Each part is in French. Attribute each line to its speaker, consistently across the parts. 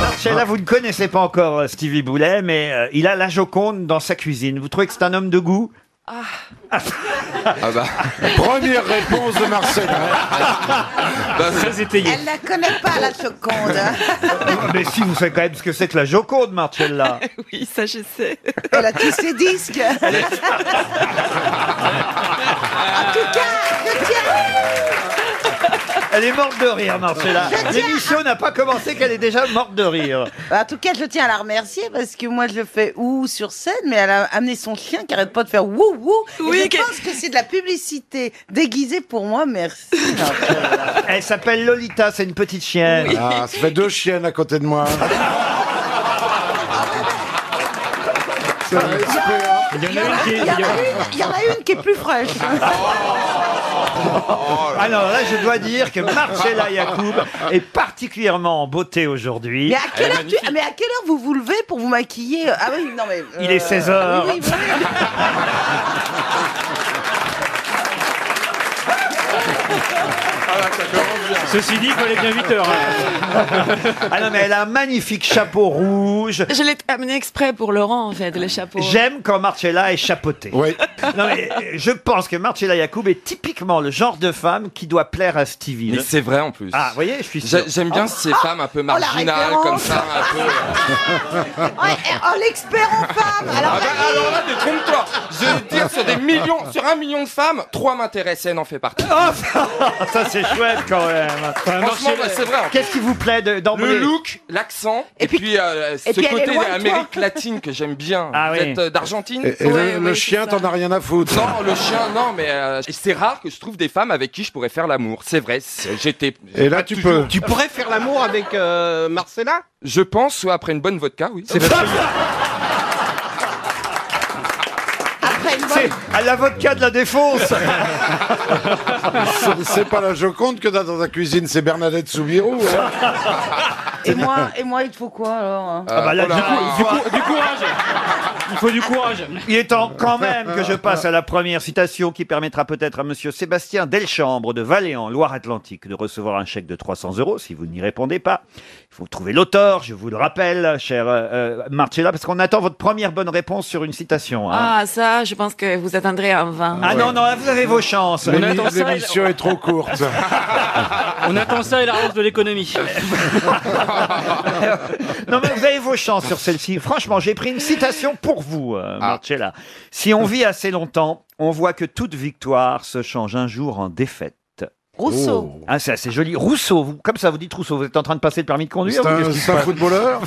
Speaker 1: Marcella, vous ne connaissez pas encore euh, Stevie Boulet, mais euh, il a la Joconde dans sa cuisine. Vous trouvez que c'est un homme de goût
Speaker 2: Ah bah. Première réponse de Marcel.
Speaker 1: Très étayé.
Speaker 3: Elle la connaît pas, la Joconde.
Speaker 1: Mais si, vous savez quand même ce que c'est que la Joconde, Marcella.
Speaker 4: Oui, ça je sais.
Speaker 3: Elle a tous ses disques. en tout cas, je tiens.
Speaker 1: Elle est morte de rire, Marcella. L'émission n'a pas commencé qu'elle est déjà morte de rire.
Speaker 3: Bah, En tout cas, je tiens à la remercier parce que moi, je le fais ou sur scène, mais elle a amené son chien qui arrête pas de faire wou wou. Et
Speaker 4: Oui,
Speaker 3: je
Speaker 4: qu'elle-
Speaker 3: pense que c'est de la publicité déguisée pour moi. Merci. Marcella.
Speaker 1: Elle s'appelle Lolita, c'est une petite chienne.
Speaker 2: Ah, ça fait deux chiennes à côté de moi. C'est un respect, hein.
Speaker 3: Il y en a- il y en a une- il y en a une qui est plus fraîche.
Speaker 5: Oh
Speaker 1: Alors là, je dois dire que Marcella Yacoub est particulièrement en beauté aujourd'hui.
Speaker 3: Mais à, quelle heure tu- mais à quelle heure vous vous levez pour vous maquiller Ah oui, non mais.
Speaker 1: Il est 16 heures.
Speaker 3: oui, oui, oui.
Speaker 6: Ceci dit, il fallait bien 8 heures. hein.
Speaker 1: Ah non, mais elle a un magnifique chapeau rouge.
Speaker 4: Je l'ai amené exprès pour Laurent, en fait, les chapeaux.
Speaker 1: J'aime quand Marcella est chapeautée.
Speaker 2: Oui.
Speaker 1: Non, mais euh, je pense que Marcella Yacoub est typiquement le genre de femme qui doit plaire à Stevie.
Speaker 5: Mais c'est vrai en plus.
Speaker 1: Ah, vous voyez, je suis sûr.
Speaker 5: J'a- J'aime bien ces femmes un
Speaker 4: Oh,
Speaker 5: peu
Speaker 3: la
Speaker 5: marginales comme ça, un peu. euh,
Speaker 3: Oh,
Speaker 7: eh,
Speaker 3: et- oh, l'expert en femmes Alors,
Speaker 5: Ah bah, alors là, mais trompe-toi. Je veux dire, sur des millions, sur un million de femmes, trois m'intéressent et elle en fait partie.
Speaker 1: Ah, ça, c'est chouette quand même.
Speaker 5: Franchement, bah, c'est vrai. en fait.
Speaker 1: Qu'est-ce qui vous plaît de- d'emblée
Speaker 5: Le look, l'accent, et,
Speaker 3: puis-
Speaker 5: puis, euh, ce
Speaker 3: puis elle est
Speaker 5: côté
Speaker 3: loin de
Speaker 5: Amérique latine que j'aime bien.
Speaker 1: Ah
Speaker 5: Vous
Speaker 1: oui.
Speaker 5: êtes euh, d'Argentine
Speaker 2: Et, et le-
Speaker 4: Ouais,
Speaker 2: le,
Speaker 4: ouais,
Speaker 2: chien,
Speaker 4: c'est ça.
Speaker 2: t'en as rien à foutre.
Speaker 5: Non, le chien, non, mais euh, c'est rare que je trouve des femmes avec qui je pourrais faire l'amour. C'est vrai, c'est- j'étais.
Speaker 2: Et là, tu peux.
Speaker 8: Tu pourrais faire l'amour avec euh, Marcella
Speaker 5: Je pense, soit après une bonne vodka, oui.
Speaker 3: après une
Speaker 1: C'est
Speaker 3: bonne.
Speaker 1: à la vodka de la défonce.
Speaker 2: C'est- C'est pas la Joconde que t'as dans ta cuisine, c'est Bernadette Soubirou. hein.
Speaker 3: Et moi, et moi, il faut quoi alors hein
Speaker 1: Ah bah là,
Speaker 5: oh là.
Speaker 1: du coup,
Speaker 6: Du, cou- du courage. Il faut du courage.
Speaker 1: Il est temps quand même que je passe à la première citation qui permettra peut-être à monsieur Sébastien Delchambre de Valéan, Loire-Atlantique, de recevoir un chèque de 300 euros si vous n'y répondez pas. Il faut trouver l'auteur, je vous le rappelle, cher euh, euh, Marcella, parce qu'on attend votre première bonne réponse sur une citation. hein.
Speaker 4: Ah, ça, je pense que vous attendrez un vin.
Speaker 1: Ah, non, non, là, vous avez vos chances.
Speaker 2: L'émi-
Speaker 6: attend ça,
Speaker 2: L'émission est trop courte.
Speaker 6: On attend ça et la relance de l'économie.
Speaker 1: Non, mais vous avez vos chances sur celle-ci. Franchement, j'ai pris une citation pour vous, euh, Marcella. Si on vit assez longtemps, on voit que toute victoire se change un jour en défaite.
Speaker 6: Oh.
Speaker 3: Rousseau.
Speaker 1: Ah, c'est assez joli. Rousseau, vous- comme ça, vous dites Rousseau, vous êtes en train de passer le permis de conduire
Speaker 2: C'est
Speaker 1: ou qu'est-ce
Speaker 2: un,
Speaker 1: qui se
Speaker 2: c'est un
Speaker 1: passe
Speaker 2: footballeur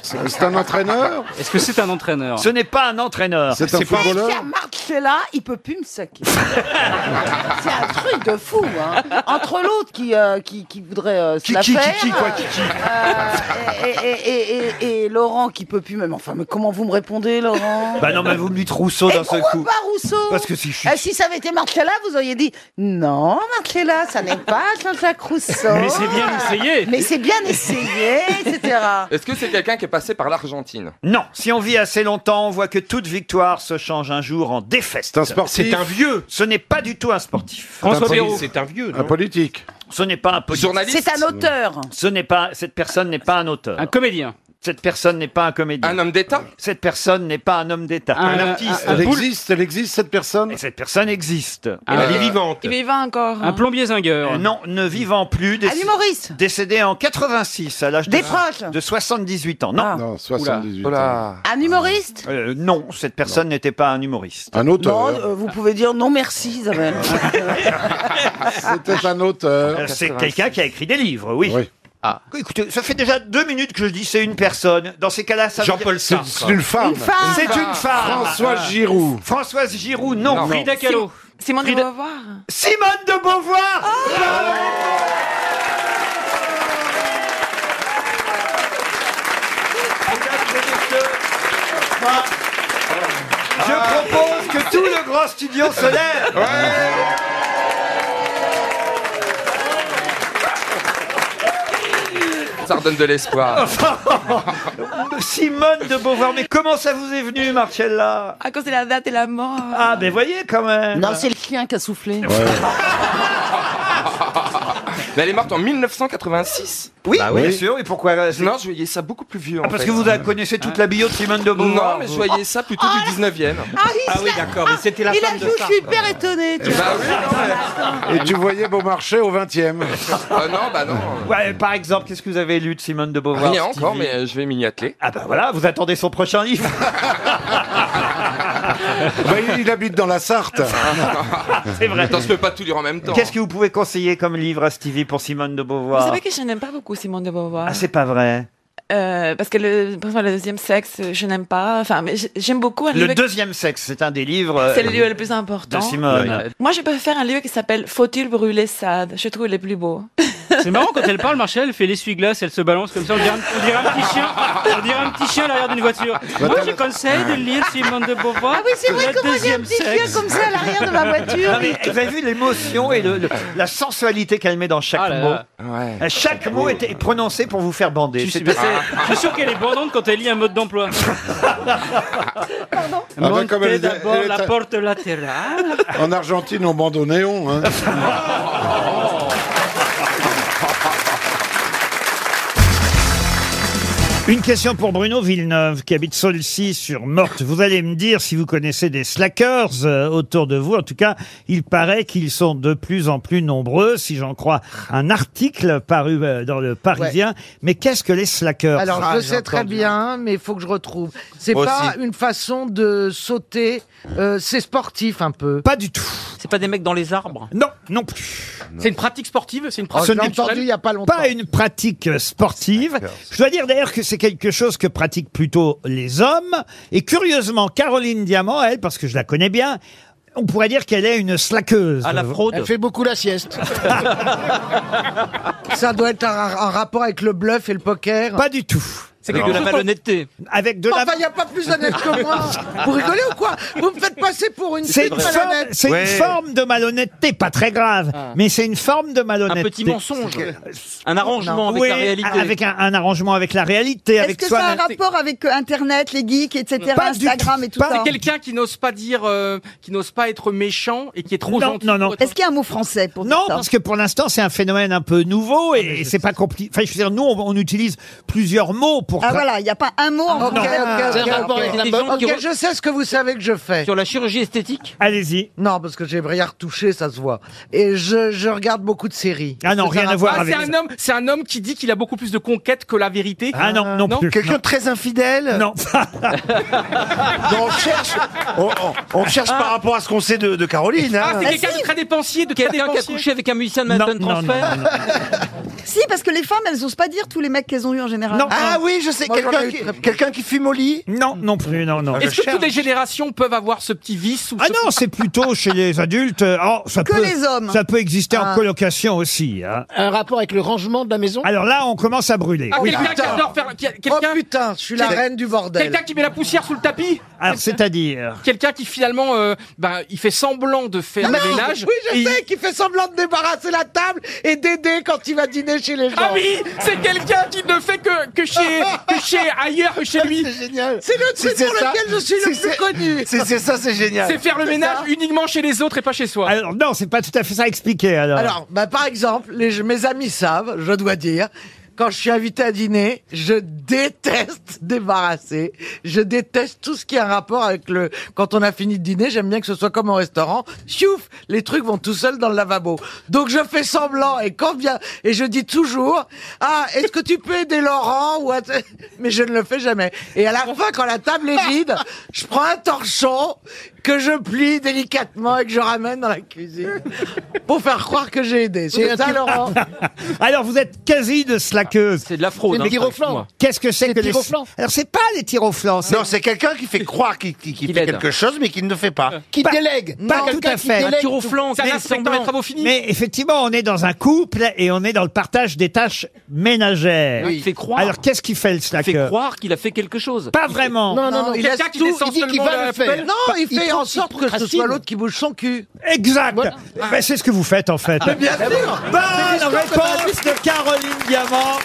Speaker 2: C'est c'est un entraîneur
Speaker 6: Est-ce que c'est un entraîneur
Speaker 1: Ce n'est pas un entraîneur.
Speaker 2: C'est un
Speaker 3: C'est pas
Speaker 2: footballeur
Speaker 3: Pierre Marcella, il peut plus me saquer. c'est un truc de fou. Hein. Entre l'autre qui, euh, qui, qui voudrait euh, se
Speaker 1: Qui,
Speaker 3: la
Speaker 1: qui, qui,
Speaker 3: faire,
Speaker 1: qui, quoi, qui, qui
Speaker 3: euh, et, et- et- et- et Laurent qui peut plus même. Enfin, mais comment vous me répondez, Laurent
Speaker 1: Bah non, mais vous me dites Rousseau
Speaker 3: Et
Speaker 1: d'un seul
Speaker 3: pourquoi
Speaker 1: coup.
Speaker 3: pas Rousseau
Speaker 1: Parce que si je suis.
Speaker 3: Ah, si ça avait été Marcella, vous auriez dit non, Marcella, ça n'est pas Jean-Jacques Rousseau.
Speaker 6: Mais c'est bien essayé.
Speaker 3: Mais c'est bien essayé, etc.
Speaker 5: Est-ce que c'est quelqu'un qui est passé par l'Argentine
Speaker 1: Non, si on vit assez longtemps, on voit que toute victoire se change un jour en défaite.
Speaker 2: C'est un sportif
Speaker 8: C'est un vieux.
Speaker 1: Ce n'est pas du tout un sportif.
Speaker 6: François Bayrou.
Speaker 8: C'est un vieux.
Speaker 2: Un politique
Speaker 1: Ce n'est pas un politique.
Speaker 5: Journaliste
Speaker 3: C'est un auteur.
Speaker 1: Ce n'est pas. Cette personne n'est pas un auteur.
Speaker 6: Un comédien.
Speaker 1: Cette personne n'est pas un comédien.
Speaker 5: Un homme d'État
Speaker 1: Cette personne n'est pas un homme d'État.
Speaker 6: artiste.
Speaker 2: Elle
Speaker 6: Un, boule-
Speaker 2: existe, elle existe cette personne
Speaker 1: Et cette personne existe.
Speaker 6: un-
Speaker 8: Elle est vivante.
Speaker 4: Il est vivant encore. hein.
Speaker 3: Oh.
Speaker 6: un plombier zingueur.
Speaker 1: Euh, Non, ne vivant plus,
Speaker 3: Un
Speaker 1: déc-
Speaker 3: humoriste.
Speaker 1: décédé en 86 à l'âge de,
Speaker 3: Ah, Des proches.
Speaker 1: de 78 ans. Non,
Speaker 3: Ah.
Speaker 2: Non, 78
Speaker 5: Oh
Speaker 2: ans.
Speaker 5: là.
Speaker 3: Un humoriste
Speaker 1: Euh, non, cette personne n'était pas un humoriste.
Speaker 2: Un
Speaker 3: Non,
Speaker 2: auteur
Speaker 3: euh, vous pouvez dire non merci, Isabelle.
Speaker 2: C'était un auteur.
Speaker 1: Euh, C'est quelqu'un qui a écrit des livres, oui. Ah.
Speaker 2: Oui.
Speaker 1: Écoutez, ça fait déjà deux minutes que je dis c'est une personne. Dans ces cas-là, ça veut dire-
Speaker 8: Jean-Paul
Speaker 2: C'est
Speaker 8: Sartre.
Speaker 2: c'est une femme.
Speaker 3: Une femme.
Speaker 1: C'est une femme.
Speaker 2: François Giroud.
Speaker 1: Françoise Giroud, non.
Speaker 5: Non.
Speaker 6: Frida Kahlo.
Speaker 4: Simon de
Speaker 1: Frida-
Speaker 4: Beauvoir. Ah.
Speaker 1: Simone de Beauvoir Mesdames et messieurs, moi, Je propose que tout le grand studio se lève
Speaker 5: Ça redonne de l'espoir.
Speaker 1: Simone de Beauvoir, mais comment ça vous est venu, Marcella
Speaker 4: À cause de la date et la mort.
Speaker 1: Ah, ben voyez quand même
Speaker 3: Non, c'est le chien qui a soufflé.
Speaker 5: Mais elle est morte en 1986.
Speaker 3: Oui,
Speaker 8: Bah oui.
Speaker 3: bien sûr. Et pourquoi euh, c'est-
Speaker 5: Non, je voyais ça beaucoup plus vieux.
Speaker 3: Ah,
Speaker 5: en
Speaker 3: Parce
Speaker 5: fait.
Speaker 3: que vous euh, connaissez toute la bio de Simone de Beauvoir.
Speaker 5: Non, mais je
Speaker 3: vous.
Speaker 5: voyais ça plutôt du 19ème.
Speaker 9: Ah, il,
Speaker 8: Ah oui, d'accord, mais c'était la
Speaker 9: il a
Speaker 8: femme de
Speaker 9: joué, je
Speaker 8: ça.
Speaker 9: suis hyper étonnée. tu vois.
Speaker 5: Bah oui, non,
Speaker 10: Et tu voyais Beaumarchais au 20e.
Speaker 5: mais...
Speaker 8: Ah
Speaker 5: Euh, non, bah non.
Speaker 3: Ouais, Eh, par exemple, qu'est-ce que vous avez lu de Simone de Beauvoir
Speaker 5: Rien encore,
Speaker 3: Stevie
Speaker 5: mais euh, je vais m'y atteler.
Speaker 3: Ah bah voilà, vous attendez son prochain livre.
Speaker 10: Bah, il, il habite dans la Sarthe.
Speaker 3: C'est vrai.
Speaker 5: Attends, je peux pas tout lire en même temps. hein.
Speaker 3: Qu'est-ce que vous pouvez conseiller comme livre à Stevie pour Simone de
Speaker 4: Vous
Speaker 3: Beauvoir
Speaker 4: savez que je n'aime pas beaucoup Simone de Beauvoir.
Speaker 3: Ah, c'est pas vrai.
Speaker 4: Euh, parce que le, par exemple, le deuxième sexe, je n'aime pas. Enfin, mais j- j'aime beaucoup un
Speaker 3: Le
Speaker 4: livre-
Speaker 3: deuxième sexe, c'est un des livres euh,
Speaker 4: C'est le lieu le plus
Speaker 3: de
Speaker 4: important.
Speaker 3: Simone.
Speaker 4: Moi, je préfère un lieu qui s'appelle Faut-il brûler Sade Je trouve les plus beaux.
Speaker 6: C'est marrant quand elle parle, Marcel, elle fait l'essuie-glace, elle se balance comme ça. On dirait, un- on dirait un petit chien. On dirait un petit chien à l'arrière d'une voiture.
Speaker 2: Bah,
Speaker 6: Moi, je conseille de lire Simone de Beauvoir.
Speaker 9: Ah oui, c'est vrai,
Speaker 6: Le
Speaker 9: comment j'ai un
Speaker 6: deuxième
Speaker 9: petit
Speaker 6: sexe.
Speaker 9: chien comme ça à l'arrière de ma voiture
Speaker 3: Non, mais vous avez vu l'émotion et le- le- la sensualité qu'elle met dans chaque
Speaker 6: Ah là
Speaker 3: mot
Speaker 6: là.
Speaker 5: Ouais.
Speaker 3: Euh, Chaque mot était prononcé pour vous faire bander.
Speaker 6: Tu sais,
Speaker 3: C'est-
Speaker 6: mais c'est-
Speaker 11: ah.
Speaker 6: Je suis sûr qu'elle est bandante quand elle lit un mode d'emploi. Pardon
Speaker 10: Ah ben, comme elle-
Speaker 6: d'abord
Speaker 10: elle est-
Speaker 6: la porte latérale.
Speaker 10: En Argentine, on bande au néon. hein.
Speaker 1: Une question pour Bruno Villeneuve qui habite Solcy sur Morte. Vous allez me dire si vous connaissez des slackers euh, autour de vous. En tout cas, il paraît qu'ils sont de plus en plus nombreux, si j'en crois un article paru euh, dans le Parisien. Mais qu'est-ce que les slackers
Speaker 12: Alors,
Speaker 1: Ah,
Speaker 12: je
Speaker 1: j'ai
Speaker 12: sais très
Speaker 1: entendu.
Speaker 12: bien, mais il faut que je retrouve. C'est
Speaker 8: Moi
Speaker 12: pas
Speaker 8: aussi.
Speaker 12: une façon de sauter. euh, c'est sportif un peu.
Speaker 1: Pas du tout.
Speaker 11: C'est pas des mecs dans les arbres
Speaker 1: Non, non plus.
Speaker 11: C'est une pratique sportive C'est une
Speaker 12: Oh,
Speaker 1: Ah,
Speaker 11: pratique
Speaker 12: je l'ai
Speaker 11: culturelle
Speaker 12: entendu il y a pas longtemps.
Speaker 1: Pas une pratique euh, sportive. Je dois dire d'ailleurs que c'est quelque chose que pratiquent plutôt les hommes. Et curieusement, Caroline Diamant, elle, parce que je la connais bien, on pourrait dire qu'elle est une slackeuse.
Speaker 11: À la fraude
Speaker 12: Elle fait beaucoup la sieste. Ça doit être un, un rapport avec le bluff et le poker.
Speaker 1: Pas du tout.
Speaker 11: C'est quelque de chose la malhonnêteté.
Speaker 1: Avec de la...
Speaker 12: Enfin, il n'y a pas plus honnête que moi. Vous rigolez ou quoi Vous me faites passer pour une
Speaker 1: C'est
Speaker 12: fille
Speaker 1: une, forme-
Speaker 12: malhonnête.
Speaker 1: c'est une forme de malhonnêteté, pas très grave, mais c'est une forme de malhonnêteté.
Speaker 11: Ah. Un petit mensonge. Un arrangement avec
Speaker 1: Oui,
Speaker 11: la réalité.
Speaker 1: Avec un, un arrangement avec la réalité,
Speaker 13: Est-ce
Speaker 1: avec
Speaker 13: que
Speaker 1: soi.
Speaker 13: ça a un rapport avec euh, Internet, les geeks, etc.,
Speaker 1: Pas du
Speaker 13: Instagram
Speaker 1: tout,
Speaker 13: et tout
Speaker 1: pas
Speaker 13: ça
Speaker 1: du
Speaker 11: Quelqu'un qui n'ose pas dire, euh, qui n'ose pas être méchant et qui est trop
Speaker 1: Non,
Speaker 11: gentil.
Speaker 1: non, non.
Speaker 11: pour être-
Speaker 13: Est-ce qu'il y a un mot français pour
Speaker 1: Non,
Speaker 13: dire ça
Speaker 1: parce que pour l'instant, c'est un phénomène un peu nouveau
Speaker 12: Ah,
Speaker 1: et c'est pas compliqué. Enfin, je veux dire, nous, on, on utilise plusieurs mots pour.
Speaker 13: Ah
Speaker 1: tra-
Speaker 13: voilà, il n'y a pas un mot en
Speaker 12: Ok,
Speaker 13: français. euh,
Speaker 12: ok,
Speaker 11: C'est un
Speaker 12: ok,
Speaker 11: rapport
Speaker 12: ok.
Speaker 11: avec la banque qui
Speaker 12: Ok,
Speaker 11: re-
Speaker 12: je sais ce que vous savez que je fais.
Speaker 11: Sur la chirurgie esthétique
Speaker 1: Allez-y.
Speaker 12: Non, parce que j'ai rien retouché, ça se voit. Et je, je regarde beaucoup de séries.
Speaker 1: Ah non,
Speaker 12: Est-ce que ça
Speaker 1: rien à
Speaker 12: rappe-
Speaker 1: voir
Speaker 11: Ah,
Speaker 1: avec.
Speaker 11: c'est un homme, c'est un homme qui dit qu'il a beaucoup plus de conquêtes que la vérité.
Speaker 1: Ah non, non,
Speaker 11: Non,
Speaker 1: plus.
Speaker 12: Quelqu'un de très infidèle
Speaker 1: Non. non.
Speaker 10: on cherche, on, cherche par rapport à ce qu'on sait de, Caroline.
Speaker 12: hein.
Speaker 11: Ah, c'est quelqu'un de très dépensier, de très
Speaker 8: Quelqu'un qui a
Speaker 11: dépensier.
Speaker 8: couché avec un musicien de Manhattan
Speaker 1: Non, non,
Speaker 8: Transfer
Speaker 1: non, non.
Speaker 13: Si, parce que les femmes, elles n'osent pas dire tous les mecs qu'elles ont eu en général.
Speaker 1: Non. Ah
Speaker 12: oui, je sais,
Speaker 11: quelqu'un qui-
Speaker 12: fume au lit
Speaker 1: Non, non plus, non, non.
Speaker 11: Est-ce que toutes les générations peuvent avoir ce petit vice ou
Speaker 1: Ah
Speaker 11: ce-
Speaker 1: non, c'est plutôt chez les adultes. euh, oh, ça
Speaker 13: Que
Speaker 1: peut,
Speaker 13: les hommes.
Speaker 1: Ça peut exister en
Speaker 13: Ah.
Speaker 1: colocation aussi. hein.
Speaker 12: Un rapport avec le rangement de la maison
Speaker 1: Alors là, on commence à brûler.
Speaker 11: Ah, quelqu'un qui
Speaker 12: putain.
Speaker 11: adore faire qui-
Speaker 12: Oh
Speaker 11: quelqu'un
Speaker 12: putain, je suis la reine du bordel.
Speaker 11: quelqu'un qui met la poussière sous le tapis
Speaker 1: Alors, c'est-à-dire.
Speaker 11: Quelqu'un qui finalement, euh, ben, il fait semblant de faire le ménage.
Speaker 12: Oui, je
Speaker 11: et il-
Speaker 12: sais, qui fait semblant de débarrasser la table et d'aider quand il va dîner chez les gens.
Speaker 11: Ah oui, c'est quelqu'un qui ne fait que, que chez que chez ailleurs que chez lui.
Speaker 12: C'est génial. C'est le truc pour lequel je suis le plus connu.
Speaker 10: C'est ça, c'est génial.
Speaker 11: C'est faire le ménage uniquement chez les autres et pas chez soi.
Speaker 1: Alors, non, c'est pas tout à fait ça expliqué, alors.
Speaker 12: Alors, bah, par exemple, les- mes amis savent, je dois dire, quand je suis invité à dîner, je déteste débarrasser. Je déteste tout ce qui a un rapport avec le. Quand on a fini de dîner, j'aime bien que ce soit comme au restaurant. Chouf, les trucs vont tout seuls dans le lavabo. Donc je fais semblant et quand bien et je dis toujours, ah, est-ce que tu peux aider Laurent ou att- Mais je ne le fais jamais. Et à la fin, quand la table est vide, je prends un torchon que je plie délicatement et que je ramène dans la cuisine pour faire croire que j'ai aidé. C'est ça, Laurent
Speaker 1: Alors, vous êtes quasi de slackeuse.
Speaker 8: C'est de la fraude.
Speaker 12: C'est
Speaker 8: hein,
Speaker 12: pyroflan.
Speaker 8: excuse-moi.
Speaker 1: Qu'est-ce que c'est
Speaker 12: Les
Speaker 1: que les.
Speaker 12: tirs au flanc.
Speaker 1: Alors, c'est pas les tirs au flanc. c'est-
Speaker 10: Non, c'est quelqu'un qui fait croire qu'il qu'il- qu'il
Speaker 8: Qu'il
Speaker 10: fait
Speaker 8: aide.
Speaker 10: quelque chose, mais qu'il ne fait pas.
Speaker 12: Qui
Speaker 1: Pas-
Speaker 12: délègue
Speaker 1: pas tout à fait.
Speaker 11: Un tir au flanc,
Speaker 8: Ça
Speaker 11: des
Speaker 8: respecte
Speaker 11: semblant.
Speaker 8: mes travaux finis.
Speaker 1: Mais effectivement, on est dans un couple et on est dans le partage des tâches ménagères.
Speaker 8: Il fait croire.
Speaker 1: Alors, qu'est-ce qui fait le
Speaker 8: il fait
Speaker 1: slacker
Speaker 8: croire qu'il a fait quelque chose.
Speaker 1: Pas vraiment.
Speaker 12: non, non, il
Speaker 11: quelqu'un
Speaker 12: laisse
Speaker 11: qui
Speaker 12: tout,
Speaker 11: descend
Speaker 12: il dit qu'il
Speaker 11: seulement
Speaker 12: va
Speaker 11: la
Speaker 12: le faire.
Speaker 11: poubelle.
Speaker 12: Non, il fait en sorte que ce soit l'autre qui bouge son cul.
Speaker 1: Exact. Ben, c'est ce que vous faites, en fait.
Speaker 12: Ah. Bien sûr
Speaker 1: Bonne réponse de Caroline Diamant.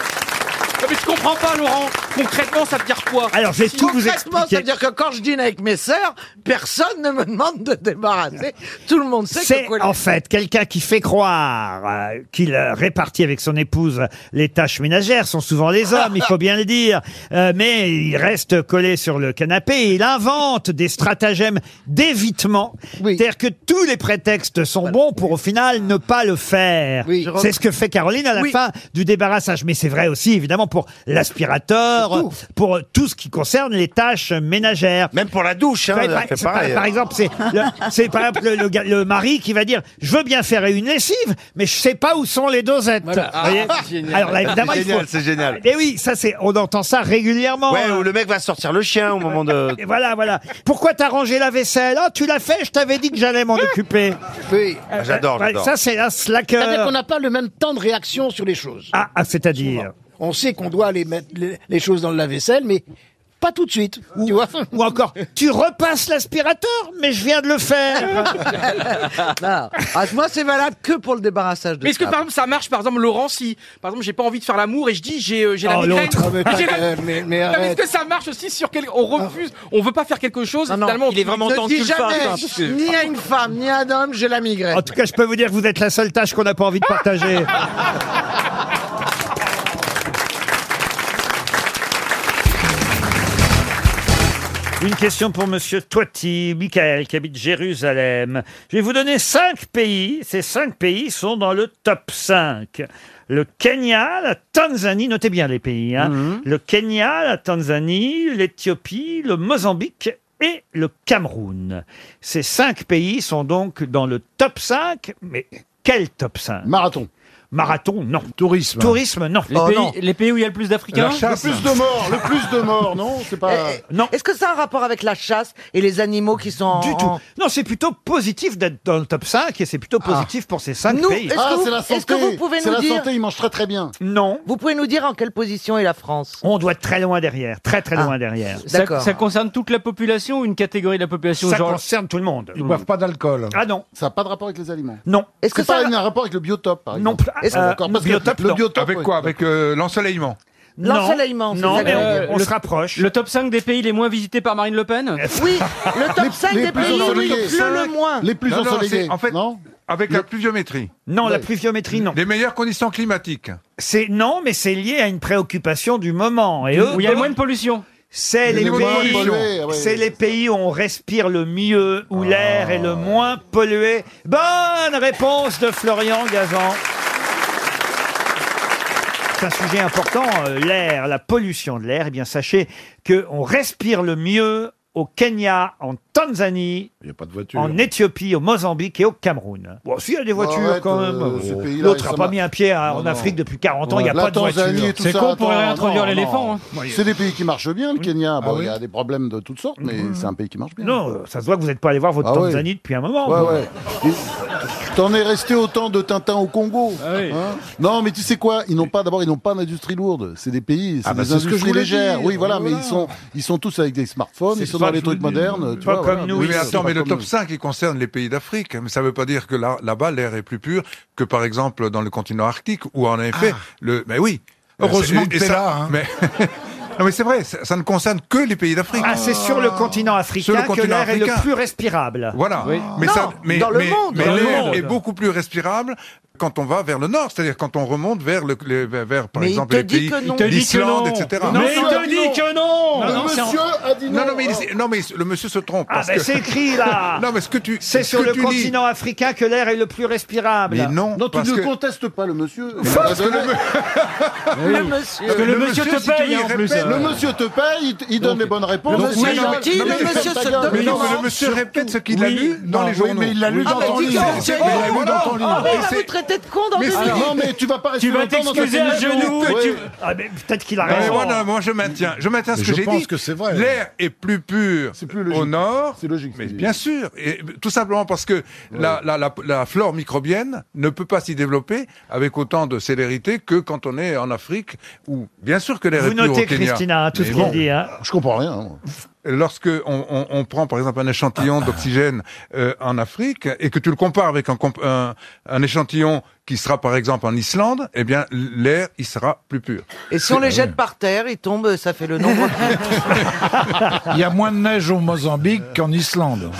Speaker 11: Mais je comprends
Speaker 6: comprends pas, Laurent. Concrètement, ça veut dire quoi
Speaker 1: Alors, je vais tout vous
Speaker 12: Concrètement, ça veut dire que quand je dîne avec mes sœurs, personne ne me demande de débarrasser. Tout le monde sait que...
Speaker 1: C'est
Speaker 12: quoi-
Speaker 1: en fait quelqu'un qui fait croire euh, qu'il euh, répartit avec son épouse les tâches ménagères, sont souvent les hommes, il faut bien le dire, Euh, mais il reste collé sur le canapé, et il invente des stratagèmes d'évitement, c'est-à-dire que tous les prétextes sont bons pour au final ne pas le faire. C'est ce que fait Caroline à la
Speaker 10: Oui.
Speaker 1: fin du débarrassage, mais c'est vrai aussi évidemment pour l'aspirateur, pour tout ce qui concerne les tâches ménagères. Même pour la douche,
Speaker 10: hein, elle fait pareil.
Speaker 1: par exemple, c'est le- c'est par exemple le, le gars- le mari qui va dire Je veux bien faire une lessive, mais je sais pas où sont les dosettes.
Speaker 10: Voilà.
Speaker 1: Vous voyez
Speaker 10: Ah, c'est génial.
Speaker 1: Alors là, évidemment,
Speaker 10: C'est
Speaker 1: il faut-
Speaker 10: génial, c'est génial.
Speaker 1: Et oui, ça c'est, on entend ça régulièrement. hein.
Speaker 10: Ouais, ou le mec va sortir le chien au moment de.
Speaker 1: Et voilà, voilà. Pourquoi t'as rangé la vaisselle Oh, tu l'as fait, je t'avais dit que j'allais m'en occuper.
Speaker 14: Oui.
Speaker 1: Euh,
Speaker 10: Ah, J'adore,
Speaker 1: ouais,
Speaker 10: j'adore.
Speaker 1: Ça, c'est un
Speaker 14: C'est-à-dire qu'on
Speaker 1: slacker.
Speaker 14: n'a pas le même temps de réaction sur les choses.
Speaker 1: Ah, ah, c'est-à-dire.
Speaker 14: On sait qu'on doit aller mettre les, les choses dans le lave-vaisselle, mais pas tout de suite. Ou,
Speaker 1: ou encore, tu repasses l'aspirateur, mais je viens de le faire.
Speaker 12: Non. Ah, moi, c'est valable que pour le débarrassage de
Speaker 11: Mais est-ce que
Speaker 12: table.
Speaker 11: par exemple ça marche Par exemple, Laurent, si par exemple j'ai pas envie de faire l'amour et je dis j'ai euh, j'ai la
Speaker 14: Oh,
Speaker 11: migraine.
Speaker 14: l'autre. Ah, mais
Speaker 11: J'ai la-
Speaker 14: t'inquiète, mais- mais
Speaker 11: Non, mais est-ce
Speaker 14: arrête.
Speaker 11: que ça marche aussi sur quel on refuse, on veut pas faire quelque chose
Speaker 12: Non, non,
Speaker 11: finalement, on-
Speaker 12: ne dis jamais, ni à une femme, ni à un homme, j'ai la migraine.
Speaker 1: En tout cas, je peux vous dire que vous êtes la seule tâche qu'on n'a pas envie de partager. Une question pour Monsieur Toiti, Michael, qui habite Jérusalem. Je vais vous donner cinq pays. Ces cinq pays sont dans le top 5. Le Kenya, la Tanzanie, notez bien les pays. hein. Le Kenya, la Tanzanie, l'Éthiopie, le Mozambique et le Cameroun. Ces cinq pays sont donc dans le top 5. Mais quel top 5
Speaker 14: Marathon.
Speaker 1: Marathon, non. Tourisme. Tourisme, non.
Speaker 6: Oh,
Speaker 8: Les pays-
Speaker 6: les pays où il y a le plus d'Africains
Speaker 8: Le plus de morts, le plus de morts, non C'est pas.
Speaker 1: Non.
Speaker 12: Eh, Est-ce que ça a un rapport avec la chasse et les animaux qui sont
Speaker 1: Du tout. Non, c'est plutôt positif d'être dans le top 5 et c'est plutôt positif pour ces 5
Speaker 12: Nous,
Speaker 1: pays.
Speaker 12: est-ce que Ah, vous- c'est la est-ce santé. que vous pouvez C'est nous la dire- santé,
Speaker 14: ils mangent très très bien.
Speaker 1: Non.
Speaker 12: Vous pouvez nous dire en quelle position est la France
Speaker 1: On doit être très loin derrière, très très
Speaker 12: Ah.
Speaker 1: loin derrière.
Speaker 6: Ça, ça concerne toute la population ou une catégorie de la population
Speaker 1: Ça
Speaker 6: genre-
Speaker 1: concerne tout le monde.
Speaker 6: Ils boivent
Speaker 14: pas d'alcool.
Speaker 1: Ah non.
Speaker 14: Ça n'a pas de rapport avec les aliments.
Speaker 1: Non.
Speaker 14: Est-ce que ça a un rapport avec le biotope par exemple
Speaker 1: plus- euh,
Speaker 14: d'accord,
Speaker 1: le
Speaker 14: parce que
Speaker 1: biotope,
Speaker 14: le
Speaker 1: non.
Speaker 14: biotope
Speaker 15: Avec quoi Avec euh, l'ensoleillement
Speaker 6: Non.
Speaker 12: L'ensoleillement, c'est
Speaker 6: Non,
Speaker 12: ça
Speaker 6: mais
Speaker 12: que je veux
Speaker 6: euh,
Speaker 12: dire.
Speaker 6: on
Speaker 12: Le-
Speaker 6: se rapproche. Le top 5 des pays les moins visités par Marine Le Pen
Speaker 12: Oui, le top 5 des pays où il pleut le moins.
Speaker 15: Non, non, c'est- En fait, avec la pluviométrie.
Speaker 1: Non, la pluviométrie, non.
Speaker 15: Les meilleures conditions climatiques.
Speaker 1: C'est non, mais c'est lié à une préoccupation du moment. Et eux,
Speaker 6: Où il y a le moins de pollution
Speaker 1: c'est
Speaker 6: Le
Speaker 1: les,
Speaker 6: niveau de
Speaker 1: pays,
Speaker 6: pollution. Ah ouais.
Speaker 1: c'est les pays où on respire le mieux, où l'air est le moins pollué. Bonne réponse de Florian Gazan. C'est un sujet important, euh, l'air, la pollution de l'air. Eh bien, sachez que on respire le mieux au Kenya, en Tanzanie, en Éthiopie, au Mozambique et au Cameroun. Bon, si, il y a des voitures
Speaker 14: arrête,
Speaker 1: quand
Speaker 14: euh,
Speaker 1: même.
Speaker 14: ce pays-là,
Speaker 1: L'autre
Speaker 14: ça
Speaker 1: n'a pas
Speaker 14: m'a-
Speaker 1: mis un pied hein, en
Speaker 14: non.
Speaker 1: Afrique depuis 40 ans, il n'y a
Speaker 14: La
Speaker 1: pas de voiture.
Speaker 14: Tanzanie et tout ça, attends, non,
Speaker 15: hein.
Speaker 14: non. C'est des pays qui marchent bien, le Kenya. Bon, Il
Speaker 1: oui Mm-hmm.
Speaker 14: y a des problèmes de toutes sortes, mais c'est un pays qui marche bien.
Speaker 1: Non, ça se voit que vous n'êtes pas allé voir votre
Speaker 14: Ah ouais.
Speaker 1: Tanzanie depuis un moment.
Speaker 14: Ouais,
Speaker 1: vous.
Speaker 14: ouais. Et T'en es resté autant de Tintin au Congo. hein non, mais tu sais quoi Ils n'ont pas d'abord, ils n'ont pas d'industrie lourde. C'est des pays, c'est
Speaker 10: Ah bah,
Speaker 14: des
Speaker 10: c'est ce que je
Speaker 14: industries
Speaker 10: voulais
Speaker 14: légères.
Speaker 10: dire.
Speaker 14: Oui,
Speaker 1: Ah
Speaker 14: voilà,
Speaker 10: Voilà.
Speaker 14: mais ils sont, ils sont tous avec des smartphones, ils sont dans les trucs modernes. tu vois, voilà.
Speaker 15: Oui, mais
Speaker 14: c'est
Speaker 15: attends,
Speaker 14: pas
Speaker 15: mais le
Speaker 14: comme
Speaker 15: top
Speaker 14: nous.
Speaker 15: 5, il concerne les pays d'Afrique. Mais ça ne veut pas dire que là- là-bas, l'air est plus pur que, par exemple, dans le continent arctique, où en effet,
Speaker 14: Ah.
Speaker 15: le. Mais oui.
Speaker 14: Euh,
Speaker 10: Heureusement
Speaker 15: Et-
Speaker 10: que
Speaker 15: et
Speaker 10: t'es
Speaker 15: ça-
Speaker 10: là, hein.
Speaker 15: Mais... non, mais c'est vrai, ça, ça ne concerne que les pays d'Afrique.
Speaker 1: Ah, c'est sur le continent africain
Speaker 15: Sur le
Speaker 1: que
Speaker 15: continent
Speaker 1: l'air est le
Speaker 15: africain.
Speaker 1: plus respirable.
Speaker 15: Voilà. Mais
Speaker 1: Non,
Speaker 15: ça, mais,
Speaker 1: dans le
Speaker 15: mais-
Speaker 1: monde.
Speaker 15: mais
Speaker 1: Dans le
Speaker 15: l'air
Speaker 1: monde.
Speaker 15: est beaucoup plus respirable quand on va vers le nord, c'est-à-dire quand on remonte vers, le, les- vers, vers, par
Speaker 10: Mais il
Speaker 15: exemple,
Speaker 10: te
Speaker 15: les
Speaker 10: dit
Speaker 15: pays
Speaker 10: que non. Il te dit que
Speaker 15: d'Islande,
Speaker 10: non.
Speaker 15: etc.
Speaker 10: Non, Mais il monsieur te a dit dit non. que non. Le monsieur a dit
Speaker 15: Non,
Speaker 10: non.
Speaker 15: non, mais, il- non, mais le monsieur se trompe.
Speaker 1: Ah,
Speaker 15: parce
Speaker 1: ben
Speaker 15: que-
Speaker 1: c'est écrit là
Speaker 15: Non, mais ce que tu.
Speaker 1: C'est
Speaker 15: ce
Speaker 1: sur
Speaker 15: que
Speaker 1: le
Speaker 15: tu lis-
Speaker 1: continent africain que l'air est le plus respirable.
Speaker 15: Mais non,
Speaker 14: Non, tu
Speaker 15: parce
Speaker 14: ne
Speaker 15: que-
Speaker 14: contestes pas le monsieur.
Speaker 15: Parce que le
Speaker 14: Oui.
Speaker 15: le monsieur- Parce que le monsieur te
Speaker 14: si tu veux,
Speaker 15: paye, en
Speaker 14: il
Speaker 15: plus.
Speaker 14: répète. Le
Speaker 15: Ouais.
Speaker 14: monsieur te paye, il te- il donne les bonnes réponses.
Speaker 15: Donc,
Speaker 14: il est
Speaker 15: oui, non, mais-
Speaker 14: gentil,
Speaker 15: non, mais tu fais ta gueule. Mais non, mais le monsieur
Speaker 14: Surtout.
Speaker 15: répète ce qu'il a
Speaker 14: Oui,
Speaker 15: lu dans
Speaker 14: non,
Speaker 15: les journaux.
Speaker 14: Oui, mais il l'a lu
Speaker 15: Ah,
Speaker 14: dans
Speaker 15: mais
Speaker 14: ton
Speaker 15: dis
Speaker 14: livre.
Speaker 15: donc,
Speaker 14: Mais
Speaker 15: c'est- Oh,
Speaker 14: il l'a lu dans ton livre.
Speaker 12: Ah, mais vous traitez de con dans
Speaker 14: Mais
Speaker 12: deux
Speaker 14: c'est-
Speaker 12: minutes.
Speaker 14: Non, mais tu vas pas rester
Speaker 15: Tu vas
Speaker 14: longtemps dans
Speaker 15: t'excuser
Speaker 14: cette
Speaker 15: à
Speaker 14: émission.
Speaker 15: genoux que
Speaker 14: Ouais.
Speaker 15: tu-
Speaker 1: Ah, mais peut-être qu'il a
Speaker 15: Non, mais
Speaker 1: raison.
Speaker 15: voilà, moi je maintiens, je maintiens ce
Speaker 14: Mais
Speaker 15: que
Speaker 14: je
Speaker 15: j'ai dit.
Speaker 14: pense que c'est vrai.
Speaker 15: L'air est plus pur au nord. C'est
Speaker 14: logique.
Speaker 15: Mais bien sûr, et tout simplement parce que la, la- la- la flore microbienne ne peut pas s'y développer avec autant de célérité que quand on est en Afrique où bien sûr que l'air
Speaker 1: Vous
Speaker 15: est plus au
Speaker 1: notez,
Speaker 15: Kenya.
Speaker 1: Christina, hein, tout
Speaker 15: Mais
Speaker 1: ce qu'il
Speaker 15: bon.
Speaker 1: dit. hein.
Speaker 14: Je comprends rien. hein.
Speaker 15: lorsque on, on- on prend par exemple un échantillon d'oxygène euh, en Afrique et que tu le compares avec un, comp- un- un échantillon qui sera par exemple en Islande, eh bien l'air il sera plus pur.
Speaker 12: Et si on les jette par terre, ils tombent, ça fait le nombre.
Speaker 2: Il y a moins de neige au Mozambique qu'en Islande.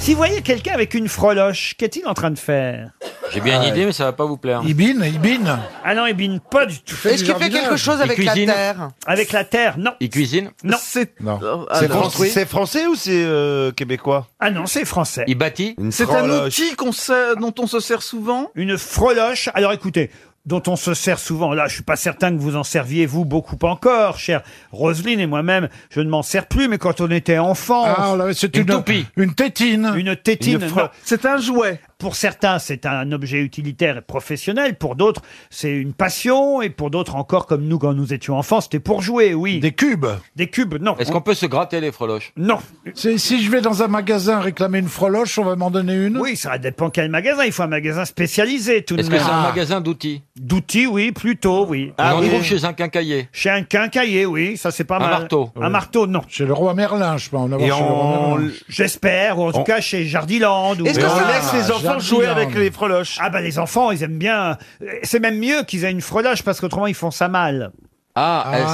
Speaker 1: Si vous voyez quelqu'un avec une froloche, qu'est-il en train de faire
Speaker 16: J'ai bien une idée, mais ça va pas vous plaire.
Speaker 1: bine, il bine. Ah non, il bine pas du tout.
Speaker 16: Est-ce qu'il fait quelque chose avec Il la cuisine terre
Speaker 1: Avec la terre, non.
Speaker 16: Il cuisine
Speaker 1: Non.
Speaker 10: C'est
Speaker 1: alors-
Speaker 10: français, c'est français ou c'est euh, québécois
Speaker 1: Ah non, c'est français.
Speaker 16: Il bâtit
Speaker 10: C'est un outil.
Speaker 1: qu'on dont on se sert souvent Une froloche. Alors écoutez, dont on se sert souvent. Là, je suis pas certain que vous en serviez, vous, beaucoup encore, chère Roselyne et moi-même. Je ne m'en sers plus, mais quand on était enfant...
Speaker 2: Ah, on l'avait- c'est Une une- toupie.
Speaker 1: Une tétine. Une tétine.
Speaker 2: Une fro-
Speaker 1: C'est un jouet. Pour certains, c'est un objet utilitaire et professionnel. Pour d'autres, c'est une passion. Et pour d'autres encore, comme nous, quand nous étions enfants, c'était pour jouer, oui. Des cubes. Des cubes, non.
Speaker 16: Est-ce qu'on peut se gratter les freloches
Speaker 1: Non.
Speaker 2: C'est- Si je vais dans un magasin réclamer une froloche, on va m'en donner une
Speaker 1: Oui, ça dépend quel magasin. Il faut un magasin spécialisé, tout de
Speaker 16: Est-ce
Speaker 1: même. Ah.
Speaker 16: que c'est un magasin d'outils
Speaker 1: D'outils, oui, plutôt, oui.
Speaker 16: Ah, On oui. trouve chez un quincaillier.
Speaker 1: Chez un quincaillier, oui, ça c'est pas
Speaker 16: Un
Speaker 1: mal.
Speaker 16: marteau.
Speaker 1: Un marteau, non.
Speaker 2: Chez le roi Merlin, je pense.
Speaker 1: Et on- J'espère, ou en tout cas chez Jardiland. ou-
Speaker 10: Est-ce que Mais ça- on laisse les enfants
Speaker 1: Jardiland.
Speaker 10: jouer avec les froloches
Speaker 1: Ah bah les enfants, ils aiment bien. C'est même mieux qu'ils aient une froloche parce qu'autrement ils font ça mal.
Speaker 16: Ah, euh,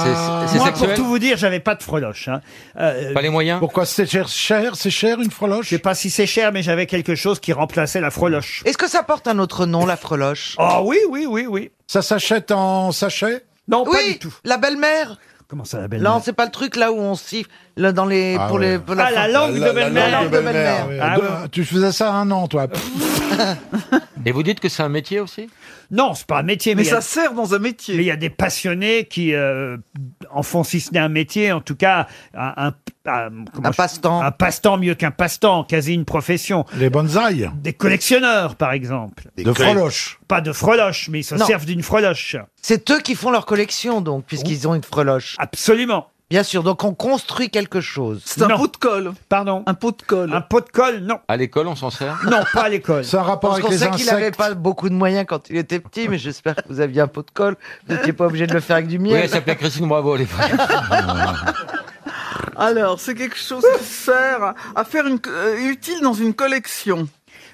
Speaker 16: c'est- c'est
Speaker 1: Moi,
Speaker 16: sexuel
Speaker 1: pour tout vous dire, j'avais pas de froloche. hein. Euh,
Speaker 16: Pas les moyens
Speaker 2: Pourquoi c'est cher, cher C'est cher une froloche Je
Speaker 1: sais pas si c'est cher, mais j'avais quelque chose qui remplaçait la froloche.
Speaker 12: Est-ce que ça porte un autre nom, la freloche
Speaker 1: Ah oui, oui, oui, oui.
Speaker 2: Ça s'achète en sachet
Speaker 1: Non,
Speaker 12: oui, La belle-mère
Speaker 1: Comment ça, la
Speaker 12: Non, c'est pas le truc là où on siffle là, dans les,
Speaker 2: Ah
Speaker 12: pour
Speaker 2: ouais.
Speaker 12: les. pour la
Speaker 2: Ah, la
Speaker 12: fin.
Speaker 2: langue de
Speaker 12: La
Speaker 2: belle-mère.
Speaker 12: langue de belle-mère.
Speaker 2: Ouais,
Speaker 12: Ah
Speaker 2: deux-
Speaker 12: ouais.
Speaker 2: Tu faisais ça un an, toi.
Speaker 16: Et vous dites que c'est un métier aussi
Speaker 1: Non, c'est pas un métier.
Speaker 16: Mais ça
Speaker 1: sert dans un métier. Mais il y a des passionnés qui euh, en font, si ce n'est un métier, en tout cas, un, un, passe-temps. Un passe-temps mieux qu'un passe-temps, quasi une profession.
Speaker 2: Les bonsaïs.
Speaker 1: Des collectionneurs, par exemple.
Speaker 2: Des De collect- freloches.
Speaker 1: Pas de freloches, mais ils se
Speaker 12: Non.
Speaker 1: servent d'une freloche.
Speaker 12: C'est eux qui font leur collection, donc, puisqu'ils ont une freloche.
Speaker 1: Absolument.
Speaker 12: Bien sûr, donc on construit quelque chose.
Speaker 1: Non. Pardon Un pot de colle. Un pot de colle, non.
Speaker 16: À l'école, on s'en sert
Speaker 1: Non, pas à l'école.
Speaker 2: C'est un
Speaker 12: Parce qu'on sait qu'il n'avait pas beaucoup de moyens quand il était petit, mais j'espère que vous aviez un pot de colle. Vous n'étiez pas obligé de le faire avec du
Speaker 16: Oui,
Speaker 12: miel.
Speaker 16: elle s'appelait Christine Bravo à l'époque.
Speaker 17: Alors, c'est quelque chose à faire, à faire une, euh, utile dans une collection.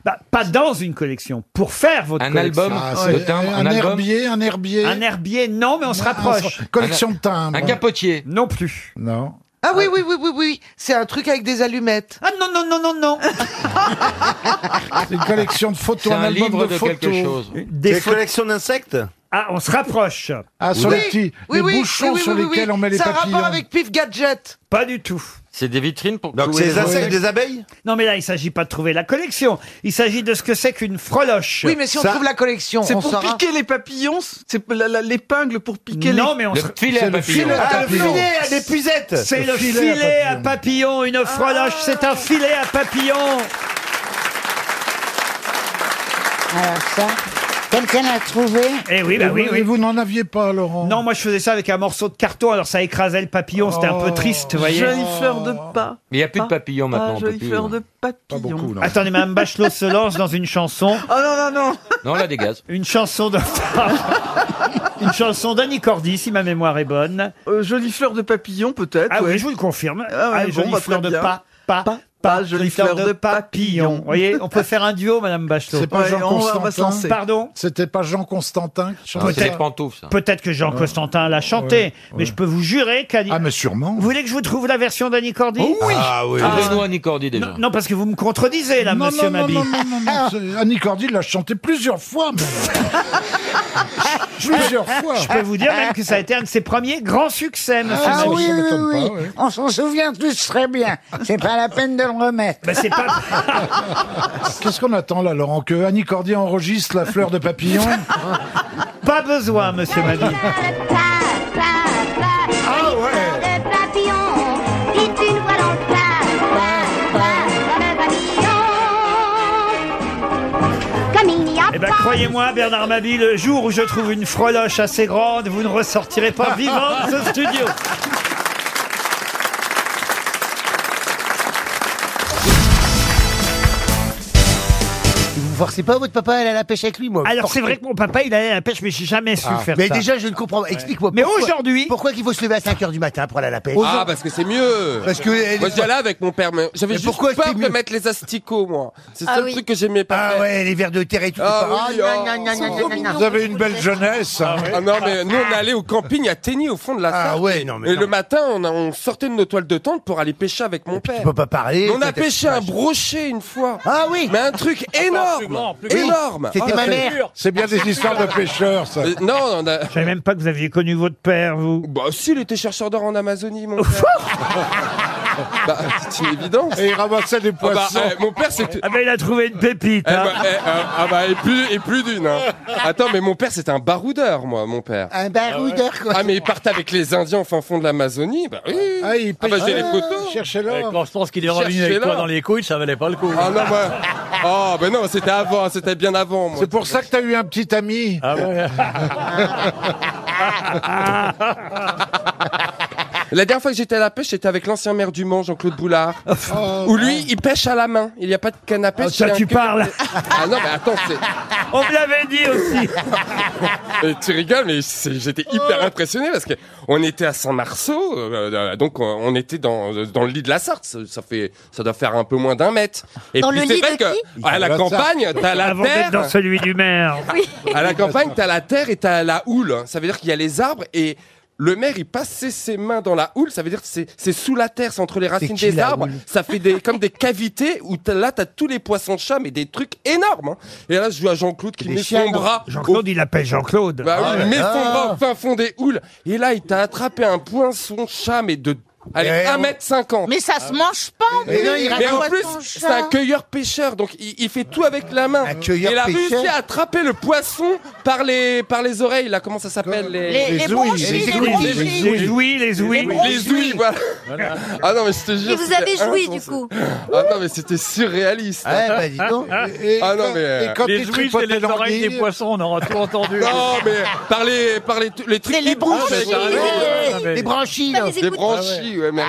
Speaker 1: Bah, pas dans une collection, pour faire votre
Speaker 16: Un
Speaker 1: collection.
Speaker 16: album, Ah, le c'est- timbre, un un album. herbier,
Speaker 2: un herbier.
Speaker 1: Un herbier, non, mais on se rapproche.
Speaker 2: collection de timbres.
Speaker 16: Un capotier
Speaker 1: Non plus.
Speaker 2: Non.
Speaker 12: Ah oui, oui, oui, oui, oui. C'est un truc avec des allumettes.
Speaker 1: Ah non, non, non, non, non.
Speaker 2: C'est une collection de photos,
Speaker 1: C'est
Speaker 2: un,
Speaker 1: un
Speaker 2: album
Speaker 1: livre
Speaker 2: de,
Speaker 1: de
Speaker 2: photos.
Speaker 1: quelque chose. Des Des photos. collections
Speaker 2: d'insectes
Speaker 1: Ah, on se rapproche.
Speaker 2: Ah, sur
Speaker 1: Oui.
Speaker 2: les petits
Speaker 12: Oui,
Speaker 2: les
Speaker 12: oui,
Speaker 2: bouchons
Speaker 12: oui, oui,
Speaker 2: sur
Speaker 12: oui, oui.
Speaker 2: lesquels on met les
Speaker 12: Ça a rapport
Speaker 2: papillons.
Speaker 12: avec Pif Gadget.
Speaker 1: Pas du tout.
Speaker 16: C'est des vitrines pour
Speaker 1: Donc,
Speaker 16: clouer-
Speaker 1: c'est des insectes, des
Speaker 10: abeilles
Speaker 1: Non, mais là, il s'agit pas de trouver la collection. Il s'agit de ce que c'est qu'une froloche.
Speaker 12: Oui, mais si on trouve la collection,
Speaker 17: C'est
Speaker 12: on
Speaker 17: pour
Speaker 12: saura.
Speaker 17: piquer les papillons, c'est la- la- l'épingle pour piquer les...
Speaker 1: Non, mais on se-
Speaker 16: à papillon.
Speaker 1: filet à
Speaker 16: Ah, le
Speaker 1: papillon.
Speaker 16: filet
Speaker 10: à des puisettes.
Speaker 1: C'est
Speaker 10: Le
Speaker 1: le
Speaker 10: filet à Ah.
Speaker 1: filet à papillon, une froloche, c'est un filet à papillon.
Speaker 18: Alors ça, quelqu'un l'a trouvé
Speaker 1: Eh oui, bah
Speaker 2: Et
Speaker 1: oui,
Speaker 2: vous-
Speaker 1: oui.
Speaker 2: et vous n'en aviez pas, Laurent
Speaker 1: Non, moi je faisais ça avec un morceau de carton, alors ça écrasait le papillon, c'était
Speaker 2: Oh.
Speaker 1: un peu triste, vous voyez.
Speaker 17: Jolie fleur de pas.
Speaker 16: Mais il n'y a plus de papillons maintenant.
Speaker 17: Ah,
Speaker 16: on peut
Speaker 17: jolie
Speaker 16: plus. hein. Ah,
Speaker 17: fleur de papillon.
Speaker 1: Attendez, Madame Bachelot se lance dans une chanson.
Speaker 17: Oh non, non, non
Speaker 16: Non, là, des gaz.
Speaker 1: Une chanson de... une chanson d'Annie Cordy, si ma mémoire est bonne.
Speaker 17: Euh, jolie fleur de papillon, peut-être.
Speaker 1: Ah oui,
Speaker 17: ouais.
Speaker 1: je vous le confirme.
Speaker 17: Ah ouais,
Speaker 1: Ah,
Speaker 17: bon,
Speaker 1: jolie
Speaker 17: bah,
Speaker 1: fleur
Speaker 17: très
Speaker 1: de
Speaker 17: bien.
Speaker 1: pas, pas, pas, jolie fleur, de papillon. Vous voyez, on peut faire un duo, Madame Bachelot.
Speaker 2: C'est pas Jean Constantin
Speaker 1: Pardon
Speaker 2: C'était pas Jean Constantin qui chantait
Speaker 1: Peut-être-
Speaker 2: ça
Speaker 1: Peut-être que Jean
Speaker 2: Ouais.
Speaker 1: Constantin l'a chanté,
Speaker 2: Ouais,
Speaker 1: mais je peux vous jurer qu'Annie. Ah,
Speaker 2: mais sûrement.
Speaker 1: Vous voulez que je vous trouve la version d'Annie Cordy
Speaker 2: oui. Ah oui. Ah.
Speaker 16: Trouvez-nous un Nicordi déjà.
Speaker 1: Non, parce que vous me contredisez, là,
Speaker 2: non,
Speaker 1: monsieur
Speaker 2: non, non,
Speaker 1: Mabi.
Speaker 2: non, non, non, non, c'est- Annie Cordy l'a chanté plusieurs fois. même. plusieurs fois.
Speaker 1: Ah, Je peux vous dire même que ça a été un de ses premiers grands succès, monsieur
Speaker 18: Ah
Speaker 1: Mabi.
Speaker 18: oui, oui, oui, on s'en souvient tous très bien. C'est pas la peine de le remettre.
Speaker 1: Bah, c'est pas...
Speaker 2: Qu'est-ce qu'on attend là, Laurent Que Annie Cordy enregistre la fleur de papillon
Speaker 1: Pas besoin, monsieur
Speaker 5: Bah,
Speaker 1: Mabi.
Speaker 19: Ah ouais de papillon, dit une voix dans le Comme il n'y a
Speaker 1: Eh ben, croyez-moi, Bernard Mabi, le jour où je trouve une froloche assez grande, vous ne ressortirez pas vivant de ce studio.
Speaker 9: Ah,
Speaker 1: Vous
Speaker 18: forcez pas votre papa à aller à la pêche avec lui, moi.
Speaker 1: Alors c'est vrai que mon papa, il allait à la pêche, mais j'ai jamais su
Speaker 18: Ah,
Speaker 1: faire
Speaker 18: mais
Speaker 1: ça.
Speaker 18: déjà, je ne comprends pas. Explique-moi.
Speaker 1: Mais
Speaker 18: pourquoi-
Speaker 1: aujourd'hui.
Speaker 18: Pourquoi qu'il faut se lever à 5 h du matin pour aller à la pêche
Speaker 14: bah,
Speaker 5: Ah, parce que c'est mieux.
Speaker 18: Parce que.
Speaker 5: Moi, j'y allais avec mon père, mais j'avais
Speaker 18: Mais
Speaker 5: juste
Speaker 18: pourquoi
Speaker 5: peur
Speaker 18: c'est
Speaker 5: de
Speaker 18: mieux
Speaker 5: mettre les asticots, moi. C'est le
Speaker 18: Ah
Speaker 5: seul
Speaker 18: oui.
Speaker 5: truc que j'aimais pas. Ah
Speaker 18: ouais, les vers de terre et tout.
Speaker 5: Ah,
Speaker 18: c'est
Speaker 5: oui,
Speaker 18: pas-
Speaker 5: ah.
Speaker 18: Ah, gna, gna, gna, gna, gna.
Speaker 5: Vous avez une belle jeunesse. Ah, non, mais nous, on allait au camping à Tenny, au fond de la
Speaker 18: Ah
Speaker 5: Sarthe.
Speaker 18: ouais, non, mais
Speaker 5: Et
Speaker 18: non.
Speaker 5: le matin, on, a- on sortait de nos toiles de tente pour aller pêcher avec mon père.
Speaker 18: Tu peux pas parler.
Speaker 5: on a
Speaker 18: ça t'a-
Speaker 5: pêché un brochet une fois. Ah oui Mais un truc énorme Énorme
Speaker 1: Ah,
Speaker 18: C'était ma mère.
Speaker 2: C'est bien des histoires de pêcheurs, ça.
Speaker 5: Euh, non, on a...
Speaker 1: Je savais même pas que vous aviez connu votre père, vous.
Speaker 5: Bah, si, il était chercheur d'or en Amazonie, mon père. bah, c'est une évidence.
Speaker 2: Et il ramassait des
Speaker 5: Ah bah,
Speaker 2: poissons.
Speaker 5: eh, mon père, c'était.
Speaker 1: Ah, bah, il a trouvé une pépite. hein.
Speaker 5: Eh bah, eh, euh, ah bah, et plus, et plus d'une. hein. Attends, mais mon père, c'était un baroudeur, moi, mon père.
Speaker 18: Un baroudeur, quoi.
Speaker 5: Ah, mais il partait avec les Indiens au fin fond de l'Amazonie. Bah oui. Ah, bah, j'ai les photos.
Speaker 2: Cherchez là.
Speaker 6: Eh, Quand je pense qu'il est revenu avec
Speaker 5: Cherchez-la.
Speaker 6: toi dans les couilles, ça valait pas le coup.
Speaker 5: Ah non, moi. Oh, bah non, c'était avant, c'était bien avant, moi.
Speaker 2: C'est pour ça que t'as eu un petit ami.
Speaker 6: Ah ouais.
Speaker 5: La dernière fois que j'étais à la pêche, j'étais avec l'ancien maire du Mans, Jean-Claude Boulard.
Speaker 2: Oh,
Speaker 5: où lui, il pêche à la main. Il n'y a pas de canne à pêche.
Speaker 1: Ah, ça,
Speaker 5: il y a un
Speaker 1: tu
Speaker 5: que-
Speaker 1: parles.
Speaker 5: Ah non, mais attends, c'est.
Speaker 1: On me l'avait dit aussi.
Speaker 5: Et Euh, tu rigoles, mais c'est- j'étais
Speaker 1: Oh.
Speaker 5: hyper impressionné parce que on était à Saint-Marceau, euh, euh, donc euh, on était dans, euh, dans le lit de la Sarthe. Ça- Ça fait, ça doit faire un peu moins d'un mètre. Et
Speaker 1: Dans
Speaker 5: puis
Speaker 1: le
Speaker 5: c'est
Speaker 1: lit
Speaker 5: vrai
Speaker 1: de
Speaker 5: que
Speaker 1: qui
Speaker 5: à la campagne, t'as la
Speaker 1: Avant
Speaker 5: terre.
Speaker 1: d'être dans celui du maire.
Speaker 5: À la campagne, t'as la terre et t'as la houle. Ça veut dire qu'il y a les arbres et le maire, il passe ses- ses mains dans la houle. Ça veut dire que c'est c'est sous la terre, c'est entre les racines
Speaker 18: qui,
Speaker 5: des
Speaker 18: la
Speaker 5: arbres.
Speaker 18: houle
Speaker 5: Ça fait des comme des cavités où t'as- là, t'as tous les poissons de chat, mais des trucs énormes. hein. Et là, je vois Jean-Claude qui
Speaker 1: Des
Speaker 5: met
Speaker 1: chiens,
Speaker 5: son bras.
Speaker 1: Jean-Claude, il appelle Jean-Claude.
Speaker 5: Bah oui,
Speaker 1: Ah,
Speaker 5: mais son
Speaker 1: ah.
Speaker 5: bras au fin fond des houles. Et là, il t'a attrapé un poinçon chat, mais de. Allez,
Speaker 18: Eh,
Speaker 5: 1m50.
Speaker 18: Mais
Speaker 1: Ah.
Speaker 18: ça se mange pas, en
Speaker 5: Mais,
Speaker 18: plus. Non, il
Speaker 5: mais en
Speaker 18: raconte
Speaker 5: plus,
Speaker 18: son
Speaker 5: c'est
Speaker 18: chat.
Speaker 5: un cueilleur-pêcheur, donc il, il fait tout avec la main.
Speaker 18: cueilleur
Speaker 5: il a réussi
Speaker 18: pêcheur.
Speaker 5: à attraper le poisson par les, par les oreilles, là, comment ça s'appelle
Speaker 18: Les- les Les ouïes. bronchies, Les les ouïes. bronchies.
Speaker 1: Les ouïes, les ouïes.
Speaker 5: Les ouïes, voilà. Ah non, mais je te jure.
Speaker 7: Et vous avez
Speaker 5: c'était
Speaker 7: joui, du
Speaker 5: insensé.
Speaker 7: coup.
Speaker 5: Ah non, mais c'était surréaliste.
Speaker 18: Ouais, bah, dis donc.
Speaker 5: Et- et- Ah non, mais, euh,
Speaker 6: les ouïes, c'est les oreilles des poissons, on aura tout entendu.
Speaker 5: Non, mais par les, par les, les trucs qui bougent avec la raison.
Speaker 1: Ah,
Speaker 18: Les branchies, là.
Speaker 7: Ah,
Speaker 5: Des branchies, ouais, mais.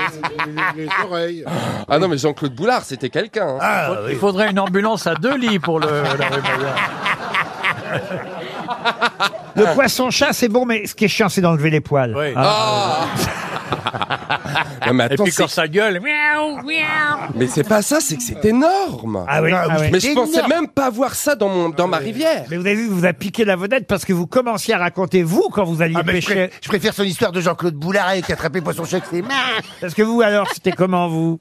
Speaker 2: Les oreilles.
Speaker 5: Ah non, mais Jean-Claude Boulard, c'était quelqu'un. hein.
Speaker 1: Ah,
Speaker 6: Il faudrait une ambulance à deux lits pour le. la réveiller.
Speaker 1: Le poisson-chat, c'est bon, mais ce qui est chiant, c'est d'enlever les poils.
Speaker 5: Ah. Non, mais
Speaker 6: Et
Speaker 5: attends,
Speaker 6: puis quand
Speaker 5: c'est-
Speaker 6: ça gueule.
Speaker 7: Miaou, miaou.
Speaker 5: Mais c'est pas ça, c'est que c'est énorme.
Speaker 1: Ah oui, ah oui.
Speaker 5: Mais je pensais
Speaker 1: Énorme.
Speaker 5: même pas voir ça dans mon dans ma rivière.
Speaker 1: Mais vous avez vu, vous a piqué la vedette parce que vous commenciez à raconter vous quand vous alliez
Speaker 18: Ah, mais
Speaker 1: pêcher.
Speaker 18: je, préfère, je préfère son histoire de Jean-Claude Boulard avec attraper poisson chèque, c'est marre.
Speaker 1: Parce que vous, alors, c'était comment, vous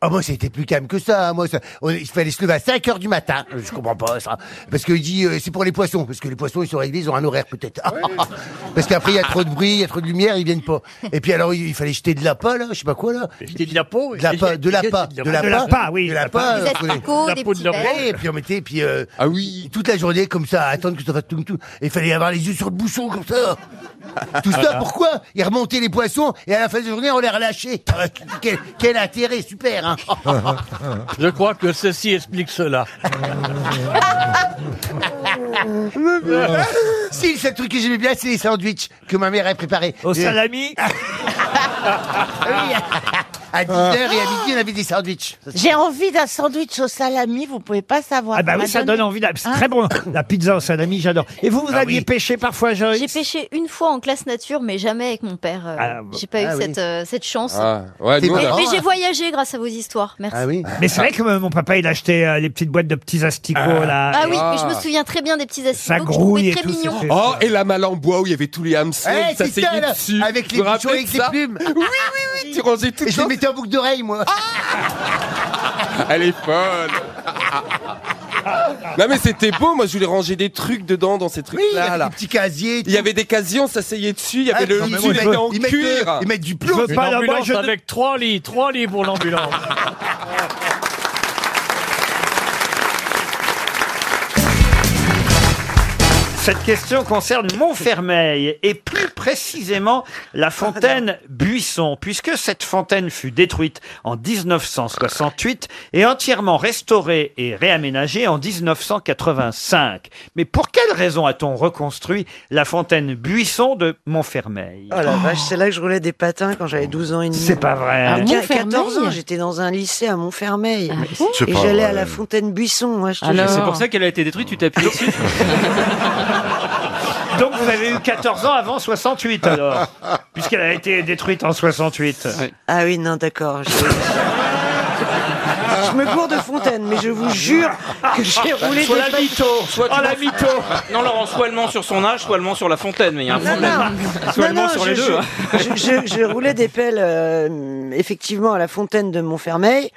Speaker 18: Ah, moi, c'était plus calme que ça. hein. Moi, ça- on- il fallait se lever à 5 heures du matin. Euh, Je comprends pas ça. Parce qu'il dit, euh, c'est pour les poissons. Parce que les poissons, ils sont réglés, ils ont un horaire, peut-être. Parce qu'après, il y a trop de bruit, il y a trop de lumière, ils viennent pas. Et puis, alors, il, il fallait jeter de la pas, là, je sais pas quoi, là.
Speaker 6: Jeter de la peau
Speaker 18: De la pas, de la pas.
Speaker 6: De
Speaker 18: De la
Speaker 1: De la
Speaker 18: pas,
Speaker 1: pas, oui.
Speaker 18: De la pas.
Speaker 20: Des
Speaker 18: euh, vous
Speaker 20: asticots,
Speaker 18: voulez.
Speaker 20: des petits vers.
Speaker 18: Et puis, on mettait, puis, euh,
Speaker 5: Ah oui.
Speaker 18: toute la journée, comme ça, à attendre que ça fasse tout, tout. Et il fallait avoir les yeux sur le bouchon, comme ça. Tout ça, pourquoi Ils remontaient les poissons et à la fin de la journée, on les relâchait. Ah, Quel, quel intérêt, super hein.
Speaker 6: Je crois que ceci explique cela.
Speaker 18: Si, le seul truc que j'aimais bien, c'est les sandwichs que ma mère a préparés.
Speaker 1: Au
Speaker 18: Euh,
Speaker 1: salami
Speaker 18: oui, à
Speaker 9: Ah.
Speaker 18: 10h et à midi, on avait des sandwichs.
Speaker 21: J'ai envie d'un sandwich au salami, vous pouvez pas savoir.
Speaker 1: Ah bah
Speaker 21: On
Speaker 1: oui,
Speaker 21: m'a
Speaker 1: ça
Speaker 21: donné-
Speaker 1: donne envie. d'a- C'est
Speaker 21: Hein
Speaker 1: très bon, la pizza au salami, j'adore. Et vous, vous
Speaker 18: Ah
Speaker 1: alliez
Speaker 18: oui.
Speaker 1: pêcher parfois, Joyce
Speaker 3: J'ai pêché une fois en classe nature, mais jamais avec mon père. euh,
Speaker 1: Ah, bah.
Speaker 3: j'ai pas eu
Speaker 1: Ah oui.
Speaker 3: cette, euh, cette chance.
Speaker 5: Ah, ouais,
Speaker 18: C'est
Speaker 5: nous, on a-
Speaker 18: marrant,
Speaker 3: Mais
Speaker 18: hein.
Speaker 3: j'ai voyagé grâce à vos histoires, merci.
Speaker 18: Ah oui.
Speaker 1: Mais c'est vrai que euh, mon papa, il achetait euh, les petites boîtes de petits asticots, là.
Speaker 3: Ah
Speaker 1: Et-
Speaker 3: oui, mais je me souviens très bien des petits
Speaker 1: Ça
Speaker 3: acides.
Speaker 1: grouille et
Speaker 3: très
Speaker 1: tout, c'est
Speaker 3: mignon.
Speaker 1: fait.
Speaker 5: Oh, et la malle en bois où il y avait tous les hameçons,
Speaker 18: Eh,
Speaker 5: ça
Speaker 18: c'est
Speaker 5: s'est
Speaker 18: ça,
Speaker 5: mis
Speaker 18: là,
Speaker 5: dessus.
Speaker 18: avec les
Speaker 5: Vous vous
Speaker 18: bouchons,
Speaker 5: rappelez
Speaker 18: avec
Speaker 5: de
Speaker 18: les
Speaker 5: ça
Speaker 18: plumes.
Speaker 5: Oui, oui, oui, tu rangeais tout
Speaker 18: Et je les mettais en boucle d'oreille, moi.
Speaker 1: Ah,
Speaker 5: Elle est folle. non mais c'était beau, moi je voulais ranger des trucs dedans dans ces trucs
Speaker 18: il y
Speaker 5: là.
Speaker 18: avait
Speaker 5: là.
Speaker 18: des petits casiers.
Speaker 5: Il y avait des casiers, on s'asseyait dessus, il y avait
Speaker 18: Ah,
Speaker 5: le
Speaker 18: non, mais moi,
Speaker 5: dessus,
Speaker 18: je
Speaker 5: il était
Speaker 18: veux-
Speaker 5: en
Speaker 18: ils mettent de-
Speaker 5: cuir.
Speaker 18: ils mettent du plomb.
Speaker 6: Une
Speaker 1: là-bas,
Speaker 6: ambulance
Speaker 1: je ne-
Speaker 6: avec trois lits, trois lits pour l'ambulance. Ah,
Speaker 1: C'est Cette question concerne Montfermeil et plus précisément la fontaine Buisson, puisque cette fontaine fut détruite en 1968 et entièrement restaurée et réaménagée en 1985. Mais pour quelle raison a-t-on reconstruit la fontaine Buisson de Montfermeil
Speaker 9: Oh la vache, c'est là que je roulais des patins quand j'avais 12 ans et demi.
Speaker 1: C'est pas vrai.
Speaker 9: Ah,
Speaker 1: À
Speaker 9: qu-
Speaker 1: Montfermeil
Speaker 9: 14 ans, j'étais dans un lycée à
Speaker 6: Ah,
Speaker 9: Montfermeil.
Speaker 1: c'est
Speaker 9: et
Speaker 1: pas
Speaker 9: j'allais à
Speaker 1: vrai.
Speaker 9: la fontaine Buisson, moi, je te jure.
Speaker 6: C'est pour ça qu'elle a été détruite, tu t'appuies dessus.
Speaker 1: Donc vous avez eu 14 ans avant 68 alors, puisqu'elle a été détruite en 68.
Speaker 9: Ah oui, non, d'accord. Je... je me cours de fontaine, mais je vous jure que j'ai roulé
Speaker 6: Ah. Soit
Speaker 9: des
Speaker 6: la
Speaker 9: patins.
Speaker 6: mytho, soit tu
Speaker 9: Oh, la
Speaker 6: m'en-
Speaker 9: mytho.
Speaker 6: Non, Laurent, soit elle ment sur son âge, soit elle ment sur la fontaine, mais il y a un
Speaker 9: Non,
Speaker 6: problème.
Speaker 9: non.
Speaker 6: Soit elle
Speaker 9: Non,
Speaker 6: ment
Speaker 9: non,
Speaker 6: sur
Speaker 9: je-
Speaker 6: les deux. hein.
Speaker 9: je, je- je roulais des pelles, euh, effectivement, à la fontaine de Montfermeil,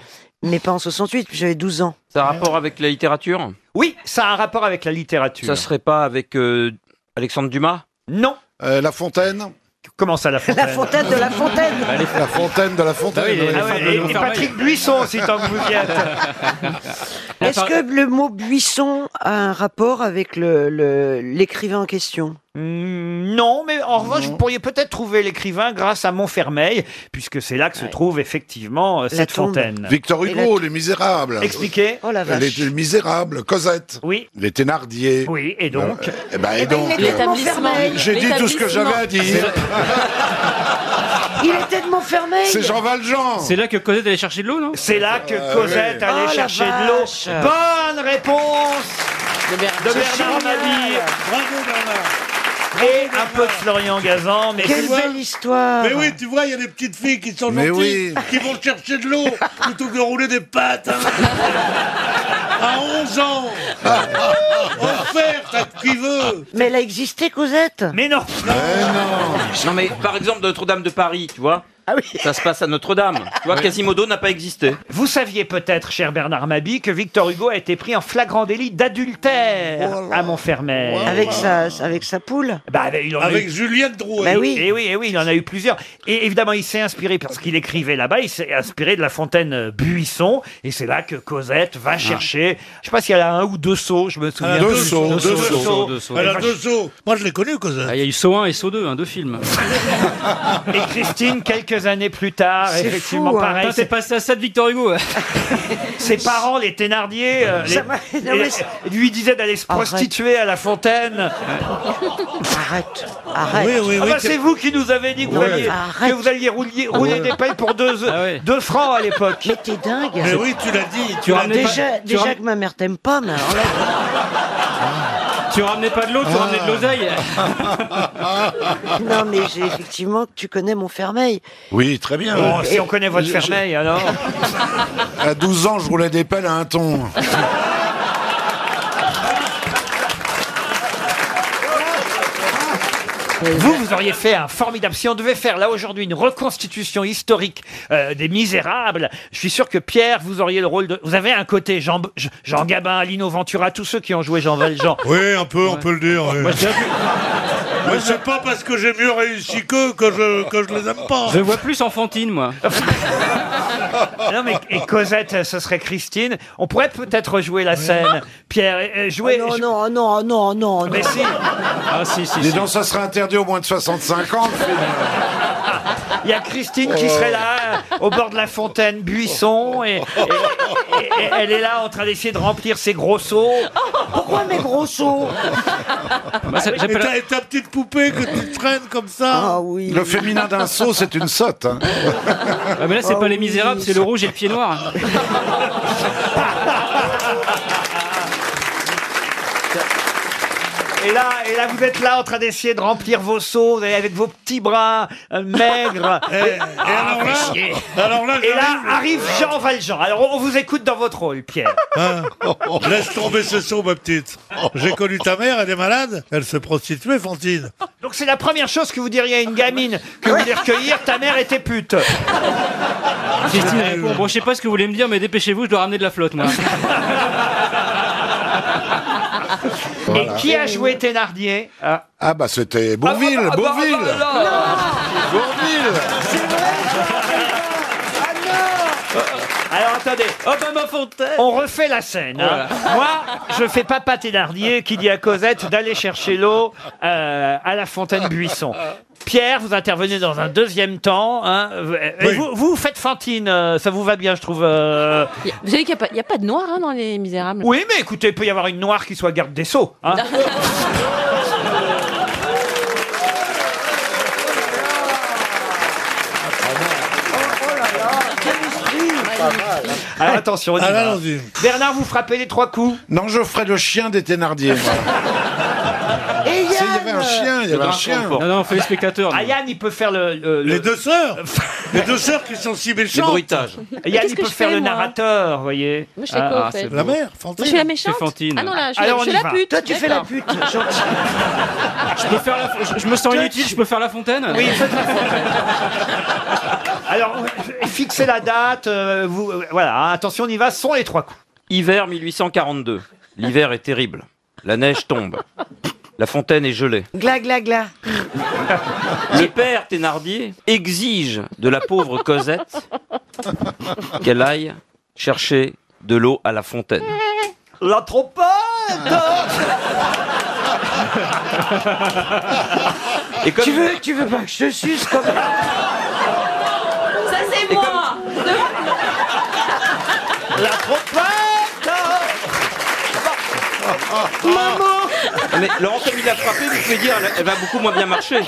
Speaker 9: mais pas en 68, puis j'avais 12 ans.
Speaker 7: Ça a un rapport avec la littérature
Speaker 1: Oui, ça a un rapport avec la littérature.
Speaker 7: Ça serait pas avec euh, Alexandre Dumas
Speaker 1: Non.
Speaker 7: la Fontaine
Speaker 1: Comment ça, la Fontaine
Speaker 9: La fontaine de la fontaine.
Speaker 2: La fontaine de la fontaine.
Speaker 1: Ah oui,
Speaker 2: ouais.
Speaker 1: ah ouais, et- et Patrick Buisson aussi, tant que vous y êtes.
Speaker 9: Est-ce que le mot buisson a un rapport avec le- le- l'écrivain en question
Speaker 1: Mm, Non, mais en revanche, vous pourriez peut-être trouver l'écrivain grâce à Montfermeil, puisque c'est là que se trouve effectivement euh, cette
Speaker 2: tombe.
Speaker 1: fontaine.
Speaker 2: Victor Hugo, Les Misérables.
Speaker 1: Expliquez. Oh la vache.
Speaker 2: Les, les Misérables, Cosette.
Speaker 1: Oui.
Speaker 2: Les Thénardier.
Speaker 1: Oui, et donc
Speaker 2: Eh ben, et donc.
Speaker 9: il était de Montfermeil.
Speaker 2: J'ai dit tout ce que j'avais à dire.
Speaker 9: Il était de Montfermeil
Speaker 2: Valjean.
Speaker 6: C'est là que Cosette allait chercher de l'eau, non Euh, Oh,
Speaker 1: C'est là
Speaker 9: Ah,
Speaker 1: que Cosette
Speaker 7: Oh,
Speaker 1: allait chercher de l'eau. Bonne réponse
Speaker 6: de Bernard,
Speaker 1: de Bernard Mabille. Et un peu de Florian Gazan, mais
Speaker 9: Quelle
Speaker 1: c'est-
Speaker 9: belle histoire
Speaker 20: Mais oui, tu vois, il y a des petites filles qui sont
Speaker 1: Mais
Speaker 20: gentilles,
Speaker 1: oui.
Speaker 20: qui vont chercher de l'eau plutôt que de rouler des pattes. hein. à 11 ans. Offert à qui veut.
Speaker 9: Mais elle a existé, Cosette
Speaker 1: Mais non
Speaker 7: Non, mais par exemple, Notre-Dame de Paris, tu vois
Speaker 9: Ah
Speaker 7: Ça se passe à Notre-Dame. Tu vois, Quasimodo n'a pas existé.
Speaker 1: Vous saviez peut-être, cher Bernard Mabie, que Victor Hugo a été pris en flagrant délit d'adultère à Montfermeil.
Speaker 2: Oh
Speaker 9: Avec sa, euh, avec sa poule
Speaker 1: Bah, bah, il en a eu-
Speaker 20: Juliette Drouet.
Speaker 1: Mais oui. Et Eh oui, et oui, il en a eu plusieurs. Et évidemment, il s'est inspiré parce qu'il écrivait là-bas. Il s'est inspiré de la fontaine euh, Buisson, et c'est là que Cosette va chercher. Je sais pas si elle a un ou deux seaux. Je me souviens.
Speaker 20: Elle a
Speaker 1: plus.
Speaker 20: Ah, deux sauts. Elle a
Speaker 1: Et
Speaker 20: deux sauts. Moi, je l'ai connu, Cosette.
Speaker 6: Ah, Il y a eu Saut 1 et Saut 2, hein, deux films.
Speaker 1: Et Christine, quelques années plus tard,
Speaker 6: C'est
Speaker 1: effectivement,
Speaker 6: fou, hein.
Speaker 1: pareil.
Speaker 6: Putain, c'est
Speaker 1: passé à ça de Victor Hugo. Ses parents, les Thénardier, euh,
Speaker 9: Ça
Speaker 1: les-
Speaker 9: m'a- non, mais
Speaker 1: et-
Speaker 9: c'est-
Speaker 1: lui disaient d'aller se
Speaker 9: Arrête.
Speaker 1: prostituer à la fontaine.
Speaker 9: Arrête, arrête.
Speaker 1: Ah bah, c'est vous qui nous avez dit que, vous,
Speaker 9: Ouais.
Speaker 1: alliez,
Speaker 9: Arrête.
Speaker 1: que vous alliez roulier- rouler
Speaker 9: Ouais.
Speaker 1: des pailles pour 2 francs à l'époque.
Speaker 9: Mais t'es dingue
Speaker 20: Mais oui, tu l'as dit. Tu l'as
Speaker 9: déjà,
Speaker 20: dit. Tu
Speaker 9: déjà
Speaker 20: ram-
Speaker 9: que ma mère t'aime pas, mais alors là...
Speaker 6: Tu ramenais pas de l'eau,
Speaker 20: Ah.
Speaker 6: tu ramenais de l'oseille.
Speaker 9: Non, mais j'ai effectivement que tu connais Montfermeil.
Speaker 2: Oui, très bien.
Speaker 1: Oh, si on connaît votre
Speaker 2: Je- je-
Speaker 1: Fermeil, alors.
Speaker 2: Ah, À 12 ans, je roulais des pelles à un ton.
Speaker 1: Vous, vous auriez fait un formidable. Si on devait faire là aujourd'hui une reconstitution historique euh, des Misérables, je suis sûr que Pierre, vous auriez le rôle de. Vous avez un côté Jean, Jean Gabin, Lino Ventura, tous ceux qui ont joué Jean Valjean.
Speaker 20: Oui, un peu, on peut le dire. oui.
Speaker 1: Moi, je dirais
Speaker 20: Mais c'est pas parce que j'ai mieux réussi qu'eux que je, que je les aime pas.
Speaker 6: Je vois plus enfantine, moi.
Speaker 1: Non mais et Cosette, euh, ce serait Christine. On pourrait peut-être rejouer la scène. Pierre, euh, jouer.
Speaker 9: Oh non, oh non, oh non, oh non, oh non.
Speaker 1: Mais si.
Speaker 6: Ah si si.
Speaker 2: Dis donc, ça serait interdit au moins de 65 ans.
Speaker 1: Il y a Christine qui serait là, euh, au bord de la fontaine Buisson, et, et- et- et elle est là en train d'essayer de remplir ses gros seaux.
Speaker 9: Pourquoi mes gros seaux
Speaker 20: Et ta, et ta petite poupée que tu traînes comme ça.
Speaker 9: Ah oui.
Speaker 2: Le féminin d'un saut, c'est une sotte. hein.
Speaker 6: Ah, mais là, c'est pas les misérables, c'est le rouge et le pied noir.
Speaker 1: Et là, et là, vous êtes là en train d'essayer de remplir vos seaux vous avez- avec vos petits bras euh, maigres.
Speaker 20: Et- et
Speaker 1: Ah,
Speaker 20: Eh, alors là-
Speaker 1: fais chier.
Speaker 20: alors là,
Speaker 1: et là
Speaker 20: j'arrive.
Speaker 1: arrive Jean Valjean. Alors, on vous écoute dans votre rôle, Pierre.
Speaker 20: Hein Laisse tomber ce saut, ma petite. J'ai connu ta mère, elle est malade. Elle se prostituait, Fantine.
Speaker 1: Donc, c'est la première chose que vous diriez à une gamine que vous voulez recueillir. Ta mère était pute.
Speaker 6: Christine répond, Bon, je sais pas ce que vous voulez me dire, mais dépêchez-vous, je dois ramener de la flotte, moi.
Speaker 1: Et qui a joué Thénardier Ah,
Speaker 2: bah c'était Bourville, Bourville. Bourville.
Speaker 1: Ah Alors attendez, On refait la scène. hein.
Speaker 13: Voilà.
Speaker 1: Moi, je fais papa Thénardier qui dit à Cosette d'aller chercher l'eau euh, à la fontaine Buisson. Pierre, vous intervenez dans un deuxième temps. hein. Et vous, vous faites Fantine, euh, ça vous va bien, je trouve. euh.
Speaker 4: Vous savez qu'il n'y a, pas de noir hein, dans Les Misérables.
Speaker 1: Oui, mais écoutez, il peut y avoir une noire qui soit garde des sceaux. hein.
Speaker 7: Ah, hein.
Speaker 1: Alors attention, on y
Speaker 20: Ah,
Speaker 1: va.
Speaker 20: allons-y.
Speaker 1: Bernard, vous frappez les trois coups
Speaker 22: Non, je ferai le chien des Thénardier. moi.
Speaker 1: Et
Speaker 22: Si, il Ah, y avait un chien, il y avait un chien.
Speaker 13: Non, non, on fait les spectateurs.
Speaker 1: Ah, Yann, Euh, il peut faire le.
Speaker 20: Les deux sœurs Les deux sœurs qui sont si méchantes
Speaker 1: Yann, il peut faire le narrateur, vous voyez. Ah,
Speaker 4: Moi, je fais quoi, en fait
Speaker 20: La mère, Fantine.
Speaker 4: Moi, je suis la méchante
Speaker 1: C'est Fantine.
Speaker 4: Ah non, là, je, je
Speaker 1: Alors, on
Speaker 4: suis
Speaker 1: y
Speaker 4: la
Speaker 1: va.
Speaker 4: pute.
Speaker 1: Toi, tu fais la
Speaker 4: D'accord.
Speaker 1: pute.
Speaker 13: Je peux faire la- je- je me sens inutile, je peux faire la fontaine
Speaker 1: Oui, faites la fontaine. Alors, euh, fixez la date. euh, vous, euh, voilà, hein, attention, on y va. Ce Sont les trois coups.
Speaker 6: Hiver 1842. L'hiver est terrible. La neige tombe. La fontaine est gelée.
Speaker 7: Gla, gla, gla.
Speaker 6: Le père Thénardier exige de la pauvre Cosette qu'elle aille chercher de l'eau à la fontaine.
Speaker 1: La trompette
Speaker 7: tu, veux, tu veux pas que je te suce comme...
Speaker 4: Ça, c'est moi
Speaker 1: La trompette Maman
Speaker 6: Ah, Mais Laurent, comme il a frappé, vous pouvez dire, elle- elle va beaucoup moins bien marcher.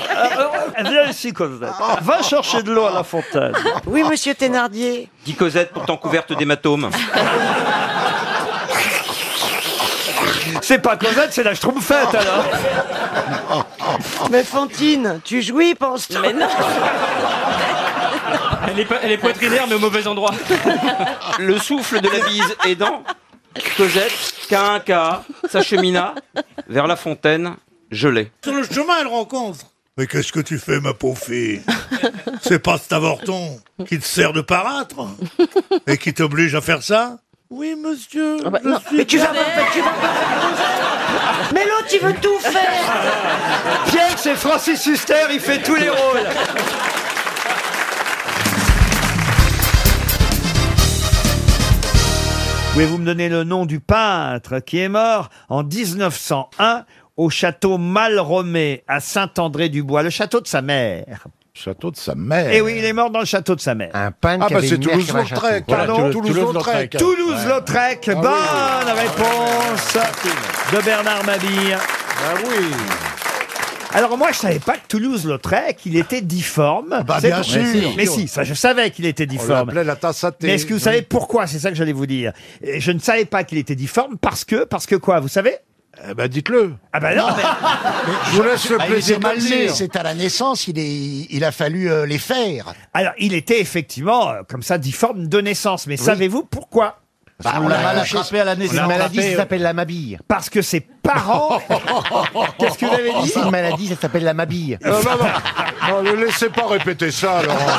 Speaker 1: Viens ici, Cosette. Va chercher de l'eau à la fontaine.
Speaker 7: Oui, monsieur Thénardier.
Speaker 6: Dit Cosette, pourtant couverte d'hématomes.
Speaker 1: C'est pas Cosette, c'est la Schtroumpfette, alors.
Speaker 7: Mais Fantine, tu jouis, pense Mais non
Speaker 13: Elle est, pas- elle est poitrinaire, mais au mauvais endroit.
Speaker 6: Le souffle de la bise aidant, Cosette, K1K, s'achemina vers la fontaine gelée.
Speaker 20: Sur le chemin, elle rencontre. Mais qu'est-ce que tu fais, ma pauvre fille C'est pas cet avorton qui te sert de parâtre et qui t'oblige à faire ça Oui, monsieur. je suis
Speaker 7: Ah bah, Mais tu vas pas,
Speaker 20: désolé.
Speaker 7: tu vas pas... Mais l'autre, il veut tout faire
Speaker 1: Pierre, c'est Francis Huster, il fait tous les rôles. Pouvez-vous me donner le nom du peintre qui est mort en 1901 au château Malromé à Saint-André-du-Bois, le château de sa mère
Speaker 2: Château de sa mère.
Speaker 1: Eh oui, il est mort dans le château de sa mère. Un peintre
Speaker 2: Ah, qui bah, avait c'est une mère qui avait un Toulouse-Lautrec. château. Voilà,
Speaker 1: Pardon
Speaker 2: Toulouse- Toulouse-Lautrec.
Speaker 1: Toulouse-Lautrec. Toulouse-Lautrec.
Speaker 2: Ah oui.
Speaker 1: Euh, Bonne réponse de Bernard Mabille.
Speaker 23: Bah
Speaker 1: Ah oui. Alors moi, je savais pas que Toulouse-Lautrec, il était difforme.
Speaker 2: bah,
Speaker 1: C'est
Speaker 2: bien
Speaker 1: pour-
Speaker 2: sûr.
Speaker 1: Mais si, Mais si, ça, je savais qu'il était difforme.
Speaker 2: l'appelait la tasse à thé.
Speaker 1: Mais est-ce que vous
Speaker 2: Oui.
Speaker 1: savez pourquoi C'est ça que j'allais vous dire. Et Je ne savais pas qu'il était difforme parce que, parce que quoi Vous savez Eh ben, dites-le. Ah ben non. mais-
Speaker 2: Je vous laisse le
Speaker 1: Ah, il
Speaker 2: plaisir
Speaker 1: était
Speaker 2: de le
Speaker 1: mal né,
Speaker 2: dire.
Speaker 1: c'est à la naissance, il, est, il a fallu euh, les faire. Alors, il était effectivement, euh, comme ça, difforme de naissance. Mais savez-vous pourquoi
Speaker 2: Bah, on l'a mal attrapé à la naissance.
Speaker 18: Une maladie, ça s'appelle
Speaker 1: la mabille. euh, Parce que ses parents... Qu'est-ce que vous avez dit
Speaker 18: C'est une maladie, ça s'appelle la mabille.
Speaker 2: Non, non, non. non, ne laissez pas répéter ça, Laurent.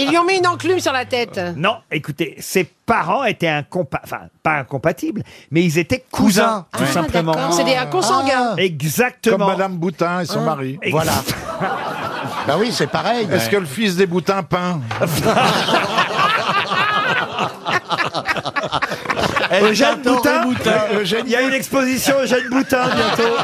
Speaker 24: Ils lui ont mis une enclume sur la tête.
Speaker 1: Euh, Non, écoutez, ses parents étaient incompa... enfin, pas incompatibles, mais ils étaient cousins, tout
Speaker 24: Ouais.
Speaker 1: simplement.
Speaker 24: Ah, d'accord. C'est des- un consanguin.
Speaker 1: Exactement.
Speaker 2: Comme Madame Boutin et son
Speaker 5: Hein
Speaker 1: Ah.
Speaker 2: mari.
Speaker 1: Ex-
Speaker 2: Voilà. bah oui, c'est pareil. Est-ce
Speaker 1: Ouais.
Speaker 2: que le fils des Boutins peint
Speaker 1: Eugène Boutin, il y a une exposition Eugène Boutin bientôt.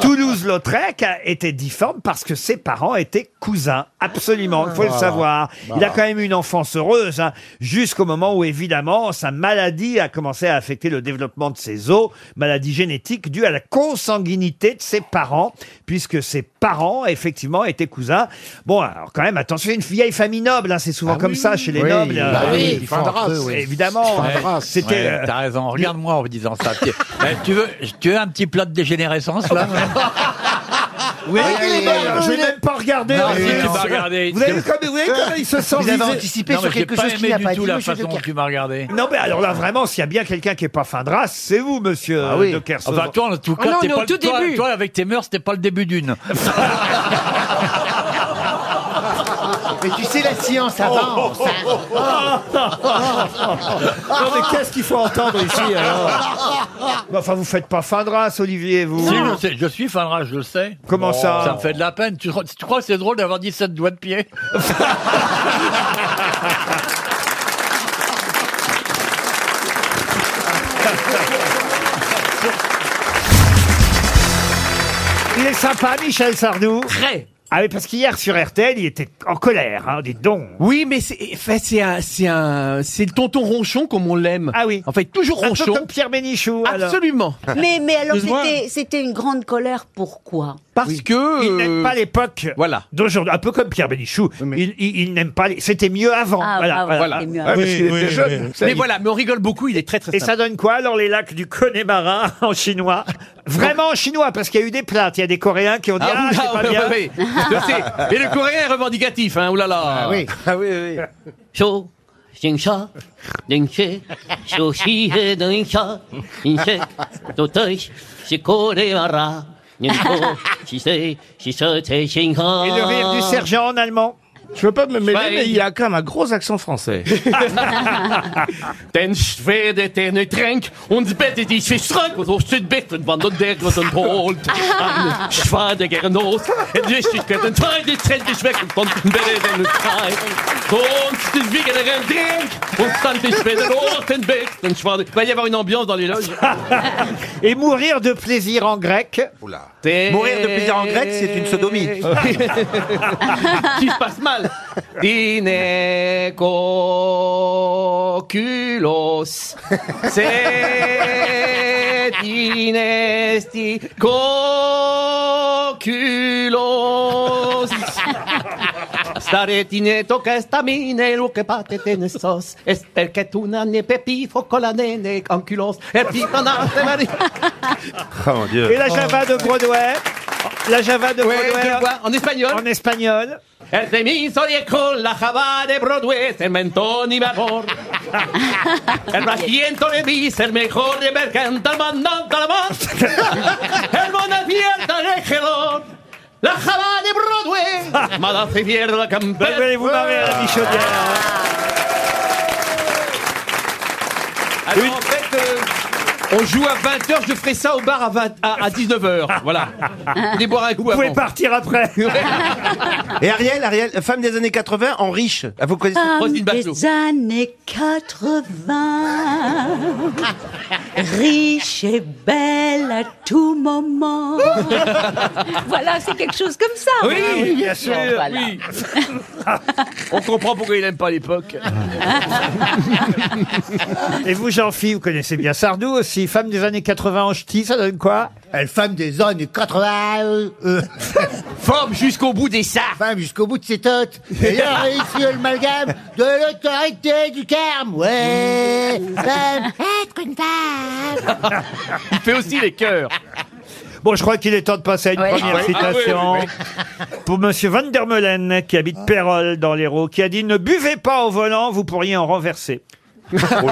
Speaker 1: Toulouse-Lautrec a été difforme parce que ses parents étaient cousins. Absolument, il faut
Speaker 23: Ah.
Speaker 1: le
Speaker 25: Voilà.
Speaker 1: savoir. Il a
Speaker 25: Voilà.
Speaker 1: quand même eu une enfance heureuse, hein, jusqu'au moment où, évidemment, sa maladie a commencé à affecter le développement de ses os, maladie génétique due à la consanguinité de ses parents, puisque ses parents, effectivement, étaient cousins. Bon, alors quand même, attention, une vieille famille noble, hein, c'est souvent comme ça chez les
Speaker 23: Ah Oui,
Speaker 1: nobles.
Speaker 23: bah
Speaker 1: euh,
Speaker 23: oui, fin de race. Fin
Speaker 1: Évidemment,
Speaker 23: de
Speaker 1: euh,
Speaker 23: race.
Speaker 1: c'était...
Speaker 23: Ouais,
Speaker 1: euh,
Speaker 23: T'as raison, regarde-moi en me disant ça. Tu- Eh, tu, veux, tu veux un petit plat de dégénérescence, là
Speaker 1: Ah, Oui, je vais même pas regarder.
Speaker 23: Non,
Speaker 1: en
Speaker 23: si,
Speaker 1: fait.
Speaker 23: tu vas regarder.
Speaker 1: Vous avez vu comme, vous avez vu comme il se sent
Speaker 23: Vous avez
Speaker 1: visé
Speaker 23: anticipé Non, sur mais j'ai quelque pas chose aimé qu'il n'a du pas tout dit, la monsieur façon Decker. dont tu m'as regardé.
Speaker 1: Non, mais alors là, vraiment, s'il y a bien quelqu'un qui est pas fin de race, c'est vous, monsieur
Speaker 23: Ah oui.
Speaker 1: Euh, De Kersauzon.
Speaker 23: Enfin, toi, en
Speaker 1: Ah
Speaker 23: tout cas, t'es pas, toi, toi, avec tes mœurs, c'était pas le début d'une.
Speaker 26: Mais tu sais, la science avance.
Speaker 1: Oh, Non, Ah, mais qu'est-ce qu'il faut entendre ici alors Mais Enfin, vous faites pas fin de race, Olivier, vous
Speaker 27: Si, je, sais, je suis fan rage, je le sais. Oh.
Speaker 1: Comment ça
Speaker 27: Ça me fait de la peine. Tu, crois- tu crois que c'est drôle d'avoir 17 doigts de pied
Speaker 1: Il est sympa, Michel Sardou.
Speaker 6: Très.
Speaker 1: Ah oui, parce qu'hier sur RTL, il était en colère, hein, dites donc.
Speaker 6: Oui, mais c'est enfin, c'est un- c'est un- c'est le tonton ronchon comme on l'aime. Ah oui. En fait, toujours
Speaker 1: Un peu
Speaker 6: ronchon.
Speaker 1: comme Pierre Bénichou. alors.
Speaker 6: Absolument.
Speaker 11: Mais, mais alors,
Speaker 6: Excuse-moi.
Speaker 11: c'était- c'était une grande colère. Pourquoi
Speaker 1: Parce que euh, il n'aime pas l'époque
Speaker 6: voilà.
Speaker 1: d'aujourd'hui, un peu comme Pierre Bénichou. Il, il- il n'aime pas. les- C'était mieux avant.
Speaker 11: Ah,
Speaker 1: voilà,
Speaker 11: ah,
Speaker 1: voilà.
Speaker 11: c'était mieux
Speaker 1: Ouais, parce qu'il était jeune, ça,
Speaker 6: mais
Speaker 1: il-
Speaker 6: voilà, mais on rigole beaucoup, il est très très
Speaker 1: Et
Speaker 6: sympa.
Speaker 1: ça donne quoi alors les lacs du Connemara en chinois Vraiment en chinois parce qu'il y a eu des plaintes. Il y a des Coréens qui ont dit ah,
Speaker 6: Ah,
Speaker 1: c'est
Speaker 6: oula,
Speaker 1: pas bien.
Speaker 6: oui, oui. Je sais.
Speaker 27: Et le coréen est revendicatif, hein, oulala.
Speaker 6: Ah oui.
Speaker 27: ah oui, oui.
Speaker 28: So, Jingsha, Dingche, So, Shihe, Dingsha, Dingche, So, Teish, Shiko, Deara, Ningko, Shise, Shise, Te, Shinha.
Speaker 1: Et le rire
Speaker 27: Ah.
Speaker 1: du sergent en allemand
Speaker 6: Je veux pas me
Speaker 28: mêler, mais il
Speaker 6: a quand même un gros accent français.
Speaker 27: Den Schwede, den Tränk und bette dich für Schrank und hast den Betten, wann und der und holt. An Schwede gegen uns, et richtig können zwei die Tränke schmecken von den Bären und frei. Und den Wiegeren Tränk und dann die Schwede und den Betten Schwede. Il va y avoir une ambiance dans les loges.
Speaker 1: Et mourir de plaisir en grec.
Speaker 27: Mourir de plaisir en grec, c'est une sodomie. qui se passe mal. Dineco culos. C'est dinesti coculos. Stare dineto che stamine lu che pate tenesos. Es perché tu nanne pepifo con la nene anculos. Et puis t'en as mari.
Speaker 1: Oh mon Dieu. Et la Java de Broadway. La Java de Broadway.
Speaker 27: en espagnol.
Speaker 1: En espagnol.
Speaker 27: El cemiso y con la java de Broadway, el mentón y vapor. El brasiento de bis, el mejor de mercantil, mandante la voz. El monacierta de Gelón. La java de Broadway. Ah. Madafe pierde la campera.
Speaker 1: vous marrer à la bichonnière.
Speaker 6: Alors, en fait, euh, on joue à 20h, je ferai ça au bar à, 20 à, 19h. Voilà. Venez boire un coup avant. Vous pouvez
Speaker 1: partir après.
Speaker 6: Et Ariel, Ariel, femme des années 80, en riche. Ah, Vous connaissez
Speaker 11: Femme des années 80, riche et belle à tout moment. voilà, c'est quelque chose comme ça.
Speaker 27: Oui,
Speaker 11: hein.
Speaker 27: bien sûr,
Speaker 11: voilà.
Speaker 27: oui. Ah, On comprend pourquoi il n'aime pas l'époque.
Speaker 1: Et vous, Jean-Phil, vous connaissez bien Sardou aussi. Femme des années 80 en ch'ti, ça donne quoi
Speaker 6: Elle, femme des années euh, 80. Forme jusqu'au bout des sards.
Speaker 18: Femme jusqu'au bout de ses totes. Et a réussi l'amalgame de l'autorité du carme. Ouais. Femme, être une femme.
Speaker 27: Il fait aussi les cœurs.
Speaker 1: Bon, je crois qu'il est temps de passer à une
Speaker 27: Oui.
Speaker 1: première
Speaker 27: Ah oui, ah oui,
Speaker 1: citation
Speaker 27: oui, Ah.
Speaker 1: pour Monsieur Van der Meulen, qui habite Pérol dans l'Hérault, qui a dit Ne buvez pas au volant, vous pourriez en renverser.
Speaker 27: Oh
Speaker 1: Oh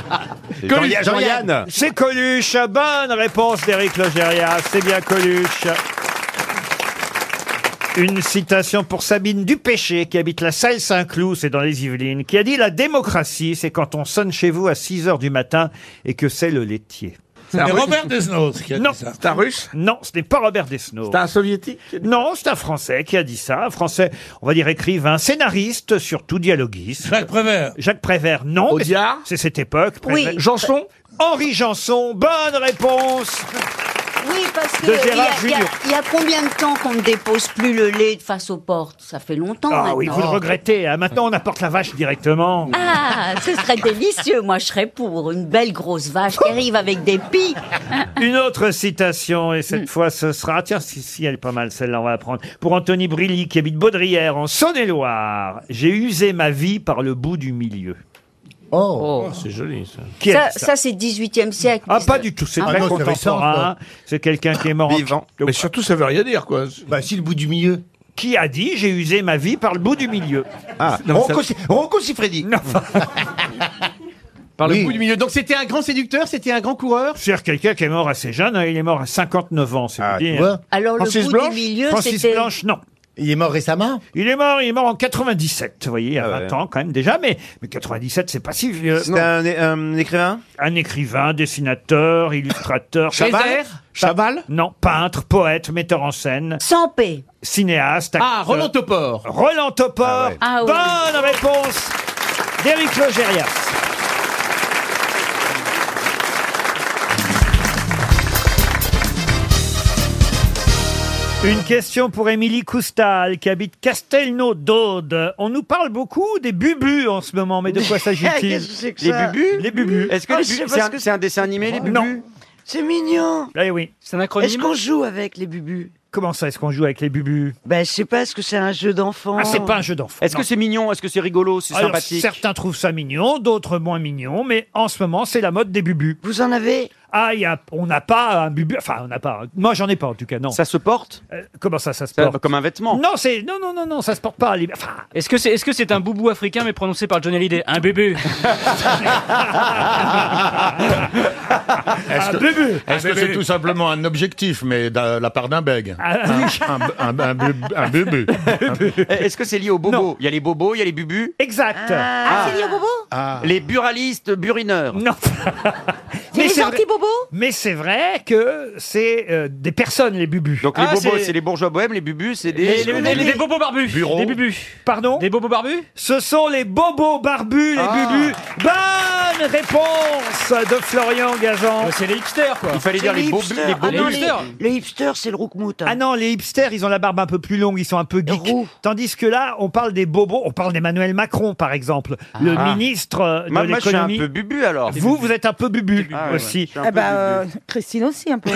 Speaker 7: Coluche, Jean-Yann. Jean-Yann.
Speaker 1: C'est Coluche. Bonne réponse d'Éric Logéria. C'est bien Coluche. Une citation pour Sabine Dupéché, qui habite la salle Saint-Cloud, c'est dans les Yvelines, qui a dit La démocratie, c'est quand on sonne chez vous à 6 heures du matin et que c'est le laitier.
Speaker 27: Ah
Speaker 29: C'est Robert Desnos qui a
Speaker 1: Non.
Speaker 29: dit ça.
Speaker 1: C'est un russe Non, ce n'est pas Robert Desnos. C'est un soviétique Non, c'est un français qui a dit ça. Un français, on va dire écrivain, scénariste, surtout dialoguiste. Jacques Prévert Jacques Prévert, non. mais C'est cette époque.
Speaker 11: Oui.
Speaker 1: Prévert. Janson Henri Janson, bonne réponse
Speaker 11: Oui, parce que
Speaker 1: De
Speaker 11: il y,
Speaker 1: Gérard
Speaker 11: a- il y a-
Speaker 1: Jugnot.
Speaker 11: il y a combien de temps qu'on ne dépose plus le lait de face aux portes Ça fait longtemps
Speaker 1: Ah
Speaker 11: maintenant.
Speaker 1: oui, vous le regrettez. hein. Maintenant, on apporte la vache directement.
Speaker 11: Ah, ce serait délicieux. Moi, je serais pour une belle grosse vache qui arrive avec des pies.
Speaker 1: Une autre citation, et
Speaker 11: Mm.
Speaker 1: cette fois ce sera, tiens, si, si, elle est pas mal celle-là, on va la prendre. Pour Anthony Brilly, qui habite Baudrière, en Saône-et-Loire, j'ai usé ma vie par le bout du milieu. Oh, c'est joli ça. Qui
Speaker 11: Ça,
Speaker 1: a dit
Speaker 11: ça, c'est 18e siècle.
Speaker 1: ah, pas du tout, c'est
Speaker 11: Ah
Speaker 1: très
Speaker 11: non, c'est récent,
Speaker 1: contemporain.
Speaker 11: quoi.
Speaker 1: C'est quelqu'un qui est mort vivant. Mais surtout, ça veut rien dire, quoi. Bah, si, le bout du milieu. Qui a dit j'ai usé ma vie par le bout du milieu Ah,
Speaker 6: Rocco Ci-
Speaker 1: Siffredi.
Speaker 6: Par le bout du milieu. Donc c'était un grand séducteur, c'était un grand coureur.
Speaker 1: C'est-à-dire quelqu'un qui est mort assez jeune, hein, il est mort à 59 ans, c'est
Speaker 6: tu
Speaker 1: dire.
Speaker 6: vois. Alors, le
Speaker 1: Francis
Speaker 6: bout du
Speaker 1: Blanche
Speaker 11: milieu,
Speaker 1: Francis
Speaker 11: c'était-
Speaker 1: Blanche, non. Il est mort récemment Il est mort, il est mort en 97, vous voyez, il y a
Speaker 13: Ah
Speaker 1: 20 ans quand même déjà, mais, mais 97, c'est pas si vieux.
Speaker 13: C'était un
Speaker 1: écrivain Un écrivain, dessinateur, illustrateur.
Speaker 13: Chaval
Speaker 1: Chaval Chaval Non, peintre, poète, metteur en scène.
Speaker 15: Sampé
Speaker 1: Cinéaste.
Speaker 12: Ah,
Speaker 1: acteur.
Speaker 12: Roland Topor.
Speaker 1: Roland Topor.
Speaker 15: Ah ouais.
Speaker 1: Bonne réponse d'Éric Logérias. Une question pour Émilie Coustal qui habite Castelnau d'Aude. On nous parle beaucoup des bubus en ce moment, mais de quoi s'agit-il
Speaker 9: Qu'est-ce que c'est que
Speaker 13: Les
Speaker 9: ça
Speaker 13: bubus
Speaker 1: Les bubus.
Speaker 13: Est-ce que
Speaker 9: Ah,
Speaker 13: les
Speaker 9: je sais
Speaker 13: bubus-
Speaker 9: pas
Speaker 13: c'est
Speaker 9: ce
Speaker 13: un-
Speaker 9: que
Speaker 13: c'est un, dessin animé, les bubus
Speaker 1: Non.
Speaker 9: C'est mignon.
Speaker 1: Eh oui. C'est un acronyme.
Speaker 9: Est-ce qu'on joue avec les bubus
Speaker 1: Comment ça, est-ce qu'on joue avec les bubus
Speaker 9: Ben, je sais pas, est-ce que c'est un jeu d'enfant
Speaker 1: Ah, c'est pas un jeu d'enfant.
Speaker 13: Est-ce que
Speaker 1: non.
Speaker 13: c'est mignon Est-ce que c'est rigolo C'est
Speaker 1: Alors,
Speaker 13: sympathique
Speaker 1: Certains trouvent ça mignon, d'autres moins mignon, mais en ce moment, c'est la mode des bubus.
Speaker 9: Vous en avez
Speaker 1: Ah, il y a, on n'a pas un bubu. Enfin, on n'a pas. un- Moi, j'en ai pas en tout cas, non. Ça se porte Comment ça, ça se porte
Speaker 13: Comme un vêtement.
Speaker 1: Non, c'est non, non, non, non, ça se porte pas. les- Enfin,
Speaker 6: Est-ce que c'est est-ce que c'est un boubou africain mais prononcé par Johnny Hallyday Un bubu.
Speaker 2: Est-ce
Speaker 1: que- bébé
Speaker 2: Est-ce
Speaker 1: Un
Speaker 2: que c'est
Speaker 1: bébé.
Speaker 2: tout simplement un objectif, mais de la part d'un bègue
Speaker 1: Ah, oui.
Speaker 2: Un, un, un, bub- un bubu.
Speaker 13: Est-ce que c'est lié aux bobos Il y a les bobos, il y a les bubus.
Speaker 1: Exact.
Speaker 13: Ah,
Speaker 15: c'est lié au bobo
Speaker 13: Les buralistes burineurs.
Speaker 1: Non.
Speaker 15: C'est les
Speaker 1: vrai-
Speaker 15: anti-bobos
Speaker 1: mais c'est vrai que c'est euh, des personnes les bubus.
Speaker 13: Donc les bobos, c'est les bourgeois bohèmes, les bubus, c'est des.
Speaker 6: Les, les- les- les bobos barbus. Des bubus.
Speaker 1: Pardon
Speaker 6: Des bobos barbus
Speaker 1: Ce sont les bobos barbus, les
Speaker 13: Ah.
Speaker 1: bubus. Bonne réponse de Florian Gazan.
Speaker 6: C'est les hipsters, quoi.
Speaker 13: Il fallait dire
Speaker 9: C'est
Speaker 13: les, bobus,
Speaker 9: hipsters.
Speaker 13: les
Speaker 9: Ah,
Speaker 13: bobus.
Speaker 9: non, Les hipsters, c'est le roukmout.
Speaker 1: Ah non, les hipsters, ils ont la barbe un peu plus longue, ils sont un peu geeks. Tandis que là, on parle des bobos, on parle d'Emmanuel Macron, par exemple, le
Speaker 13: Ah.
Speaker 1: ministre euh, de
Speaker 13: Moi, moi, je suis un
Speaker 1: l'économie.
Speaker 13: peu bubu alors.
Speaker 1: Vous, vous êtes un peu bubu
Speaker 13: Ah ouais, ouais,
Speaker 1: aussi.
Speaker 13: je suis un
Speaker 30: bah,
Speaker 13: Eh peu ben,
Speaker 15: Euh, Christine aussi, un peu.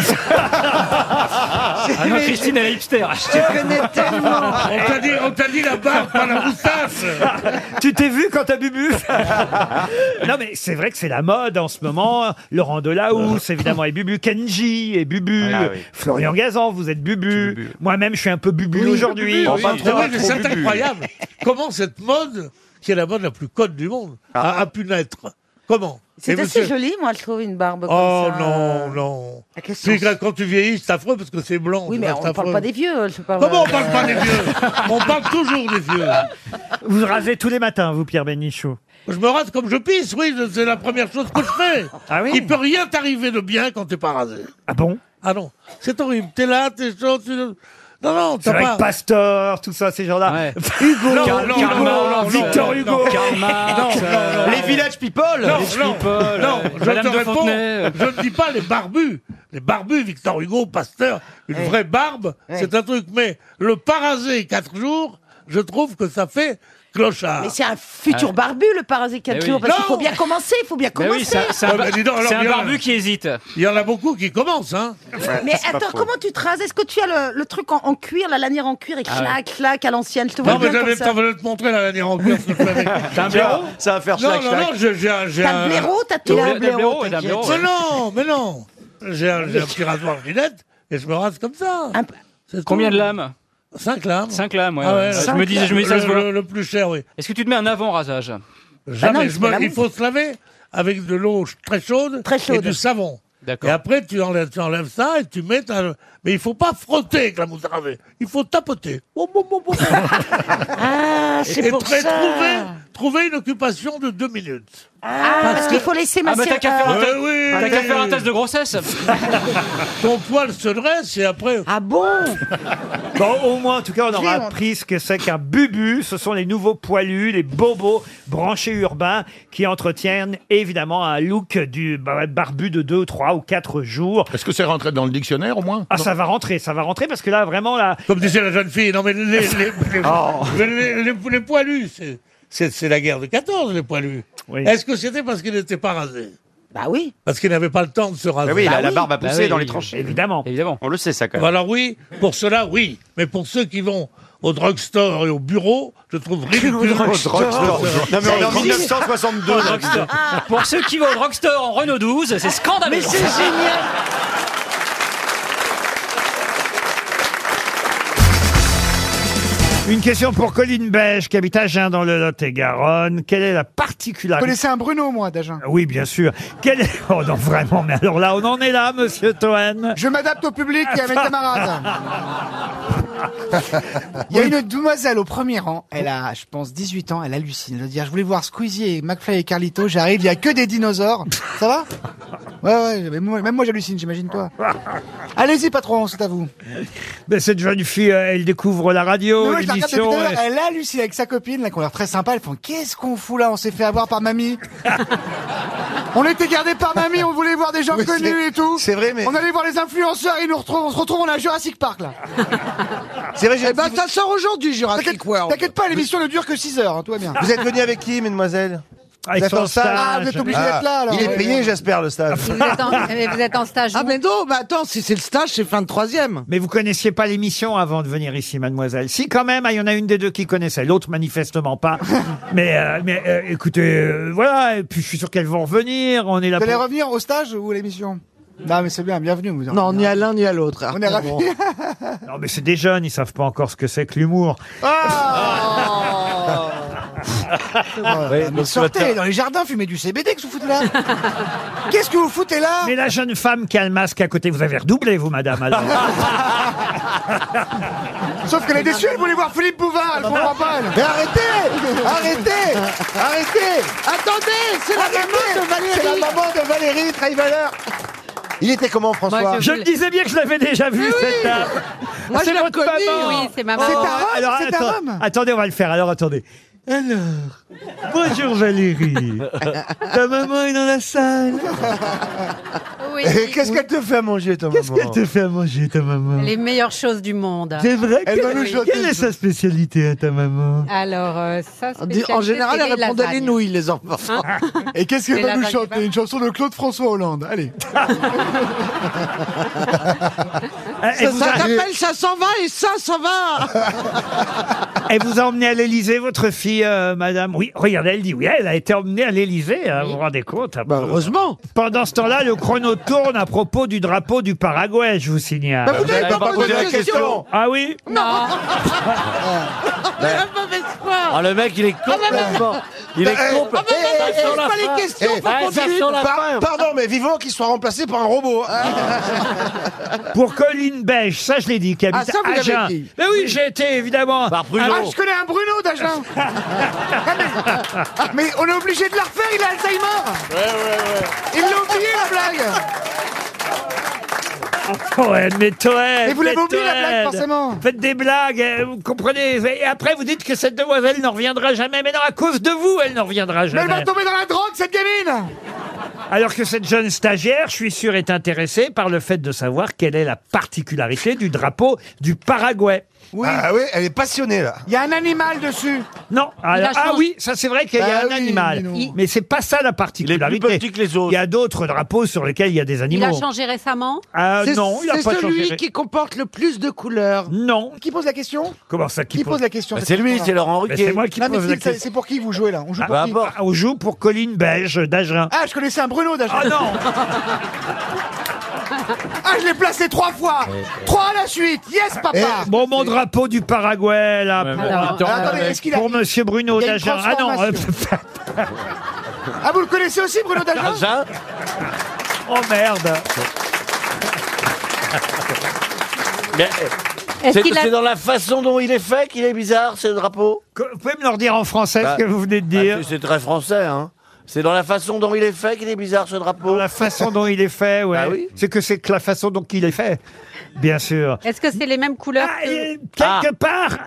Speaker 6: Ah non, Christine, elle est hipster.
Speaker 20: On t'a dit, on t'a dit la barbe, pas la moustache.
Speaker 1: Tu t'es vu quand t'as bubu Non mais c'est vrai que c'est la mode en ce moment. Laurent Delahousse évidemment et bubu, Kenji et bubu,
Speaker 13: Ah oui.
Speaker 1: Florian Gazan vous êtes bubu. Moi-même je suis un peu bubu aujourd'hui.
Speaker 20: Oui, oui, oui, mais c'est incroyable. Comment cette mode, qui est la mode la plus conne du monde, a, a pu naître Comment
Speaker 30: C'est
Speaker 20: Et
Speaker 30: assez
Speaker 20: monsieur-
Speaker 30: joli, moi, je trouve, une barbe comme
Speaker 20: Oh
Speaker 30: ça.
Speaker 20: non, non.
Speaker 30: À quel
Speaker 20: Puis
Speaker 30: sens
Speaker 20: quand, quand tu vieillis, c'est affreux parce que c'est blanc.
Speaker 30: Oui,
Speaker 20: tu
Speaker 30: mais
Speaker 20: vois,
Speaker 30: on
Speaker 20: c'est
Speaker 30: ne parle
Speaker 20: affreux.
Speaker 30: pas des vieux. Je parle
Speaker 20: Bah, Comment on
Speaker 30: euh,
Speaker 20: parle pas des vieux On parle toujours des vieux.
Speaker 1: Vous rasez tous les matins vous Pierre Bénichou.
Speaker 20: Je me rase comme je pisse, oui, c'est la première chose que je fais.
Speaker 1: Ah oui
Speaker 20: Il peut rien t'arriver de bien quand t'es pas rasé.
Speaker 1: Ah bon
Speaker 20: Ah non, c'est horrible. T'es là, t'es chaud, tu... Non, non,
Speaker 1: C'est
Speaker 20: t'as
Speaker 1: vrai
Speaker 20: pas...
Speaker 1: que Pasteur, tout ça, ces gens-là.
Speaker 20: Hugo,
Speaker 1: Non,
Speaker 20: Karl
Speaker 1: Hugo,
Speaker 20: Marx, non,
Speaker 1: Victor
Speaker 20: non,
Speaker 1: Hugo.
Speaker 20: non, Karl Marx,
Speaker 1: Non, non, non.
Speaker 13: Les village people
Speaker 20: Non,
Speaker 13: Les
Speaker 20: non,
Speaker 13: people,
Speaker 20: non,
Speaker 13: euh,
Speaker 20: je
Speaker 13: Madame
Speaker 20: te
Speaker 13: de
Speaker 20: réponds,
Speaker 13: Fontenay.
Speaker 20: je ne dis pas les barbus. Les barbus, Victor Hugo, Pasteur, une vraie barbe, c'est un truc. Mais le parasé 4 jours, je trouve que ça fait clochard.
Speaker 14: Mais c'est un futur
Speaker 20: Ah.
Speaker 14: barbu, le parasite
Speaker 20: Eh
Speaker 14: 4
Speaker 20: oui.
Speaker 14: jours, parce qu'il
Speaker 20: Non.
Speaker 14: faut bien commencer, il faut
Speaker 20: Eh,
Speaker 14: bien
Speaker 6: Ben
Speaker 14: commencer.
Speaker 6: oui, ça- c'est un,
Speaker 20: Ouais,
Speaker 6: bar-
Speaker 20: bah dis donc, alors,
Speaker 6: c'est un
Speaker 20: il y en a-
Speaker 6: barbu qui hésite.
Speaker 20: Il y en a beaucoup qui commencent, hein.
Speaker 30: Mais attends, comment tu te rases Est-ce que tu as le, le truc en, en cuir, la lanière en cuir et
Speaker 20: Ah
Speaker 30: clac, clac à l'ancienne Je te vois
Speaker 20: Non, mais
Speaker 30: bien
Speaker 20: j'avais
Speaker 30: comme
Speaker 20: pas
Speaker 30: ça.
Speaker 20: voulu te montrer la dernière en cuir, ce que je l'avais.
Speaker 13: T'as un blaireau Ça va faire
Speaker 20: Non,
Speaker 13: chlac,
Speaker 20: non,
Speaker 13: chlac.
Speaker 20: non, j'ai j'ai un. j'ai
Speaker 30: T'as le
Speaker 20: un-
Speaker 30: blaireau, t'as tout.
Speaker 20: Il a
Speaker 13: un blaireau, il a un blaireau,
Speaker 20: Mais
Speaker 13: ouais.
Speaker 1: Oh,
Speaker 20: non, mais non. J'ai un, j'ai un petit rasoir Gillette et je me rase comme ça.
Speaker 6: Combien de lames
Speaker 20: 5 lames.
Speaker 6: 5 lames, ouais.
Speaker 20: Ah ouais,
Speaker 6: ouais. je
Speaker 20: cinq
Speaker 6: me dis, je me dis, ça se
Speaker 20: lames. Le-
Speaker 6: voit.
Speaker 20: le- le plus cher, oui.
Speaker 6: Est-ce que tu te mets un avant-rasage
Speaker 20: Jamais,
Speaker 6: Bah non, il
Speaker 20: je
Speaker 6: se
Speaker 20: me-
Speaker 6: met la
Speaker 20: il
Speaker 6: mousse.
Speaker 20: faut se laver avec de l'eau ch- très chaude, et
Speaker 6: chaude.
Speaker 20: du savon.
Speaker 6: D'accord.
Speaker 20: Et après, tu enlèves, tu enlèves ça et tu mets ta... Mais il faut pas frotter avec la mousse à laver. Il faut tapoter. Bon, bon, bon, bon.
Speaker 14: Ah,
Speaker 20: et
Speaker 14: c'est pour
Speaker 20: très-
Speaker 14: ça.
Speaker 20: Trouver, trouver une occupation de deux minutes.
Speaker 30: Ah, parce, qu'il faut laisser
Speaker 6: Ah, bah
Speaker 30: masser.
Speaker 6: t'as qu'à faire, un
Speaker 20: Ouais,
Speaker 6: test-
Speaker 20: oui,
Speaker 6: t'as
Speaker 20: oui,
Speaker 6: qu'à
Speaker 20: oui.
Speaker 6: faire un test de grossesse.
Speaker 20: Ton poil se dresse et après...
Speaker 14: Ah bon
Speaker 1: Bon, au moins, en tout cas, on aura
Speaker 20: Clément.
Speaker 1: appris ce que c'est qu'un bubu. Ce sont les nouveaux poilus, les bobos branchés urbains qui entretiennent évidemment un look du ba- barbu de 2, 3 ou 4 jours.
Speaker 2: Est-ce que c'est rentré dans le dictionnaire au moins
Speaker 1: Ah, ça va rentrer, ça va rentrer parce que là, vraiment, là.
Speaker 20: Comme disait la jeune fille, non mais les, les, les-
Speaker 13: Oh.
Speaker 20: mais les- les- les poilus, c'est- c'est c'est la guerre de 14, les poilus. Est-ce que c'était parce qu'ils n'étaient pas rasés
Speaker 30: Bah oui.
Speaker 20: Parce qu'ils n'avaient pas le temps de se raser.
Speaker 13: Bah oui, la- la barbe a poussé dans les tranchées.
Speaker 1: Évidemment.
Speaker 13: Évidemment. On le sait, ça, quand même.
Speaker 20: Alors oui, pour cela, oui. Mais pour ceux qui vont au drugstore et au bureau, je trouve ridicule.
Speaker 13: Au drugstore. Non, mais on est en 1962,
Speaker 6: Au
Speaker 13: là.
Speaker 6: drugstore. Pour ceux qui vont au drugstore en Renault 12, c'est scandaleux.
Speaker 14: Mais c'est génial
Speaker 1: Une question pour Colline Beige, qui habite Agen dans le Lot-et-Garonne. Quelle est la
Speaker 16: Vous
Speaker 1: particularité
Speaker 16: connaissez un Bruno, moi, d'Agen
Speaker 1: Ah Oui, bien sûr. Quelle est... Oh non, vraiment, mais alors là, on en est là, monsieur Toen.
Speaker 16: Je m'adapte au public et à mes camarades. Il y a une demoiselle au premier rang, elle a, je pense, 18 ans, elle hallucine. Elle doit dire, je voulais voir Squeezie et McFly et Carlito, j'arrive, il y a que des dinosaures. Ça va Ouais, ouais, mais moi- même moi j'hallucine, j'imagine toi. Allez-y patron, c'est à vous.
Speaker 1: Mais cette jeune fille, euh, elle découvre la
Speaker 16: Mais
Speaker 1: radio,
Speaker 16: moi, je la regarde depuis
Speaker 1: l'émission.
Speaker 16: tout à l'heure,
Speaker 1: euh,
Speaker 16: elle hallucine avec sa copine, là, qui ont l'air très sympa. Elles font Qu'est-ce qu'on fout là On s'est fait avoir par mamie. on était gardés par mamie, on voulait voir des gens
Speaker 2: Oui, c'est-
Speaker 16: connus et tout.
Speaker 2: c'est vrai, mais-
Speaker 16: On allait voir les influenceurs et ils nous retrouvent, on se retrouve, on a Jurassic Park là. c'est vrai, Eh ben, ça sort aujourd'hui, Jurassic World. T'inquiète pas, l'émission ne dure que 6 heures, hein, tout va bien.
Speaker 19: Vous êtes venu avec qui, mademoiselle
Speaker 1: Ah, ils
Speaker 19: êtes
Speaker 1: sont
Speaker 19: en stage.
Speaker 16: Ah, vous êtes obligé d'être là, alors.
Speaker 19: Il est
Speaker 16: Ouais,
Speaker 19: payé,
Speaker 16: ouais.
Speaker 19: j'espère, le stage.
Speaker 17: Ah,
Speaker 16: stage.
Speaker 7: Ah, mais non, bah attends, si c'est le stage, c'est fin de troisième.
Speaker 1: Mais vous connaissiez pas l'émission avant de venir ici, mademoiselle. Si, quand même, ah, il y en a une des deux qui connaissait, l'autre manifestement pas. mais euh, mais euh, écoutez, euh, voilà, et puis je suis sûr qu'elles vont revenir. On est là
Speaker 16: Vous allez
Speaker 1: pour...
Speaker 16: revenir au stage ou à l'émission Non, mais c'est bien, bienvenue. Vous
Speaker 7: Non, ni à l'un ni à l'autre.
Speaker 16: On est ravis.
Speaker 1: Non, mais c'est des jeunes, ils savent pas encore ce que c'est que l'humour.
Speaker 16: Ouais, Ah, mais sortez dans les jardins, fumez du CBD, que vous foutez là Qu'est-ce que vous foutez là
Speaker 1: Mais la jeune femme qui a le masque à côté, vous avez redoublé, vous, madame, alors.
Speaker 16: Sauf qu'elle est déçue, elle voulait voir Philippe Bouvard, elle comprend pas elle.
Speaker 7: Mais arrêtez Arrêtez Arrêtez Attendez, c'est la maman de Valérie
Speaker 19: C'est la maman de Valérie Traivaleur Il était comment, François
Speaker 1: je le disais bien que je l'avais déjà vu, cette dame.
Speaker 19: Moi, je
Speaker 1: c'est
Speaker 19: l'ai
Speaker 1: votre
Speaker 19: reconnue.
Speaker 1: maman.
Speaker 19: Oui, c'est ma maman. C'est un homme,
Speaker 1: Oh. alors,
Speaker 19: c'est un
Speaker 1: attends-
Speaker 19: homme.
Speaker 1: Attendez, on va le faire. Alors, attendez. Alors, bonjour Valérie. Ta maman est dans la salle.
Speaker 7: Oui.
Speaker 19: Et Qu'est-ce qu'elle te fait à manger, ta
Speaker 1: Qu'est-ce
Speaker 19: maman
Speaker 1: qu'elle te fait à manger, ta maman
Speaker 7: Les meilleures choses du monde.
Speaker 1: C'est vrai
Speaker 7: Elle
Speaker 1: que-
Speaker 7: va nous chanter
Speaker 1: Quelle est
Speaker 7: une
Speaker 1: sa spécialité à ta maman
Speaker 7: Alors, euh, ça, En di- en général, spécialité, elle c'est répond à lasagnes. les nouilles, les enfants.
Speaker 15: Hein
Speaker 16: Et qu'est-ce qu'elle
Speaker 7: Les
Speaker 16: va nous
Speaker 7: lasagnes,
Speaker 16: chanter Une chanson de Claude François Hollande. Allez.
Speaker 7: Ça s'appelle ça s'en va et ça, ça
Speaker 1: Ah,
Speaker 7: va.
Speaker 1: Elle vous a emmené à l'Elysée, votre fille, euh, madame Oui, regardez, elle dit oui, elle a été emmenée à l'Elysée, hein, vous vous rendez compte un peu.
Speaker 7: Heureusement
Speaker 1: Pendant ce temps-là, le chrono tourne à propos du drapeau du Paraguay, je Ah, vous signale.
Speaker 7: Bah, vous n'avez Vous pas n'avez pas posé posé la la question. question.
Speaker 1: Ah oui
Speaker 7: Non. mauvaise foi.
Speaker 1: Oh
Speaker 4: Ah, le mec, il est complètement. Il est
Speaker 7: Eh,
Speaker 4: complètement.
Speaker 7: ah, mais même,
Speaker 19: sur la
Speaker 7: pas les
Speaker 19: fin.
Speaker 7: questions,
Speaker 19: Eh,
Speaker 7: faut qu'on
Speaker 19: ça
Speaker 7: dise.
Speaker 19: sent la
Speaker 7: Par-
Speaker 19: fin. Pardon, mais vivant qu'il soit remplacé par un robot.
Speaker 16: Ah,
Speaker 1: Pour Colline Beige, ça je l'ai dit, qui habite
Speaker 19: ça, vous
Speaker 1: à
Speaker 19: l'avez
Speaker 1: Agen.
Speaker 19: dit.
Speaker 1: Mais oui, j'ai été évidemment. Par
Speaker 16: Ah, je connais un Bruno d'Agen. Mais on est obligé de la refaire, il a Alzheimer.
Speaker 19: Ouais, ouais, ouais.
Speaker 16: Il l'a oublié la blague.
Speaker 1: Toen, mais Toen
Speaker 16: Mais vous l'avez oublié, la
Speaker 1: Toen.
Speaker 16: blague, forcément.
Speaker 1: Ah, Faites des blagues, euh, vous comprenez Et après, vous dites que cette demoiselle n'en reviendra jamais. Mais non, à cause de vous, elle n'en reviendra
Speaker 16: Mais
Speaker 1: jamais.
Speaker 16: elle va tomber dans la drogue, cette gamine.
Speaker 1: Alors que cette jeune stagiaire, je suis sûr, est intéressée par le fait de savoir quelle est la particularité du drapeau du Paraguay.
Speaker 16: Oui.
Speaker 19: Ah oui, elle est passionnée là.
Speaker 16: Il y a un animal dessus.
Speaker 1: Non, alors-
Speaker 16: la
Speaker 1: ah
Speaker 16: chance.
Speaker 1: oui, ça c'est vrai qu'il y a
Speaker 16: Bah
Speaker 1: un
Speaker 16: oui,
Speaker 1: animal,
Speaker 16: dis donc. Il-
Speaker 1: mais c'est pas ça la particularité. Il y a d'autres drapeaux sur lesquels il y a des
Speaker 15: Il
Speaker 1: animaux.
Speaker 15: a changé récemment
Speaker 1: Ah non, il a
Speaker 7: C'est
Speaker 1: pas changé.
Speaker 7: celui qui comporte le plus de couleurs.
Speaker 1: Non.
Speaker 16: Qui pose la question
Speaker 1: Comment ça qui,
Speaker 16: Qui pose la question
Speaker 1: Bah,
Speaker 16: cette question-là
Speaker 1: Bah, C'est moi qui
Speaker 16: Non, mais
Speaker 1: pose
Speaker 16: c'est-
Speaker 1: la
Speaker 16: c'est-
Speaker 1: question.
Speaker 16: C'est pour qui vous jouez là On joue
Speaker 1: Ah,
Speaker 16: pour
Speaker 1: bah,
Speaker 16: qui
Speaker 1: bon, on joue pour Colline Beige d'Agen.
Speaker 16: Ah, je connaissais un Bruno d'Agen.
Speaker 1: Ah non
Speaker 16: Ah, je l'ai placé trois fois Trois à la suite Yes, papa
Speaker 1: Eh, bon, mon drapeau du Paraguay, là, pour,
Speaker 16: mais attends, Ah, attendez, est-ce qu'il a-
Speaker 1: pour Monsieur Bruno
Speaker 16: Il y a une
Speaker 1: d'Agen. Ah non, euh,
Speaker 16: Ah, vous le connaissez aussi, Bruno
Speaker 1: Ah,
Speaker 16: d'Agen
Speaker 1: oh merde
Speaker 4: Mais,
Speaker 7: Est-ce
Speaker 4: C'est
Speaker 7: qu'il a-
Speaker 4: c'est dans la façon dont il est fait qu'il est bizarre, ce drapeau
Speaker 1: Vous pouvez me le redire en français,
Speaker 4: Bah,
Speaker 1: ce que vous venez de dire
Speaker 4: ah, c'est- C'est très français, hein. C'est dans la façon dont il est fait qu'il est bizarre, ce drapeau. Bah
Speaker 1: La façon dont il est fait, ouais. C'est que c'est que la façon dont il est fait, bien sûr.
Speaker 15: Est-ce que c'est les mêmes couleurs
Speaker 1: Ah,
Speaker 15: que-
Speaker 4: Ah.
Speaker 1: Quelque part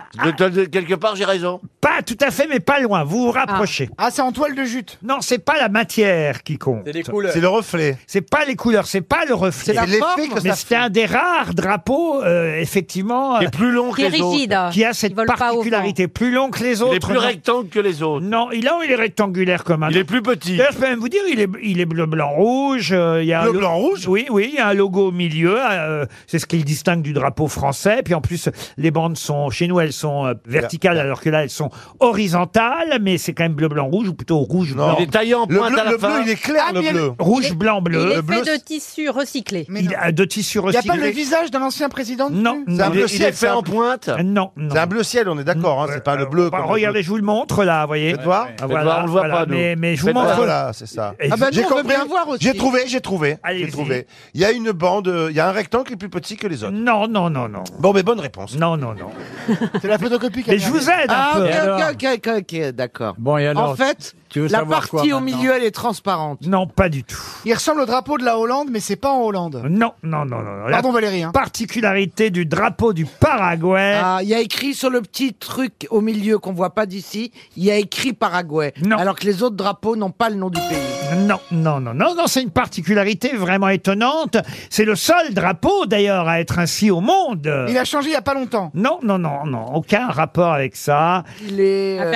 Speaker 4: Quelque part, j'ai raison.
Speaker 1: Pas tout à fait, mais pas loin. Vous vous rapprochez.
Speaker 16: Ah, c'est en toile de jute.
Speaker 1: Non, c'est pas la matière qui compte.
Speaker 19: C'est les couleurs.
Speaker 1: C'est le reflet. C'est pas les couleurs, c'est pas le
Speaker 7: C'est
Speaker 1: reflet.
Speaker 7: la C'est l'effet forme. que ça
Speaker 1: Mais c'est un des rares drapeaux, euh, effectivement,
Speaker 4: Qui est plus long
Speaker 1: euh,
Speaker 4: que Qui est les autres. rigide.
Speaker 1: qui a cette particularité, plus long que les autres.
Speaker 4: Il est plus
Speaker 1: non.
Speaker 4: rectangle que les autres.
Speaker 1: Non, il, a, il est rectangulaire comme un. Il est
Speaker 4: plus petit.
Speaker 1: D'ailleurs, je peux même vous dire, il est, il est bleu, blanc, rouge. euh, il y a
Speaker 19: Bleu,
Speaker 1: blanc, rouge Oui, oui, il y a un logo au milieu. euh, c'est ce qui le distingue du drapeau français. Puis en plus, les bandes sont, chez nous, elles sont euh, verticales, alors que là, elles sont horizontales, mais c'est quand même bleu, blanc, rouge, ou plutôt rouge, blanc.
Speaker 19: Il est taillé en Le pointe bleu- à la le fin. bleu, il est clair,
Speaker 15: Ah, le mais bleu. le-
Speaker 1: Rouge, blanc, bleu.
Speaker 15: Il est
Speaker 1: Le bleu,
Speaker 15: fait de tissu recyclé.
Speaker 1: il a de tissu
Speaker 16: Il n'y a
Speaker 1: recyclé.
Speaker 16: pas le visage d'un ancien président
Speaker 1: Non,
Speaker 16: dessus
Speaker 1: non. Il est- il est fait en
Speaker 4: pointe
Speaker 1: Euh, Non,
Speaker 19: C'est un bleu ciel, on est d'accord, hein, c'est pas le bleu.
Speaker 1: Bah, regardez, je vous le montre là, vous voyez.
Speaker 19: Faites voir.
Speaker 1: Ah, voilà,
Speaker 19: on le voit
Speaker 1: voilà.
Speaker 19: pas, nous.
Speaker 1: Mais, mais je vous
Speaker 19: Faites
Speaker 17: Comment
Speaker 2: ben
Speaker 17: faut-
Speaker 2: Voilà, c'est ça.
Speaker 17: Et-
Speaker 16: bah
Speaker 17: Ah ben
Speaker 2: j'ai
Speaker 17: nous, on veut
Speaker 2: compris.
Speaker 1: hein.
Speaker 17: bien voir aussi.
Speaker 2: J'ai trouvé, j'ai trouvé. J'ai
Speaker 17: Allez-y.
Speaker 2: trouvé. Il y a une bande, euh, il y a un rectangle qui est plus petit que les autres.
Speaker 1: Non, non, non, non.
Speaker 2: Bon, mais bonne réponse.
Speaker 1: Non, non, non.
Speaker 2: C'est la photocopie
Speaker 1: Mais je vous aide un
Speaker 12: Ah,
Speaker 1: peu.
Speaker 12: ok,
Speaker 1: Et alors
Speaker 12: ok, ok, ok, ok, d'accord.
Speaker 1: Bon, et alors,
Speaker 12: En fait,
Speaker 1: tu veux
Speaker 12: la
Speaker 1: savoir
Speaker 12: partie
Speaker 1: quoi
Speaker 12: au
Speaker 1: maintenant
Speaker 12: milieu, elle est transparente.
Speaker 1: Non, pas du tout.
Speaker 16: Il ressemble au drapeau de la Hollande, mais c'est pas en Hollande.
Speaker 1: Non, non, non, non. non.
Speaker 16: Pardon,
Speaker 1: La
Speaker 16: Valérie, hein.
Speaker 1: Particularité du drapeau du Paraguay.
Speaker 12: Ah, il y a écrit sur le petit truc au milieu qu'on voit pas d'ici, il y a écrit Paraguay. Alors que les autres drapeaux n'ont pas le nom du pays.
Speaker 1: Non, non, non, non, non, c'est une particularité vraiment étonnante. C'est le seul drapeau, d'ailleurs, à être ainsi au monde.
Speaker 16: Il a changé il y a pas longtemps.
Speaker 1: Non, non, non, non, aucun rapport avec ça.
Speaker 12: Il est euh,
Speaker 2: Ah,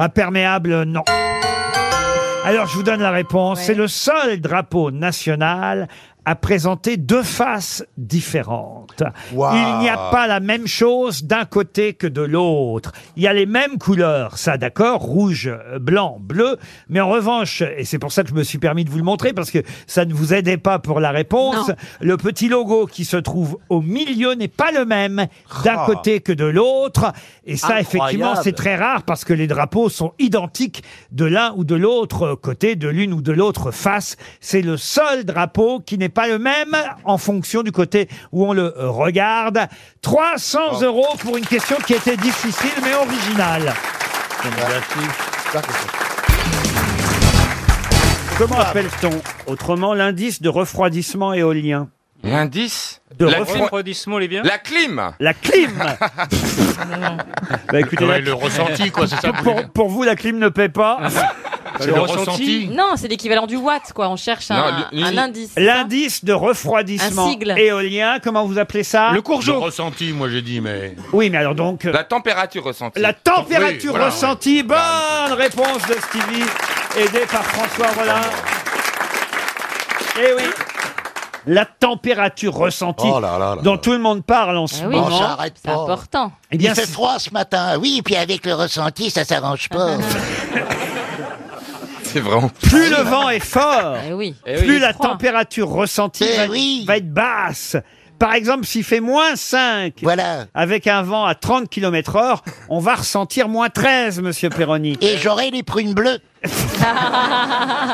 Speaker 1: Imperméable, non. Alors, je vous donne la réponse. C'est le seul drapeau national à présenter deux faces différentes. Il n'y a pas la même chose d'un côté que de l'autre. Il y a les mêmes couleurs, ça d'accord, rouge, euh, blanc, bleu, mais en revanche, et c'est pour ça que je me suis permis de vous le montrer, parce que ça ne vous aidait pas pour la réponse, le petit logo qui se trouve au milieu n'est pas le même d'un
Speaker 12: Ah.
Speaker 1: côté que de l'autre, et ça effectivement
Speaker 12: Incroyable.
Speaker 1: c'est très rare parce que les drapeaux sont identiques de l'un ou de l'autre euh, côté, de l'une ou de l'autre face. C'est le seul drapeau qui n'est pas le même en fonction du côté où on le regarde. 300 euros pour une question qui était difficile mais originale. Comment
Speaker 6: Ah.
Speaker 1: appelle-t-on autrement l'indice de refroidissement éolien L'indice de
Speaker 6: La
Speaker 1: refro-
Speaker 6: clim, refroidissement, les biens
Speaker 1: La
Speaker 6: clim
Speaker 1: La clim Bah, écoutez,
Speaker 6: Ouais,
Speaker 1: la-
Speaker 6: le ressenti, quoi, c'est ça que vous voulez
Speaker 1: Pour, pour vous, la clim ne paie pas.
Speaker 3: C'est le ressenti Non, c'est l'équivalent du watt, quoi. On cherche un,
Speaker 1: Non,
Speaker 3: un
Speaker 1: l-
Speaker 3: indice.
Speaker 1: L'indice de refroidissement
Speaker 3: Un sigle.
Speaker 1: éolien, comment vous appelez ça
Speaker 5: Le ressenti, moi j'ai dit, mais.
Speaker 1: Oui, mais alors donc. euh,
Speaker 5: La température ressentie.
Speaker 1: La température
Speaker 5: Oui, Bah, voilà,
Speaker 1: ressentie. Bonne réponse de Stevie, aidé par François Rollin. Eh oui. La température ressentie
Speaker 5: Oh là là là
Speaker 1: dont tout le monde parle en ce
Speaker 3: Ah oui,
Speaker 1: moment.
Speaker 3: c'est important.
Speaker 1: Eh bien, c'est-
Speaker 3: froid ce matin. Oui, et puis avec le ressenti, ça s'arrange pas.
Speaker 5: C'est vraiment.
Speaker 1: Plus le vent est fort,
Speaker 3: Eh
Speaker 5: Eh
Speaker 3: oui,
Speaker 1: plus
Speaker 3: il
Speaker 1: la
Speaker 3: froid.
Speaker 1: température ressentie va, va être basse. Par exemple, s'il fait moins 5, avec un vent à 30 km heure, on va ressentir moins 13, monsieur Perroni. Et j'aurai les prunes bleues.
Speaker 7: Ah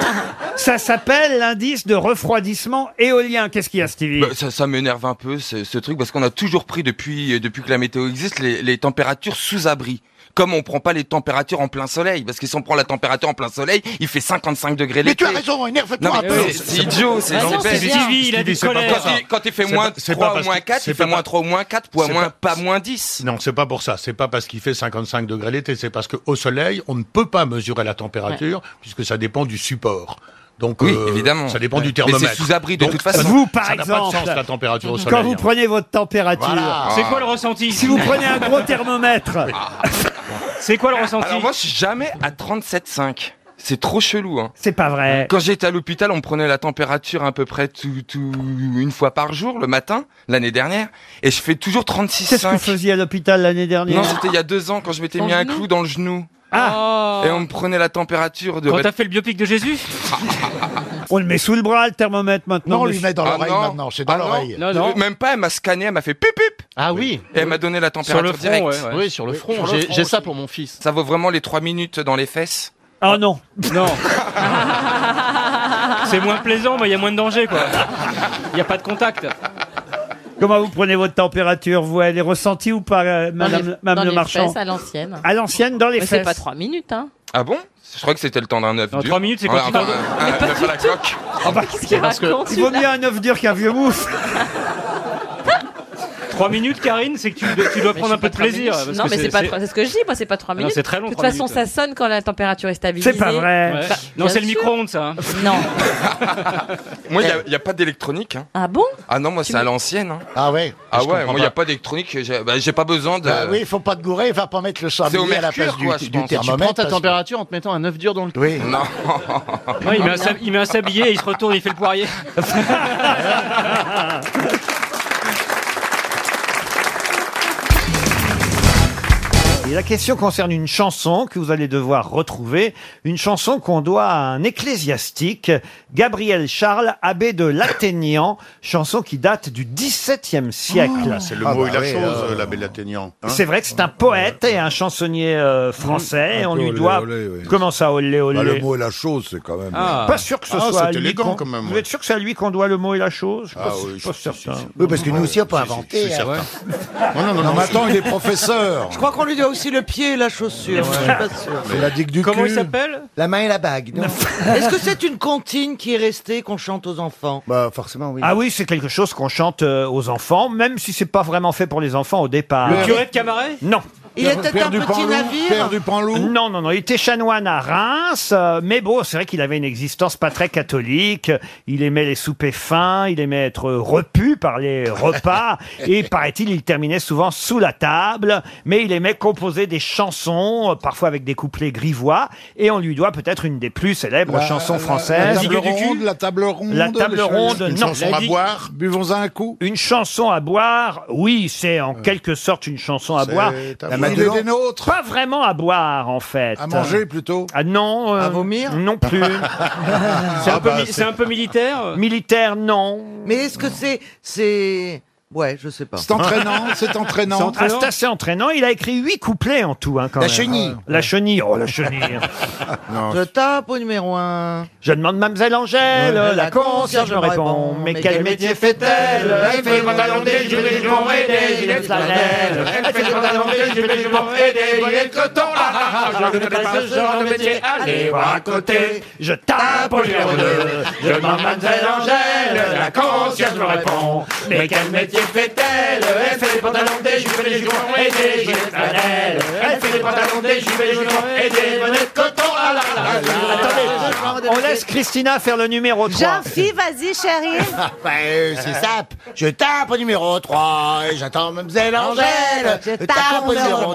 Speaker 1: Ça s'appelle l'indice de refroidissement éolien. Qu'est-ce qu'il y a, Stevie
Speaker 5: Bah, ça, ça m'énerve un peu ce, ce truc parce qu'on a toujours pris depuis euh, depuis que la météo existe les, les températures sous abri. Comme on prend pas les températures en plein soleil, parce que si on prend la température en plein soleil, il fait 55 degrés
Speaker 2: Mais tu
Speaker 5: l'été.
Speaker 2: as raison, énerve-toi
Speaker 5: Non,
Speaker 2: un
Speaker 5: mais
Speaker 2: peu.
Speaker 5: c'est- C'est idiot, c'est
Speaker 2: Raison,
Speaker 5: c'est
Speaker 2: c'est
Speaker 5: bête.
Speaker 2: bien. Stevie, il a des colères.
Speaker 5: Quand il- Quand il fait
Speaker 2: C'est
Speaker 5: moins
Speaker 2: pas- c'est pas
Speaker 5: 3 ou
Speaker 2: parce
Speaker 5: moins
Speaker 2: que-
Speaker 5: 4, il
Speaker 2: c'est
Speaker 5: fait
Speaker 2: pas-
Speaker 5: moins 3 ou moins 4, point
Speaker 2: c'est
Speaker 5: moins,
Speaker 2: pas-
Speaker 5: pas moins 10.
Speaker 2: Non, c'est pas pour ça. C'est pas parce qu'il fait 55 degrés l'été. C'est parce qu'au soleil, on ne peut pas mesurer la température puisque ça dépend du support. Donc,
Speaker 5: Oui,
Speaker 2: euh,
Speaker 5: évidemment.
Speaker 2: Ça dépend
Speaker 5: Ouais.
Speaker 2: du
Speaker 5: Mais c'est
Speaker 2: thermomètre.
Speaker 5: sous-abri de
Speaker 2: Donc,
Speaker 5: toute façon.
Speaker 2: ça-
Speaker 5: Vous, par
Speaker 2: ça n'a pas de
Speaker 5: exemple,
Speaker 2: sens, la température au soleil.
Speaker 1: Quand vous
Speaker 2: hein.
Speaker 1: prenez votre température,
Speaker 2: Voilà.
Speaker 6: C'est quoi le ressenti
Speaker 1: si vous prenez un gros thermomètre,
Speaker 2: Ah.
Speaker 5: C'est quoi le ressenti Alors moi, je suis jamais à 37,5. C'est trop chelou, hein.
Speaker 1: c'est pas vrai.
Speaker 5: Quand j'étais à l'hôpital, on prenait la température à peu près tout, tout- une fois par jour le matin l'année dernière, et je fais toujours
Speaker 1: Qu'est-ce que vous
Speaker 5: 36,5.
Speaker 1: faisiez à l'hôpital l'année dernière
Speaker 5: Non, c'était il y a deux ans quand je m'étais
Speaker 1: Ton
Speaker 5: mis un
Speaker 1: genou
Speaker 5: clou dans le genou.
Speaker 1: Ah.
Speaker 5: Et on me prenait la température de.
Speaker 6: Quand t'as fait le biopic de Jésus
Speaker 1: On le met sous le bras, le thermomètre, maintenant.
Speaker 5: Non, on lui
Speaker 1: monsieur.
Speaker 5: met dans l'oreille, Ah, non. maintenant, c'est dans Ah, non. l'oreille. Non, non. Même pas, elle m'a scanné, elle m'a fait pip pip. Ah oui. Et elle m'a donné la
Speaker 13: Sur le
Speaker 5: température
Speaker 13: front,
Speaker 5: directe.
Speaker 13: ouais, ouais. Oui, sur le Oui, front. sur le J'ai- front j'ai ça aussi. pour
Speaker 5: mon fils. Ça vaut vraiment les trois minutes dans les fesses.
Speaker 1: Ah non.
Speaker 6: Non. C'est moins plaisant, mais il y a moins de danger, quoi. Il n'y a pas de contact.
Speaker 1: Comment vous prenez votre température, vous Elle est ressentie ou pas, euh, madame,
Speaker 3: les-
Speaker 1: madame
Speaker 3: dans
Speaker 1: le
Speaker 3: les
Speaker 1: marchand
Speaker 3: fesses, à l'ancienne.
Speaker 1: À l'ancienne, dans les
Speaker 3: Mais
Speaker 1: fesses.
Speaker 3: c'est pas trois minutes, hein.
Speaker 5: Ah bon Je crois que c'était le temps d'un œuf. dur. Ah,
Speaker 6: trois minutes, c'est quand
Speaker 5: Ouais,
Speaker 6: tu
Speaker 5: enfin,
Speaker 6: parles-
Speaker 5: un- un œuf à euh, la coque.
Speaker 1: Ah,
Speaker 3: Qu'est-ce qu'il
Speaker 5: parce que-
Speaker 3: raconte
Speaker 1: bah, Il vaut mieux un œuf dur qu'un vieux mouf.
Speaker 6: 3 minutes, Karine, c'est que tu, tu dois prendre un peu de plaisir. parce
Speaker 3: non,
Speaker 6: que
Speaker 3: mais c'est pas trois- c'est ce que je dis, moi, c'est pas trois
Speaker 6: Ah non,
Speaker 3: minutes.
Speaker 6: c'est très long,
Speaker 3: De toute
Speaker 6: trois
Speaker 3: façon,
Speaker 6: minutes.
Speaker 3: ça sonne quand la température est stabilisée.
Speaker 5: Ouais.
Speaker 3: Bah,
Speaker 6: Non,
Speaker 3: bien
Speaker 6: c'est le
Speaker 3: sûr.
Speaker 6: micro-ondes, ça. hein.
Speaker 3: Non.
Speaker 5: Moi, il n'y a, pas d'électronique. hein.
Speaker 3: Ah bon
Speaker 5: Ah non, moi, c'est à l'ancienne. Ah ouais Ah
Speaker 2: Je
Speaker 5: ouais,
Speaker 2: comprends
Speaker 5: moi, il n'y a
Speaker 2: pas.
Speaker 5: pas d'électronique. J'ai bah, j'ai pas besoin de.
Speaker 18: Ben
Speaker 2: Bah oui, il faut pas te gourer, il va pas mettre le
Speaker 5: C'est au
Speaker 2: sablier à la
Speaker 5: mercure,
Speaker 2: place du,
Speaker 5: quoi,
Speaker 2: du
Speaker 5: je pense.
Speaker 2: thermomètre.
Speaker 5: Tu prends ta
Speaker 2: parce que-
Speaker 13: température en te mettant un œuf dur dans le
Speaker 2: Oui.
Speaker 5: Non.
Speaker 6: Ouais, il, met un sab- il met un sablier, il se retourne, il fait le poirier.
Speaker 15: Ah.
Speaker 1: Il La question concerne une chanson que vous allez devoir retrouver, une chanson qu'on doit à un ecclésiastique, Gabriel Charles, abbé de L'Athénian, chanson qui date du XVIIe siècle.
Speaker 20: Ah, c'est le
Speaker 2: bah
Speaker 20: mot et la chose, la l'abbé Lathénian.
Speaker 2: euh,
Speaker 20: hein.
Speaker 1: bah euh, C'est vrai que c'est un poète et un chansonnier euh, français.
Speaker 2: Mmh,
Speaker 20: Un
Speaker 1: on
Speaker 20: peu
Speaker 1: lui
Speaker 20: olé,
Speaker 1: doit.
Speaker 20: olé, oui.
Speaker 1: Comment ça, olé, olé
Speaker 2: Bah, le mot euh, et la chose, c'est quand même.
Speaker 1: Ah.
Speaker 2: hein.
Speaker 1: Pas sûr
Speaker 20: Ah,
Speaker 1: que ce soit à lui. qu'on- Vous êtes sûr que c'est à lui qu'on doit le mot et la chose Je suis
Speaker 2: Ah
Speaker 1: pas,
Speaker 2: oui,
Speaker 1: je suis pas certain.
Speaker 2: Oui, parce que nous aussi, on
Speaker 20: Ah
Speaker 2: peut
Speaker 1: inventer,
Speaker 2: inventer.
Speaker 1: hein.
Speaker 2: Non, ah non, non, mais attends, il est professeur.
Speaker 12: Je crois qu'on lui doit aussi le pied et la chaussure. Je suis pas sûr.
Speaker 2: C'est la digue du
Speaker 12: Comment
Speaker 2: cul.
Speaker 12: il s'appelle La main et la bague. non. Est-ce que c'est une comptine qui est restée qu'on chante aux enfants
Speaker 2: Bah, forcément, oui.
Speaker 1: Ah oui, c'est quelque chose qu'on chante euh, aux enfants, même si c'est pas vraiment fait pour les enfants au départ.
Speaker 12: Le curé
Speaker 6: de Camaret
Speaker 1: Non.
Speaker 12: Il était Père un du petit Panloup navire Père du
Speaker 1: Panloup Non, non, non. Il était chanoine à Reims, euh, mais bon, c'est vrai qu'il avait une existence pas très catholique. Il aimait les soupers fins, il aimait être repu par les repas, et paraît-il, il terminait souvent sous la table, mais il aimait composer des chansons, euh, parfois avec des couplets grivois, et on lui doit peut-être une des plus célèbres chansons françaises.
Speaker 2: La table ronde, la table ronde.
Speaker 1: La table
Speaker 2: les choses.
Speaker 1: ronde, non. La di-
Speaker 2: Buvons-en un coup. Euh.
Speaker 1: Une chanson à boire, oui, c'est en quelque sorte une chanson à
Speaker 2: C'est
Speaker 1: boire.
Speaker 2: à La boire. Madeleine des
Speaker 1: nôtres. Pas vraiment à boire, en fait.
Speaker 2: À manger, plutôt.
Speaker 1: Ah non. à vomir Non plus. Ah.
Speaker 6: C'est
Speaker 2: Ah
Speaker 6: un, peu
Speaker 2: bah,
Speaker 6: mi- c'est un peu militaire
Speaker 1: bah, Militaire, non.
Speaker 12: Mais est-ce que c'est. c'est... Ouais, je sais pas.
Speaker 1: C'est entraînant,
Speaker 12: c'est
Speaker 1: Ah, C'est assez entraînant. Il a écrit huit couplets en tout. hein, quand
Speaker 12: La
Speaker 1: même.
Speaker 12: chenille.
Speaker 1: La chenille. Oh, la chenille.
Speaker 12: Je tape au numéro 1.
Speaker 1: Je demande Mademoiselle Angèle,
Speaker 12: Ouais,
Speaker 1: la concierge me répond. Mais quel métier fait-elle Elle fait le pantalon des jupes, les jupons et des gilets de flanelle. Elle fait le pantalon des jupes, les jupons et des gilets de coton. Ah, ah, ah, je ne connais pas ce genre de métier. Allez voir à côté. Je tape au numéro 2. Je demande Mademoiselle Angèle, la concierge me répond. Mais quel métier fait-elle Elle fait les pantalons des jupes, les jupons et des gilets de flanelle. Elle fait les pantalons des jupes, les jupons et des bonnets de coton. Ah, là, là, là, là. Attendez, on laisse Christina faire le numéro 3.
Speaker 3: Jean-Phi, vas-y, chérie.
Speaker 12: Ah, bah,
Speaker 7: ben,
Speaker 12: euh, c'est ça. Je tape au numéro 3 et j'attends Mlle Angèle. Je tape au numéro 3.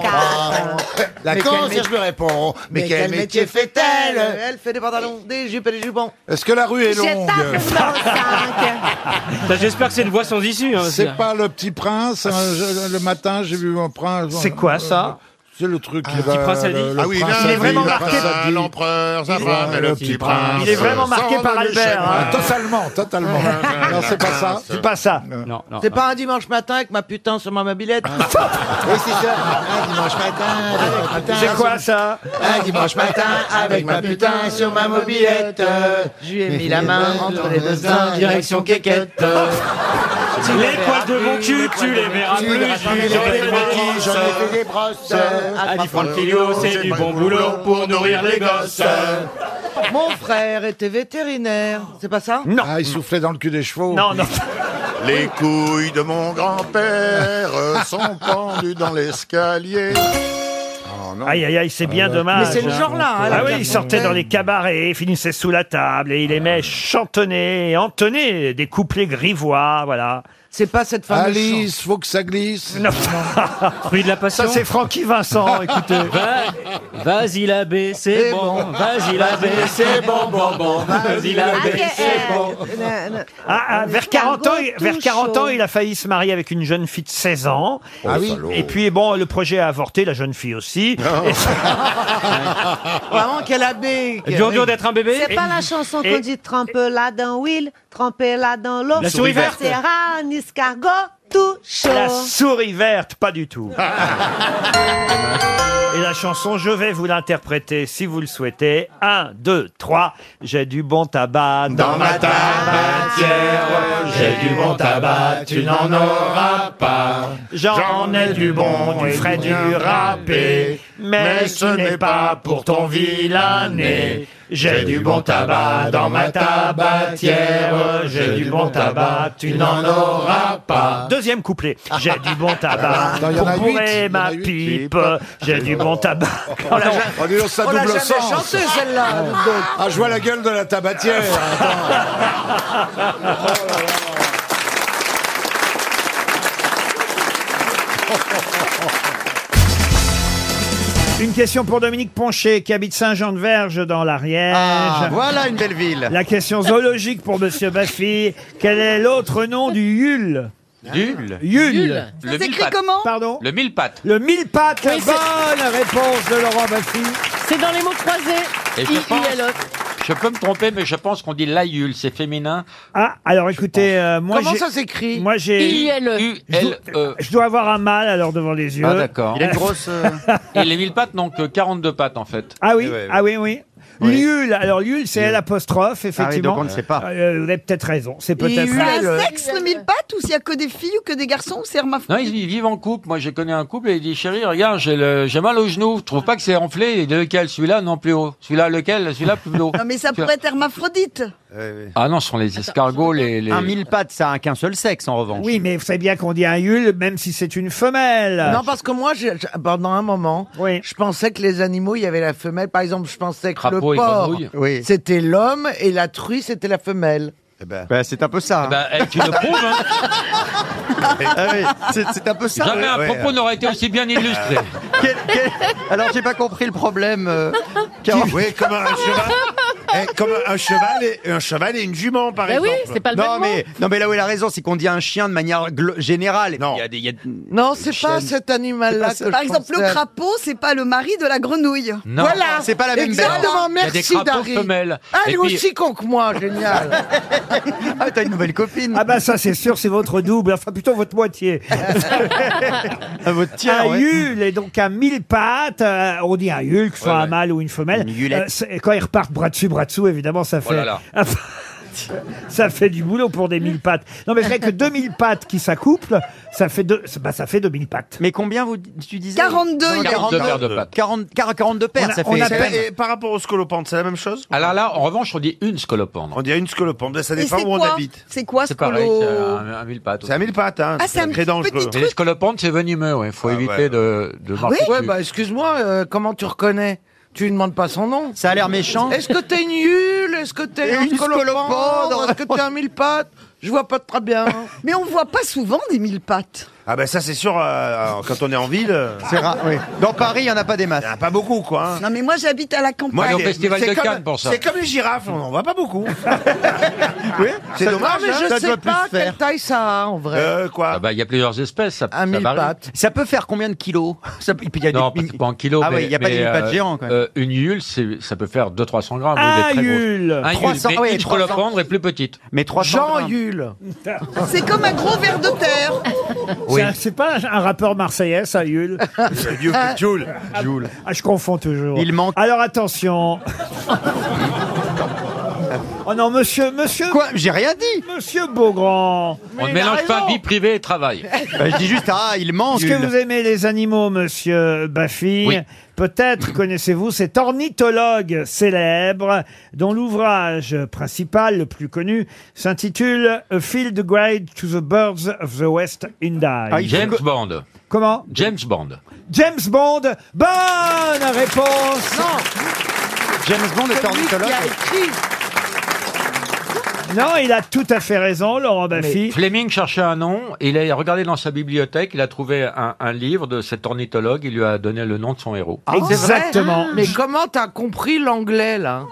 Speaker 12: La Mais quel concierge métier- me répond. Mais, quel métier fait-elle Elle fait des pantalons, des jupes et des jupons.
Speaker 2: Est-ce que la rue est longue
Speaker 6: Bah, J'espère que c'est une voie sans issue. hein,
Speaker 2: C'est
Speaker 6: parce que-
Speaker 2: pas le petit prince. hein, je- le matin, j'ai vu un prince. euh,
Speaker 1: C'est quoi, ça
Speaker 2: C'est le truc. qui
Speaker 20: petit
Speaker 2: va-
Speaker 20: prince Hadi.
Speaker 2: le- le
Speaker 20: Ah oui,
Speaker 2: prince
Speaker 20: il est
Speaker 2: Hadi,
Speaker 20: vraiment
Speaker 2: le
Speaker 20: marqué
Speaker 2: prince
Speaker 20: par
Speaker 2: Hadi.
Speaker 20: l'empereur, sa femme et le petit prince.
Speaker 1: Il est vraiment marqué
Speaker 2: Sans
Speaker 1: par
Speaker 2: le
Speaker 1: Albert.
Speaker 2: chagrin.
Speaker 1: hein.
Speaker 2: Totalement, totalement. non, c'est pas ça.
Speaker 1: C'est pas ça.
Speaker 6: Non, non.
Speaker 12: C'est pas un dimanche matin avec ma putain sur ma mobilette Ah. Oui, c'est ça. Un dimanche matin avec ma putain.
Speaker 1: C'est quoi ça
Speaker 12: Un dimanche matin avec ma putain sur ma mobilette. Je lui ai mis la main entre les deux seins, direction quéquette.
Speaker 6: Les poils de mon cul, tu les verras plus.
Speaker 12: J'en ai fait des brosses, j'en ai fait des brosses.
Speaker 6: Ali Franquillo, c'est du bon boulot pour nourrir les gosses.
Speaker 12: Mon frère était vétérinaire. C'est pas ça
Speaker 1: Non.
Speaker 2: Ah, il soufflait dans le cul des chevaux.
Speaker 1: Non, non.
Speaker 20: Les couilles de mon grand-père sont pendues dans l'escalier.
Speaker 2: Oh,
Speaker 1: Aïe, aïe, aïe, c'est bien
Speaker 2: Ah,
Speaker 20: là,
Speaker 1: dommage.
Speaker 20: Ah mais c'est le genre-là, hein, la
Speaker 1: ah oui,
Speaker 20: carte
Speaker 1: il sortait
Speaker 20: mondaine.
Speaker 1: dans les cabarets, il finissait sous la table et il aimait chantonner et entonner des couplets grivois, voilà.
Speaker 12: C'est pas cette
Speaker 1: fameuse
Speaker 2: Alice, faut que ça glisse.
Speaker 1: Non. Ah, Fruit de la passion. Ça, c'est Francky Vincent, écoutez.
Speaker 6: Va- Vas-y l'abbé, c'est bon. Vas-y l'abbé, c'est bon, bon, bon. Vas-y l'abbé, c'est bon.
Speaker 1: Ah, ah, vers, 40 ans, il- vers 40 ans, il a failli se marier avec une jeune fille de 16 ans.
Speaker 2: Oh, Ah oui. salaud.
Speaker 1: Et puis, bon, le projet a avorté, la jeune fille aussi.
Speaker 12: Vraiment, quel abbé
Speaker 6: Dur, dur d'être un bébé.
Speaker 3: C'est
Speaker 6: Et-
Speaker 3: pas la chanson
Speaker 6: et-
Speaker 3: qu'on dit trempe là dans Will, trempe là dans l'eau.
Speaker 1: La souris verte.
Speaker 3: C'est un escargot tout chaud.
Speaker 1: La souris verte, pas du tout. Et la chanson, je vais vous l'interpréter si vous le souhaitez. 1, 2, 3. J'ai du bon tabac dans ma tabatière. J'ai du bon tabac, tu n'en auras pas. J'en ai du bon, du frais, du râpé. Mais ce n'est pas pour ton vilain nez. J'ai du bon tabac dans ma tabatière. J'ai du bon tabac, tu n'en auras pas. Deuxième couplet. J'ai du bon tabac
Speaker 2: Non, il y en
Speaker 1: pour
Speaker 2: a huit. Il y
Speaker 1: bourrer
Speaker 2: en
Speaker 1: ma
Speaker 2: a huit.
Speaker 1: pipe. J'ai du bon tabac.
Speaker 2: On l'a jamais- Oh, dis donc, ça
Speaker 12: on l'a
Speaker 2: double
Speaker 12: jamais
Speaker 2: sens.
Speaker 12: chanté, celle-là.
Speaker 2: Ah, je vois la gueule de la tabatière.
Speaker 1: Une question pour Dominique Poncher qui habite Saint-Jean-de-Verge dans l'Ariège.
Speaker 12: Ah, voilà une belle ville.
Speaker 1: La question zoologique pour Monsieur Baffy. Quel est l'autre nom du Yule
Speaker 31: Yule.
Speaker 1: Yule. Yule.
Speaker 31: Le
Speaker 1: Ça s'écrit
Speaker 31: mille-pattes.
Speaker 1: comment Pardon
Speaker 31: Le mille pattes.
Speaker 1: Le mille pattes,
Speaker 31: Oui, c'est-
Speaker 1: bonne réponse de Laurent Baffy.
Speaker 6: C'est dans les mots croisés.
Speaker 13: Et je pense- Je peux me tromper, mais je pense qu'on dit l'aïeul, c'est féminin.
Speaker 1: Ah, alors écoutez, euh, moi
Speaker 13: Comment
Speaker 1: j'ai-
Speaker 13: ça s'écrit
Speaker 1: Moi j'ai.
Speaker 13: I-L-E.
Speaker 1: Je dois-
Speaker 16: E.
Speaker 1: Je dois avoir un mal alors devant les yeux.
Speaker 13: Ah, d'accord. Il a une grosse, euh,
Speaker 1: euh.
Speaker 13: Et les mille pattes
Speaker 16: euh,
Speaker 13: n'ont que 42 pattes, en fait.
Speaker 1: Ah oui, ah oui, oui. Liul, alors Liul, c'est l'apostrophe, effectivement.
Speaker 13: Ah donc on ne sait pas.
Speaker 1: Euh, vous avez peut-être raison, c'est peut-être.
Speaker 3: C'est un sexe, le mille pattes, ou s'il y a que des filles ou que des garçons, ou c'est hermaphrodite
Speaker 13: Non, ils, ils vivent en couple. Moi, j'ai connu un couple et il dit Chérie, regarde, j'ai le- j'ai mal au genou. Je trouve pas que c'est enflé. Et lequel Celui-là, non plus haut. Celui-là, lequel Celui-là, plus haut.
Speaker 3: Non, mais ça pourrait être hermaphrodite.
Speaker 17: Euh,
Speaker 13: Ah non, ce sont les escargots, les. les...
Speaker 6: Un mille pattes, ça a qu'un seul sexe en revanche.
Speaker 1: Oui, mais vous savez bien qu'on dit un Yule, même si c'est une femelle.
Speaker 12: Non, parce que moi, j'ai- j'ai- pendant un moment, je pensais que les animaux, il y avait la femelle. Par exemple, je pensais que
Speaker 13: Crapaud et
Speaker 12: le porc,
Speaker 13: grenouille.
Speaker 12: oui. c'était l'homme et la truie, c'était la femelle.
Speaker 6: Bah, c'est un peu ça.
Speaker 13: Bah, eh, tu le prouves, hein.
Speaker 3: Ah
Speaker 17: Ah
Speaker 6: C'est un peu ça.
Speaker 13: Jamais un
Speaker 6: Ouais,
Speaker 13: propos
Speaker 6: ouais.
Speaker 13: n'aurait été aussi bien illustré.
Speaker 6: Quel- quel- Alors, j'ai pas compris le problème. euh, car-
Speaker 17: Oui, comme un cheval. Eh, comme un cheval, et, un cheval et une jument, par
Speaker 6: Ben
Speaker 17: exemple.
Speaker 6: non, mais, Non, mais là où il a raison, c'est qu'on dit un chien de manière glo- générale. Non,
Speaker 17: Eh,
Speaker 12: Non, c'est pas cet animal-là que
Speaker 3: Par
Speaker 12: je
Speaker 3: exemple, le
Speaker 12: pensais.
Speaker 3: crapaud, c'est pas le mari de la grenouille.
Speaker 13: Non.
Speaker 12: Voilà,
Speaker 6: C'est pas la même
Speaker 12: Exactement,
Speaker 6: bête. Il y a des
Speaker 12: merci
Speaker 6: crapauds
Speaker 12: Dari.
Speaker 6: femelles.
Speaker 12: Ah,
Speaker 6: Et
Speaker 12: lui
Speaker 6: puis-
Speaker 12: aussi con que moi, génial.
Speaker 6: Ah, t'as une nouvelle copine.
Speaker 1: Ah bah ça c'est sûr, c'est votre double, enfin plutôt votre moitié.
Speaker 6: Ah, tiers,
Speaker 1: un
Speaker 6: ouais.
Speaker 1: Yule est donc à mille pattes, euh, on dit un Yule, que ce soit un mâle ou une femelle. Euh,
Speaker 6: Yulette.
Speaker 1: c'est- quand ils repartent bras dessus, bras dessous, évidemment ça fait...
Speaker 6: là là.
Speaker 1: Ça fait du boulot pour des mille pattes. Non, mais c'est vrai que 2000 pattes qui s'accouplent, ça fait deux, bah, ça fait 2000 pattes.
Speaker 6: Mais combien vous, tu disais
Speaker 3: 42,
Speaker 6: il y a
Speaker 13: 42 paires de
Speaker 17: Euh.
Speaker 13: pattes.
Speaker 6: 40, 42 paires, ça fait.
Speaker 17: Et par rapport aux scolopendres, c'est la même chose
Speaker 13: Alors là, en revanche, on dit une scolopendre.
Speaker 17: On dit une scolopendre, ça
Speaker 3: Et
Speaker 17: dépend
Speaker 3: c'est
Speaker 17: où on
Speaker 3: quoi
Speaker 17: habite.
Speaker 3: C'est quoi ce
Speaker 13: C'est pareil,
Speaker 3: colo
Speaker 13: c'est un, un mille pattes.
Speaker 17: C'est à mille pattes, hein.
Speaker 3: Ah, c'est un
Speaker 17: très
Speaker 3: petit
Speaker 17: dangereux. Ah,
Speaker 13: Mais les scolopendres, c'est venimeux, ouais. Faut éviter de, de marcher dessus.
Speaker 12: Ouais, bah excuse-moi, euh, comment tu reconnais tu lui demandes pas son nom.
Speaker 6: Ça a l'air méchant.
Speaker 12: Est-ce que t'es une hule Est-ce que t'es
Speaker 6: Et
Speaker 12: un
Speaker 6: une
Speaker 12: scolopendre
Speaker 6: scolopendre.
Speaker 12: Est-ce que t'es un mille pattes Je vois pas très bien.
Speaker 3: Mais on voit pas souvent des mille pattes.
Speaker 17: Ah ben ça c'est sûr, euh, quand on est en ville... euh,
Speaker 6: C'est rare, oui. Dans Paris, il n'y en a pas des masses.
Speaker 17: Ah, pas beaucoup, quoi.
Speaker 6: euh,
Speaker 17: hein.
Speaker 3: Non, mais moi, j'habite à la campagne.
Speaker 17: Moi, les- c'est comme- C'est
Speaker 6: C'est
Speaker 17: comme les girafes, on en voit pas beaucoup. c'est
Speaker 12: Ça-
Speaker 17: dommage,
Speaker 12: Ah, mais
Speaker 17: hein,
Speaker 12: je
Speaker 17: ça
Speaker 12: sais
Speaker 17: doit plus
Speaker 12: pas
Speaker 17: se
Speaker 12: quelle
Speaker 17: faire.
Speaker 12: taille ça a en vrai.
Speaker 17: Euh, quoi
Speaker 13: Ah bah, il y a plusieurs espèces, ça, ça varie.
Speaker 6: Ça peut faire combien de kilos ça, peut- et puis il y a
Speaker 13: Non,
Speaker 6: des-
Speaker 13: pas, pas en kilos.
Speaker 6: Ah
Speaker 13: mais-
Speaker 6: oui, il n'y a pas
Speaker 13: mais,
Speaker 6: des mille
Speaker 13: euh,
Speaker 6: pattes géants, quand même. Ah,
Speaker 13: euh, une yule, c'est- ça peut faire 200-300 grammes. oui,
Speaker 1: Un
Speaker 13: des très grosses.
Speaker 1: Yule.
Speaker 13: Un
Speaker 6: 300,
Speaker 13: yule, mais
Speaker 6: oui,
Speaker 13: une
Speaker 6: 300.
Speaker 13: scolopendre est plus petite.
Speaker 6: Mais 300
Speaker 12: Jean
Speaker 6: grammes.
Speaker 12: Yule.
Speaker 3: C'est comme un gros verre de terre.
Speaker 1: C'est un- C'est pas un rappeur marseillais, ça, Yule
Speaker 17: Jules.
Speaker 1: Ah, je confonds toujours. Il manque. Alors attention. oh non, monsieur, monsieur.
Speaker 6: Quoi J'ai rien dit.
Speaker 1: Monsieur Beaugrand.
Speaker 13: On ne mélange pas vie privée et travail.
Speaker 6: Bah, je dis juste, ah, il manque.
Speaker 1: Est-ce que vous aimez les animaux, monsieur Baffy
Speaker 13: Oui.
Speaker 1: Peut-être connaissez-vous cet ornithologue célèbre dont l'ouvrage principal, le plus connu, s'intitule A Field Guide to the Birds of the West Indies.
Speaker 13: Ah,
Speaker 6: Ah,
Speaker 13: James Bond.
Speaker 1: Comment
Speaker 13: James Bond.
Speaker 1: James Bond. Bonne réponse.
Speaker 6: James Bond est ornithologue.
Speaker 1: Non, il a tout à fait raison, Laurent Baffy.
Speaker 13: Fleming cherchait un nom, il a regardé dans sa bibliothèque, il a trouvé un, un livre de cet ornithologue, il lui a donné le nom de son héros.
Speaker 12: Ah,
Speaker 6: hein.
Speaker 12: c'est vrai
Speaker 1: Exactement.
Speaker 12: Mais comment t'as compris l'anglais là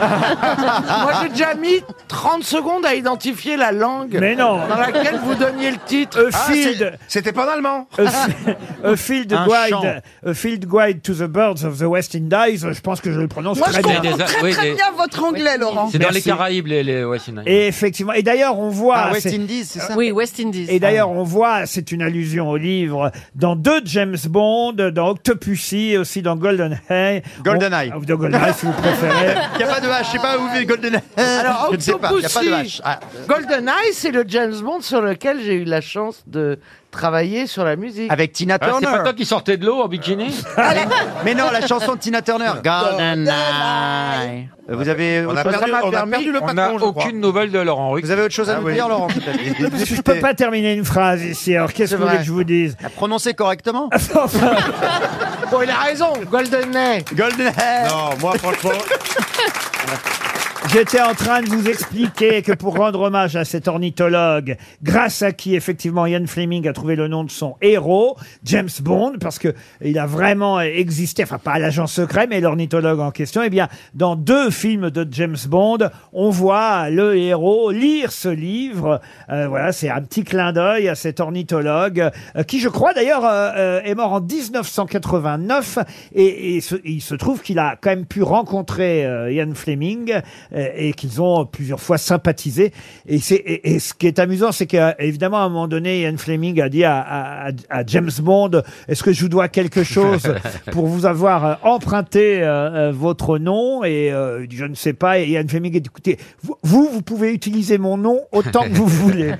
Speaker 12: Moi j'ai déjà mis 30 secondes à identifier la langue
Speaker 1: Mais non.
Speaker 12: dans laquelle vous donniez le titre. Ah,
Speaker 1: A field-
Speaker 17: C'était pas en allemand
Speaker 1: A fi- a field
Speaker 12: Un
Speaker 1: guide,
Speaker 12: chant.
Speaker 1: a field guide to the birds of the West Indies. Je pense que je le prononce
Speaker 3: Moi, je
Speaker 1: très bien.
Speaker 3: comprends très
Speaker 13: oui,
Speaker 3: très
Speaker 13: des-
Speaker 3: bien votre anglais, Laurent.
Speaker 13: C'est dans les
Speaker 1: Merci.
Speaker 13: Caraïbes, les, les West Indians.
Speaker 1: Et effectivement, et d'ailleurs on voit.
Speaker 6: Ah, West
Speaker 1: c'est-
Speaker 6: Indies, c'est ça Ah.
Speaker 32: Oui, West Indies.
Speaker 1: Et d'ailleurs, on voit, c'est une allusion au livre, dans deux James Bond, dans Octopussy et aussi dans GoldenEye.
Speaker 6: GoldenEye.
Speaker 1: On- Ah, Dans GoldenEye, si vous préférez.
Speaker 6: Il n'y a pas de H, je sais pas où est Ah, Golden
Speaker 17: Ah,
Speaker 12: Alors,
Speaker 6: je ne sais pas, il n'y a pas de
Speaker 12: Octopussy,
Speaker 6: H. Ah.
Speaker 12: GoldenEye, c'est le James Bond sur lequel j'ai eu la chance de travailler sur la musique.
Speaker 6: Avec Tina
Speaker 13: Ah, c'est
Speaker 6: Turner. Ah,
Speaker 13: pas toi qui sortais de l'eau en bikini
Speaker 6: Mais non, la chanson de Tina Turner. GoldenEye. Vous avez.
Speaker 17: On
Speaker 6: autre
Speaker 17: a
Speaker 6: chose à
Speaker 17: perdu-
Speaker 6: me
Speaker 17: on a
Speaker 6: permis
Speaker 17: perdu le
Speaker 13: On
Speaker 17: patron,
Speaker 13: n'a
Speaker 17: je crois.
Speaker 13: aucune nouvelle de Laurent Ruquier.
Speaker 6: Vous avez autre chose à
Speaker 17: Ah
Speaker 6: nous
Speaker 17: oui.
Speaker 6: dire, Laurent peut-être
Speaker 1: Parce que je peux pas terminer une phrase ici. Alors, qu'est-ce que vous voulez que je vous dise
Speaker 6: Prononcez correctement.
Speaker 12: Bon, il a raison, GoldenEye.
Speaker 6: Golden Hair.
Speaker 17: Non, moi franchement...
Speaker 6: J'étais en train de vous expliquer que pour rendre hommage à cet ornithologue, grâce à qui effectivement Ian Fleming a trouvé le nom de son héros, James Bond, parce que il a vraiment existé, enfin pas l'agent secret, mais l'ornithologue en question, eh bien dans deux films de James Bond, on voit le héros lire ce livre. Euh, voilà, c'est un petit clin d'œil à cet ornithologue euh, qui, je crois d'ailleurs, euh, euh, est mort en 1989 et, et se- il se trouve qu'il a quand même pu rencontrer euh, Ian Fleming euh, et qu'ils ont plusieurs fois sympathisé. Et, c'est- et- et ce qui est amusant, c'est qu'évidemment, à un moment donné, Ian Fleming a dit à, à- à- à James Bond, est-ce que je vous dois quelque chose pour vous avoir euh, emprunté euh, euh, votre nom Et euh, il dit, je ne sais pas. Et Ian Fleming a dit, écoutez, vous, vous vous pouvez utiliser mon nom autant que vous voulez.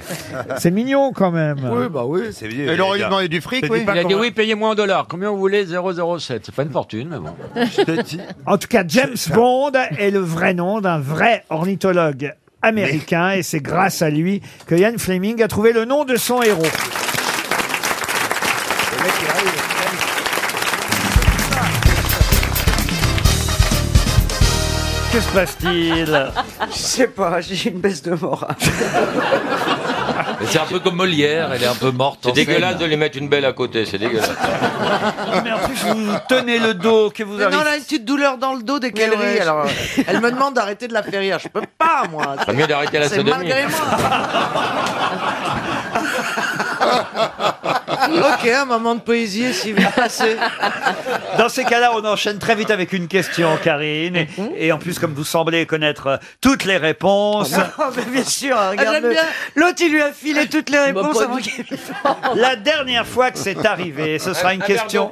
Speaker 6: C'est mignon quand même.
Speaker 13: bah oui.
Speaker 33: C'est
Speaker 13: bien, il a-
Speaker 6: Je dis pas
Speaker 13: Il a dit
Speaker 6: qu'on-
Speaker 13: oui, payez-moi en dollars. Combien vous voulez 007. C'est pas une fortune, mais bon.
Speaker 6: En tout cas, James Bond est le vrai nom d'un vrai ornithologue américain et c'est grâce à lui que Ian Fleming a trouvé le nom de son héros. Que se passe-t-il
Speaker 9: Je sais pas, j'ai une baisse de morale.
Speaker 13: Mais C'est un peu comme Molière, elle est un peu morte. Ah, C'est dégueulasse de lui mettre une belle à côté, c'est dégueulasse.
Speaker 16: Vous tenez le dos, que vous
Speaker 12: Mais non,
Speaker 16: arrivez.
Speaker 12: elle a une petite douleur dans le dos dès qu'elle
Speaker 16: ouais,
Speaker 12: rit.
Speaker 16: je-
Speaker 12: Alors, euh, elle me demande d'arrêter de la faire rire. Je peux pas, moi.
Speaker 13: Vaut mieux d'arrêter la
Speaker 12: C'est
Speaker 13: sodomie.
Speaker 12: malgré moi. ok, un moment de poésie, si vous passez.
Speaker 1: Dans ces cas-là, on enchaîne très vite avec une question, Karine. Et, et en plus, comme vous semblez connaître euh, toutes les réponses,
Speaker 9: Non, mais bien sûr, regarde.
Speaker 1: Ah, j'aime bien.
Speaker 9: L'autre, il lui a filé toutes les
Speaker 1: Bah,
Speaker 9: réponses
Speaker 1: pas
Speaker 9: avant
Speaker 1: du-
Speaker 9: qu'il
Speaker 1: la dernière fois que c'est arrivé, ce sera une question.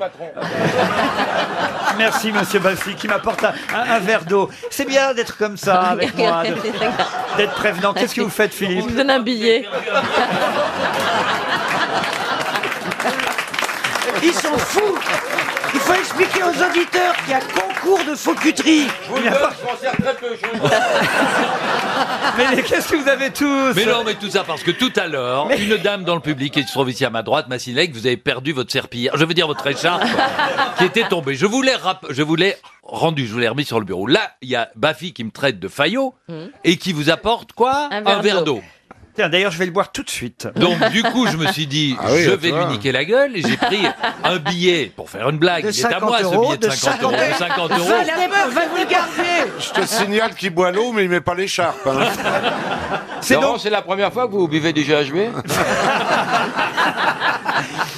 Speaker 1: Merci, monsieur Baffi, qui m'apporte un, un- un verre d'eau. C'est bien d'être comme ça avec moi, de- d'être prévenant. Qu'est-ce que vous faites, Philippe
Speaker 7: Je vous donne un billet.
Speaker 9: Ils sont fous Il faut expliquer aux auditeurs qu'il y a concours de faux cuterie.
Speaker 20: hein.
Speaker 13: je m'en sers très peu.
Speaker 1: Mais qu'est-ce que vous avez tous
Speaker 23: Mais non, mais tout ça parce que tout à l'heure, une dame dans le public qui se trouve ici à ma droite m'a signalé que vous avez perdu votre serpillière, je veux dire votre écharpe, qui était tombée. Je vous l'ai rapp- je vous l'ai rendu, je vous l'ai remis sur le bureau. Là, il y a Bafi qui me traite de faillot
Speaker 12: Mmh.
Speaker 23: et qui vous apporte quoi
Speaker 1: Un verre
Speaker 23: d'eau.
Speaker 1: Tiens, d'ailleurs, je vais le boire tout de suite.
Speaker 23: Donc du coup, je me suis dit,
Speaker 1: Ah oui,
Speaker 23: je
Speaker 1: à
Speaker 23: vais
Speaker 1: toi.
Speaker 23: lui niquer la gueule et j'ai pris un billet pour faire une blague.
Speaker 1: De
Speaker 23: Il est à moi
Speaker 1: 50 euros,
Speaker 23: ce billet de
Speaker 1: de
Speaker 23: 50 euros, 50 euros.
Speaker 9: vous le garder
Speaker 2: Je te signale qu'il boit l'eau, mais il met pas l'écharpe. hein.
Speaker 13: C'est donc... c'est la première fois que vous buvez du GHB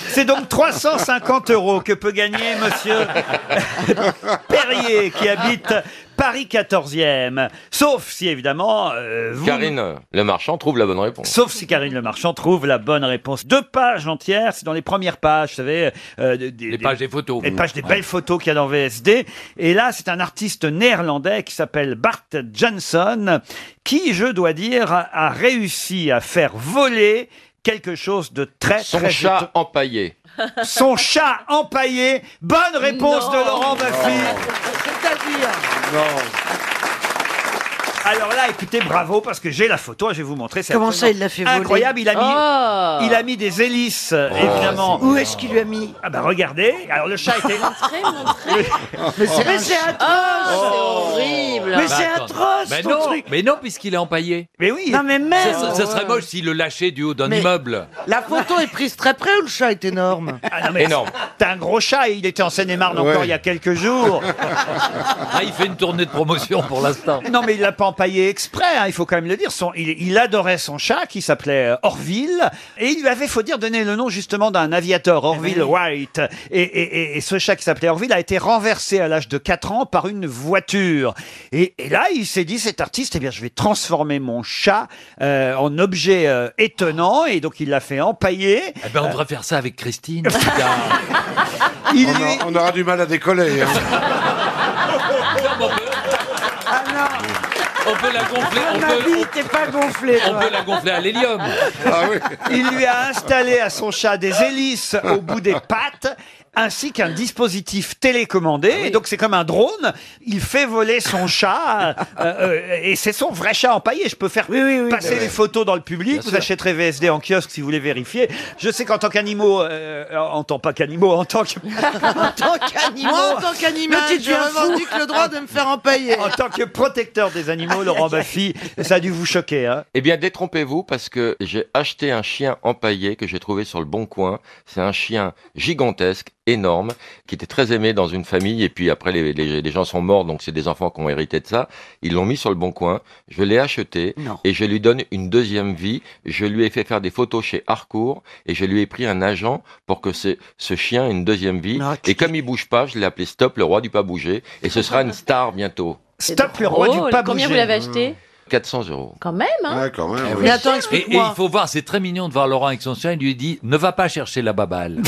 Speaker 1: C'est donc 350 euros que peut gagner monsieur Perrier qui habite Paris 14e. Sauf si évidemment euh, vous...
Speaker 13: Karine, euh, le marchand trouve la bonne réponse.
Speaker 1: Sauf si Karine Le Marchand trouve la bonne réponse. Deux pages entières, c'est dans les premières pages, vous savez. euh, des, des-
Speaker 23: pages des photos.
Speaker 1: Les pages des
Speaker 23: Ouais.
Speaker 1: belles photos qu'il y a dans VSD. Et là, c'est un artiste néerlandais qui s'appelle Bart Johnson, qui, je dois dire, a, a réussi à faire voler quelque chose de très,
Speaker 13: Son
Speaker 1: très
Speaker 13: chat
Speaker 1: étonnant.
Speaker 13: empaillé.
Speaker 1: Son chat empaillé. Bonne réponse de Laurent Baffy.
Speaker 9: C'est-à-dire
Speaker 1: Alors là, écoutez, bravo parce que j'ai la photo. hein, Je vais vous montrer. c'est
Speaker 9: Comment ça,
Speaker 1: absolument
Speaker 9: il l'a fait voler
Speaker 1: Incroyable. Il a mis,
Speaker 9: Oh.
Speaker 1: il a mis des hélices, évidemment.
Speaker 9: Où est-ce qu'il lui a mis
Speaker 1: Ah bah regardez. Alors le chat était. Mais
Speaker 9: c'est Mais un- c'est atroce.
Speaker 7: Oh, c'est horrible. Bah,
Speaker 9: Mais c'est atroce,
Speaker 23: Bah, mais
Speaker 9: ton
Speaker 23: non,
Speaker 9: truc.
Speaker 23: Mais non, puisqu'il est empaillé.
Speaker 1: Mais oui.
Speaker 9: Non, mais merde.
Speaker 23: Ça, ça serait moche s'il le lâchait du haut d'un
Speaker 12: Mais-
Speaker 23: immeuble.
Speaker 12: La photo est prise très près ou le chat est énorme
Speaker 1: Ah non, mais
Speaker 23: Énorme.
Speaker 1: T'as un gros chat et il était en Seine-et-Marne encore il y a quelques jours.
Speaker 23: Ah, il fait une tournée de promotion pour l'instant.
Speaker 1: Non, mais il l'a pas empaillé exprès, hein, il faut quand même le dire. Son- il, il adorait son chat qui s'appelait euh, Orville. Et il lui avait, faut dire, donné le nom justement d'un aviateur, Orville White. Et, et- et- et ce chat qui s'appelait Orville a été renversé à l'âge de 4 ans par une voiture. Et, et là, il s'est dit, cet artiste, eh bien, je vais transformer mon chat euh, en objet euh, étonnant. Et donc, il l'a fait empailler. Euh,
Speaker 23: Eh ben, on devrait faire ça avec Christine.
Speaker 1: Il
Speaker 2: on, a- on aura du mal à décoller. hein.
Speaker 23: On peut la
Speaker 1: Ah,
Speaker 23: gonfler. On
Speaker 9: Ma
Speaker 23: peut,
Speaker 9: vie, t'es pas gonflé,
Speaker 23: on
Speaker 9: toi.
Speaker 23: peut la gonfler à l'hélium.
Speaker 1: Ah
Speaker 6: Ah
Speaker 1: Il lui a installé à son chat des hélices au bout des pattes. ainsi qu'un dispositif télécommandé. Et donc c'est comme un drone. Il fait voler son chat euh, euh, et c'est son vrai chat empaillé. Je peux faire passer
Speaker 34: bah
Speaker 1: les
Speaker 34: ouais.
Speaker 1: photos dans le public. vous achèterez VSD en kiosque si vous voulez vérifier. Je sais qu'en tant qu'animaux, euh, en tant pas qu'animaux, en tant que
Speaker 7: en tant qu'animal,
Speaker 1: Moi, en tant
Speaker 7: qu'animal,
Speaker 1: je revendique
Speaker 7: le droit de me faire empailler.
Speaker 1: en tant que protecteur des animaux, Laurent Baffy, ça a dû vous choquer. Hein.
Speaker 13: Eh bien, détrompez-vous parce que j'ai acheté un chien empaillé que j'ai trouvé sur le Bon Coin. C'est un chien gigantesque, énorme, qui était très aimé dans une famille. Et puis après, les, les- les gens sont morts, donc c'est des enfants qui ont hérité de ça. Ils l'ont mis sur le Bon Coin. Je l'ai acheté et je lui donne une deuxième vie. Je lui ai fait faire des photos chez Harcourt et je lui ai pris un agent pour que ce, ce chien ait une deuxième vie. et comme il bouge pas, je l'ai appelé Stop, le roi du pas bouger. Et ce sera une star bientôt.
Speaker 1: Stop, le
Speaker 13: roi du pas
Speaker 2: Oh, Combien
Speaker 13: bouger.
Speaker 2: vous l'avez acheté
Speaker 13: 400 euros.
Speaker 2: Quand même, hein
Speaker 13: Eh oui.
Speaker 2: Mais attends,
Speaker 23: Et, et
Speaker 2: explique-moi.
Speaker 23: il faut voir, c'est très mignon de voir Laurent avec son chien. Il lui dit Ne va pas chercher la baballe.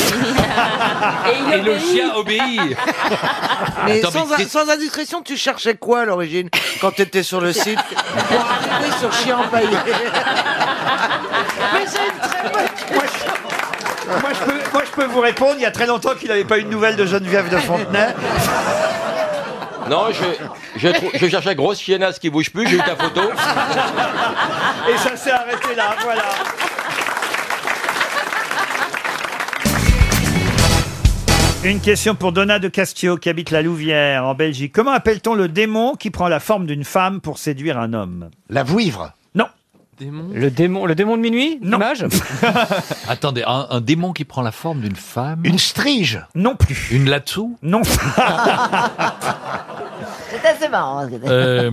Speaker 23: et le chien obéit.
Speaker 13: Ah,
Speaker 12: Mais
Speaker 23: Attends,
Speaker 12: sans,
Speaker 23: mais qu'est-
Speaker 12: sans indiscrétion, tu cherchais quoi à l'origine quand tu étais sur le site pour arriver sur Chien empaillé
Speaker 1: Mais c'est une très bonne question. Moi je, peux, moi, je peux vous répondre, il y a très longtemps qu'il n'avait pas eu de nouvelles de Geneviève de Fontenay.
Speaker 13: Non, je, je, trou- je cherchais grosse chiennasse qui bouge plus, j'ai eu ta photo.
Speaker 7: Hein
Speaker 1: Et ça s'est arrêté là, voilà. Une question pour Donna de Castio qui habite la Louvière en Belgique. Comment appelle-t-on le démon qui prend la forme d'une femme pour séduire un homme La vouivre Non.
Speaker 6: Le démon, le démon de minuit Non.
Speaker 23: Attendez, un, un démon qui prend la forme d'une femme
Speaker 6: Une
Speaker 23: strige
Speaker 1: Non plus.
Speaker 23: Une latsou
Speaker 1: Non.
Speaker 35: C'est assez marrant. ce que
Speaker 23: Euh.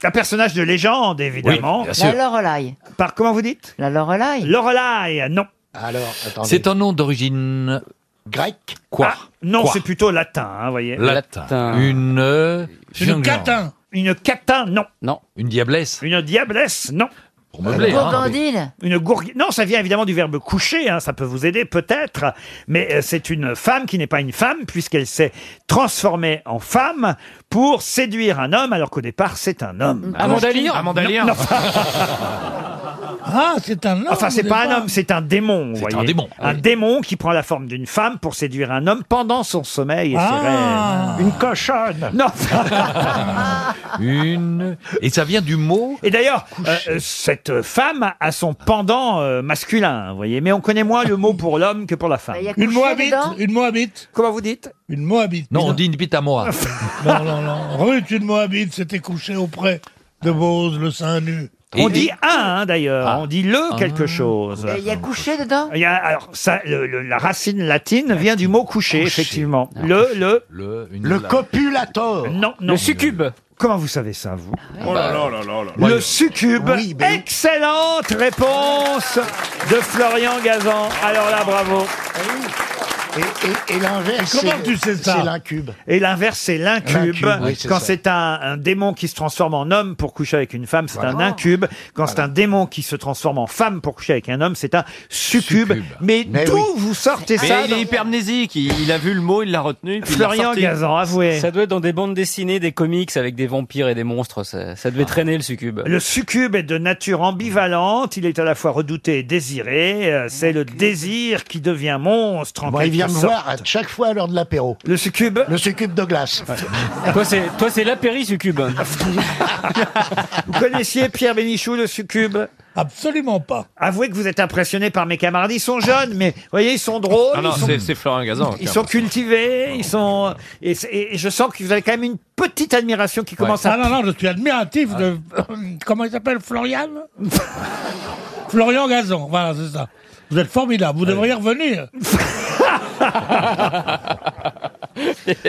Speaker 35: t'as-
Speaker 1: Un personnage de légende, évidemment.
Speaker 35: La Lorelai.
Speaker 1: Par comment vous dites
Speaker 35: La Lorelai.
Speaker 1: Lorelai, non.
Speaker 35: Alors,
Speaker 23: C'est un nom d'origine grecque. Quoi
Speaker 1: Ah, Non,
Speaker 23: Quoi
Speaker 1: c'est plutôt latin, hein, voyez.
Speaker 23: Latin. Une. euh,
Speaker 1: Une
Speaker 23: jungle.
Speaker 1: catin. Une catin, non.
Speaker 23: Non. Une diablesse.
Speaker 1: Une diablesse, non. Euh,
Speaker 23: Pour meubler. hein.
Speaker 1: Une gourgue. Non, ça vient évidemment du verbe coucher, hein, ça peut vous aider peut-être, mais euh, c'est une femme qui n'est pas une femme puisqu'elle s'est transformée en femme pour séduire un homme alors qu'au départ c'est un homme.
Speaker 6: Ah,
Speaker 36: Amandalire Amandalire.
Speaker 1: Non, non.
Speaker 36: Ah, c'est un homme.
Speaker 1: Enfin, c'est pas un homme, c'est un démon. C'est
Speaker 36: un démon,
Speaker 1: Un démon qui prend la forme d'une femme pour séduire un homme pendant son sommeil et
Speaker 36: Ah.
Speaker 1: ses rêves. Une cochonne. Non.
Speaker 23: Une. Et ça vient du mot.
Speaker 1: Et d'ailleurs, euh, cette femme a son pendant euh, masculin, vous voyez. Mais on connaît moins le mot pour l'homme que pour la femme.
Speaker 35: Bah, Il y a couché Une Moabite, dedans
Speaker 1: Une Moabite. Comment vous dites Une Moabite.
Speaker 23: Non, on dit une bite à moi.
Speaker 20: Non, non, non. Ruth, une Moabite, s'était couchée auprès de Bose, le sein nu.
Speaker 1: On dit un, hein, d'ailleurs.
Speaker 23: Ah.
Speaker 1: On dit le quelque chose.
Speaker 35: Il y a couché dedans
Speaker 1: Il y a- alors, ça, le- le- la racine latine vient du mot coucher, effectivement. Le, le.
Speaker 23: Ah. Le,
Speaker 1: copulator. Non, non.
Speaker 6: Le succube.
Speaker 1: Comment vous savez ça, vous
Speaker 23: Oh là là là
Speaker 1: Le succube. Excellente réponse de Florian Gazan. Alors là, bravo.
Speaker 20: Et, l'inverse. Comment tu sais ça C'est l'incube.
Speaker 1: Et l'inverse, c'est l'incube.
Speaker 20: L'incube, oui, c'est
Speaker 1: Quand
Speaker 20: ça.
Speaker 1: c'est un, un démon qui se transforme en homme pour coucher avec une femme, c'est un incube. Quand c'est un démon qui se transforme en femme pour coucher avec un homme, c'est un succube. Mais, d'où vous sortez
Speaker 17: Mais
Speaker 1: ça
Speaker 17: il est
Speaker 1: dans-
Speaker 17: hypermnésique, il, il a vu le mot, il l'a retenu. Puis il l'a
Speaker 1: Florian
Speaker 17: ressorti.
Speaker 1: Gazan, avouez.
Speaker 6: Ça doit être dans des bandes dessinées, des comics avec des vampires et des monstres. Ça, ça devait traîner le succube.
Speaker 1: Ah. Le succube est de nature ambivalente, il est à la fois redouté et désiré. Euh, C'est le désir qui devient monstre en
Speaker 13: Bon, il
Speaker 1: quelque
Speaker 13: vient me
Speaker 1: sorte.
Speaker 13: voir à chaque fois à l'heure de l'apéro.
Speaker 1: Le succube
Speaker 13: Le succube de glace.
Speaker 6: Toi, c'est, toi, c'est l'apéri succube.
Speaker 1: Vous connaissiez Pierre Bénichou, le succube Absolument pas. Avouez que vous êtes impressionné par mes camarades. Ils sont jeunes, mais vous voyez, ils sont drôles.
Speaker 17: Ah non,
Speaker 1: ils sont-
Speaker 17: c'est- c'est Florian Gazan,
Speaker 1: Ils
Speaker 17: tiens.
Speaker 1: sont cultivés, ils sont. Et, c'est- et je sens que vous avez quand même une petite admiration qui commence à.
Speaker 20: Ah non, non, je suis admiratif de. Euh, Comment il s'appelle Florian Florian Gazon, voilà, c'est ça. Vous êtes formidable, vous devriez revenir.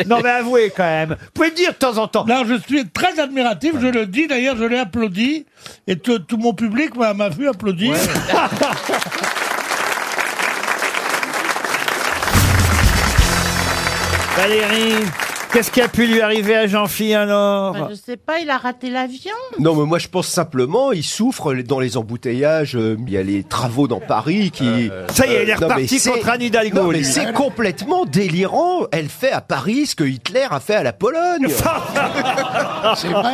Speaker 1: non, mais avouez quand même. Vous pouvez le dire de temps en temps.
Speaker 20: Non, je suis très admiratif, je le dis, d'ailleurs, je l'ai applaudi. Et tout tout mon public m'a m'a vu applaudir.
Speaker 1: Valérie Qu'est-ce qui a pu lui arriver à Jean-Phi alors
Speaker 14: Bah, je sais pas, il a raté l'avion.
Speaker 17: Non, mais moi je pense simplement, il souffre dans les embouteillages, euh, il y a les travaux dans Paris qui.
Speaker 1: Ça y est, il est
Speaker 17: Euh, non, mais
Speaker 1: reparti
Speaker 17: c'est-
Speaker 1: contre Anne Hidalgo.
Speaker 17: Non, mais
Speaker 1: lui.
Speaker 17: c'est complètement délirant. Elle fait à Paris ce que Hitler a fait à la Pologne.
Speaker 18: C'est vrai.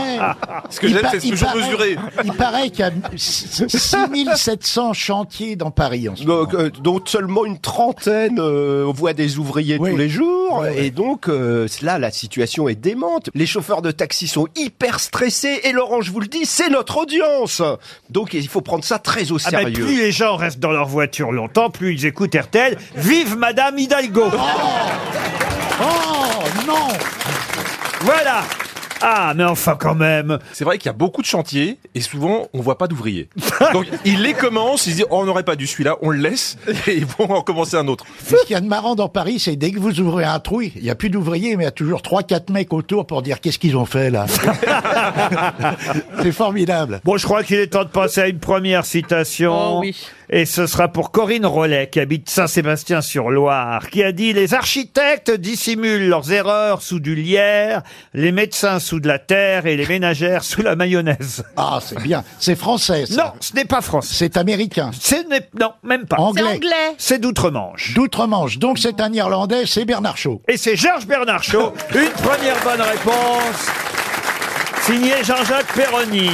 Speaker 17: Ce que
Speaker 18: Il
Speaker 17: j'aime,
Speaker 18: pa-
Speaker 17: c'est
Speaker 18: il
Speaker 17: toujours
Speaker 18: paraît-
Speaker 17: mesuré.
Speaker 18: Il paraît qu'il y a 6700 chantiers dans Paris en ce
Speaker 17: Donc, euh, dont seulement une trentaine, euh, on voit des ouvriers tous les jours. Et donc, euh, là, la situation est démente. Les chauffeurs de taxi sont hyper stressés. Et Laurent, je vous le dis, c'est notre audience. Donc, il faut prendre ça très au
Speaker 1: Ah ben,
Speaker 17: sérieux.
Speaker 1: plus les gens restent dans leur voiture longtemps, plus ils écoutent RTL. Vive Madame Hidalgo
Speaker 18: Oh non
Speaker 1: Voilà Ah, mais enfin quand même
Speaker 19: C'est vrai qu'il y a beaucoup de chantiers et souvent on voit pas d'ouvriers. Donc ils les commencent, ils se disent oh, on n'aurait pas dû celui-là, on le laisse et ils vont en commencer un autre.
Speaker 18: Mais ce qu'il y a de marrant dans Paris, c'est dès que vous ouvrez un trou, il n'y a plus d'ouvriers, mais il y a toujours 3-4 mecs autour pour dire qu'est-ce qu'ils ont fait là. c'est formidable.
Speaker 1: Bon, je crois qu'il est temps de passer à une première citation.
Speaker 18: Oh oui.
Speaker 1: Et ce sera pour Corinne Rollet, qui habite Saint-Sébastien-sur-Loire, qui a dit Les architectes dissimulent leurs erreurs sous du lierre, les médecins sous de la terre et les ménagères sous la mayonnaise.
Speaker 18: Ah, c'est bien. C'est français.
Speaker 1: Non, ce n'est pas français.
Speaker 18: C'est américain.
Speaker 1: non, même pas.
Speaker 18: Anglais.
Speaker 1: C'est anglais. C'est d'outre-Manche.
Speaker 18: D'outre-Manche. Donc c'est un Irlandais, c'est Bernard Shaw.
Speaker 1: Et c'est Georges Bernard Shaw. Une première bonne réponse. Signé Jean-Jacques Perroni.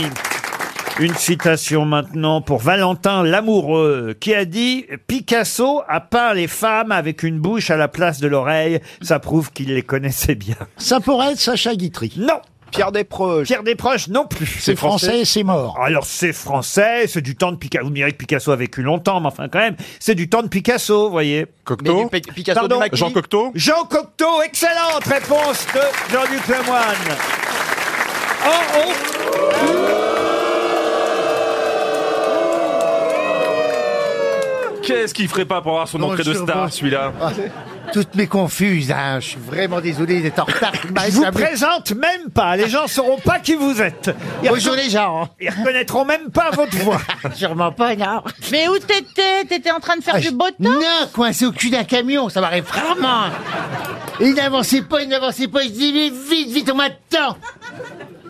Speaker 1: Une citation maintenant pour Valentin Lamoureux, qui a dit « Picasso a peint les femmes avec une bouche à la place de l'oreille. Ça prouve qu'il les connaissait bien. »
Speaker 18: Ça pourrait être Sacha Guitry.
Speaker 1: Non
Speaker 17: Pierre Desproges.
Speaker 1: Pierre Desproges non plus.
Speaker 18: C'est français, c'est mort.
Speaker 1: Alors c'est français, c'est du temps de Picasso. Vous me direz que Picasso a vécu longtemps, mais enfin quand même, c'est du temps de Picasso, vous voyez.
Speaker 19: Cocteau Mais du Pi- Picasso
Speaker 1: Pardon
Speaker 19: du Maquis Jean Cocteau
Speaker 1: Jean Cocteau, excellente réponse de Jean-Luc Lemoine. Oh, oh
Speaker 19: Qu'est-ce qu'il ferait pas pour avoir son entrée de star celui-là
Speaker 18: Toutes mes confuses, hein. je suis vraiment désolé d'être en retard.
Speaker 1: Je vous présente même pas. Les gens sauront pas qui vous êtes. Ils
Speaker 18: Bonjour,
Speaker 1: reconna-
Speaker 18: les gens.
Speaker 1: Ils reconnaîtront même pas votre voix.
Speaker 18: Sûrement pas, non.
Speaker 14: Mais où t'étais T'étais en train de faire du beau temps
Speaker 18: Non, coincé au cul d'un camion, ça m'arrive
Speaker 20: Ah.
Speaker 18: rarement. Il n'avançait pas, il n'avançait pas, je dis mais vite, vite, on m'attend.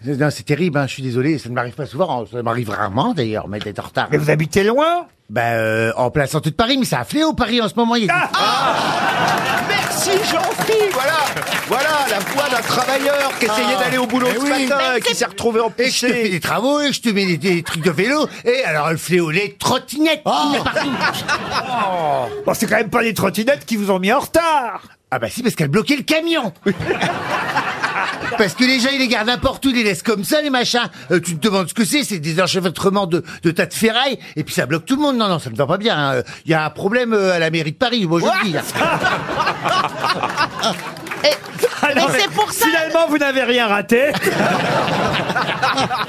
Speaker 18: Non, c'est terrible, hein, je suis désolé, ça ne m'arrive pas souvent, hein, ça m'arrive rarement d'ailleurs, mais d'être en retard. Mais
Speaker 1: vous habitez loin
Speaker 18: Ben, euh, en plein centre de Paris, mais c'est un fléau Paris en ce moment. Il y
Speaker 17: Ah
Speaker 18: a des-
Speaker 17: Merci Jean-Philippe Voilà Voilà la voix d'un travailleur qui essayait
Speaker 19: Ah.
Speaker 17: d'aller au boulot
Speaker 18: Ah,
Speaker 19: Eh
Speaker 18: Mais
Speaker 17: ce
Speaker 18: oui.
Speaker 17: matin et qui s'est retrouvé
Speaker 18: Et je te fais des travaux, et je te mets des, des trucs de vélo, et alors le fléau, les trottinettes,
Speaker 17: Ah.
Speaker 18: il y a partout.
Speaker 1: Bon, Oh, c'est quand même pas les trottinettes qui vous ont mis en retard.
Speaker 18: Ah bah si, parce qu'elle bloquait le camion. parce que les gens, ils les gardent n'importe où, ils les laissent comme ça, les machins. Euh, tu te demandes ce que c'est, c'est des enchevêtrements de, de tas de ferraille, et puis ça bloque tout le monde. Non, non, ça ne va pas bien. hein. Il y a un problème euh, à la mairie de Paris, moi je le dis.
Speaker 7: Eh,
Speaker 1: Alors, Finalement, vous n'avez rien raté.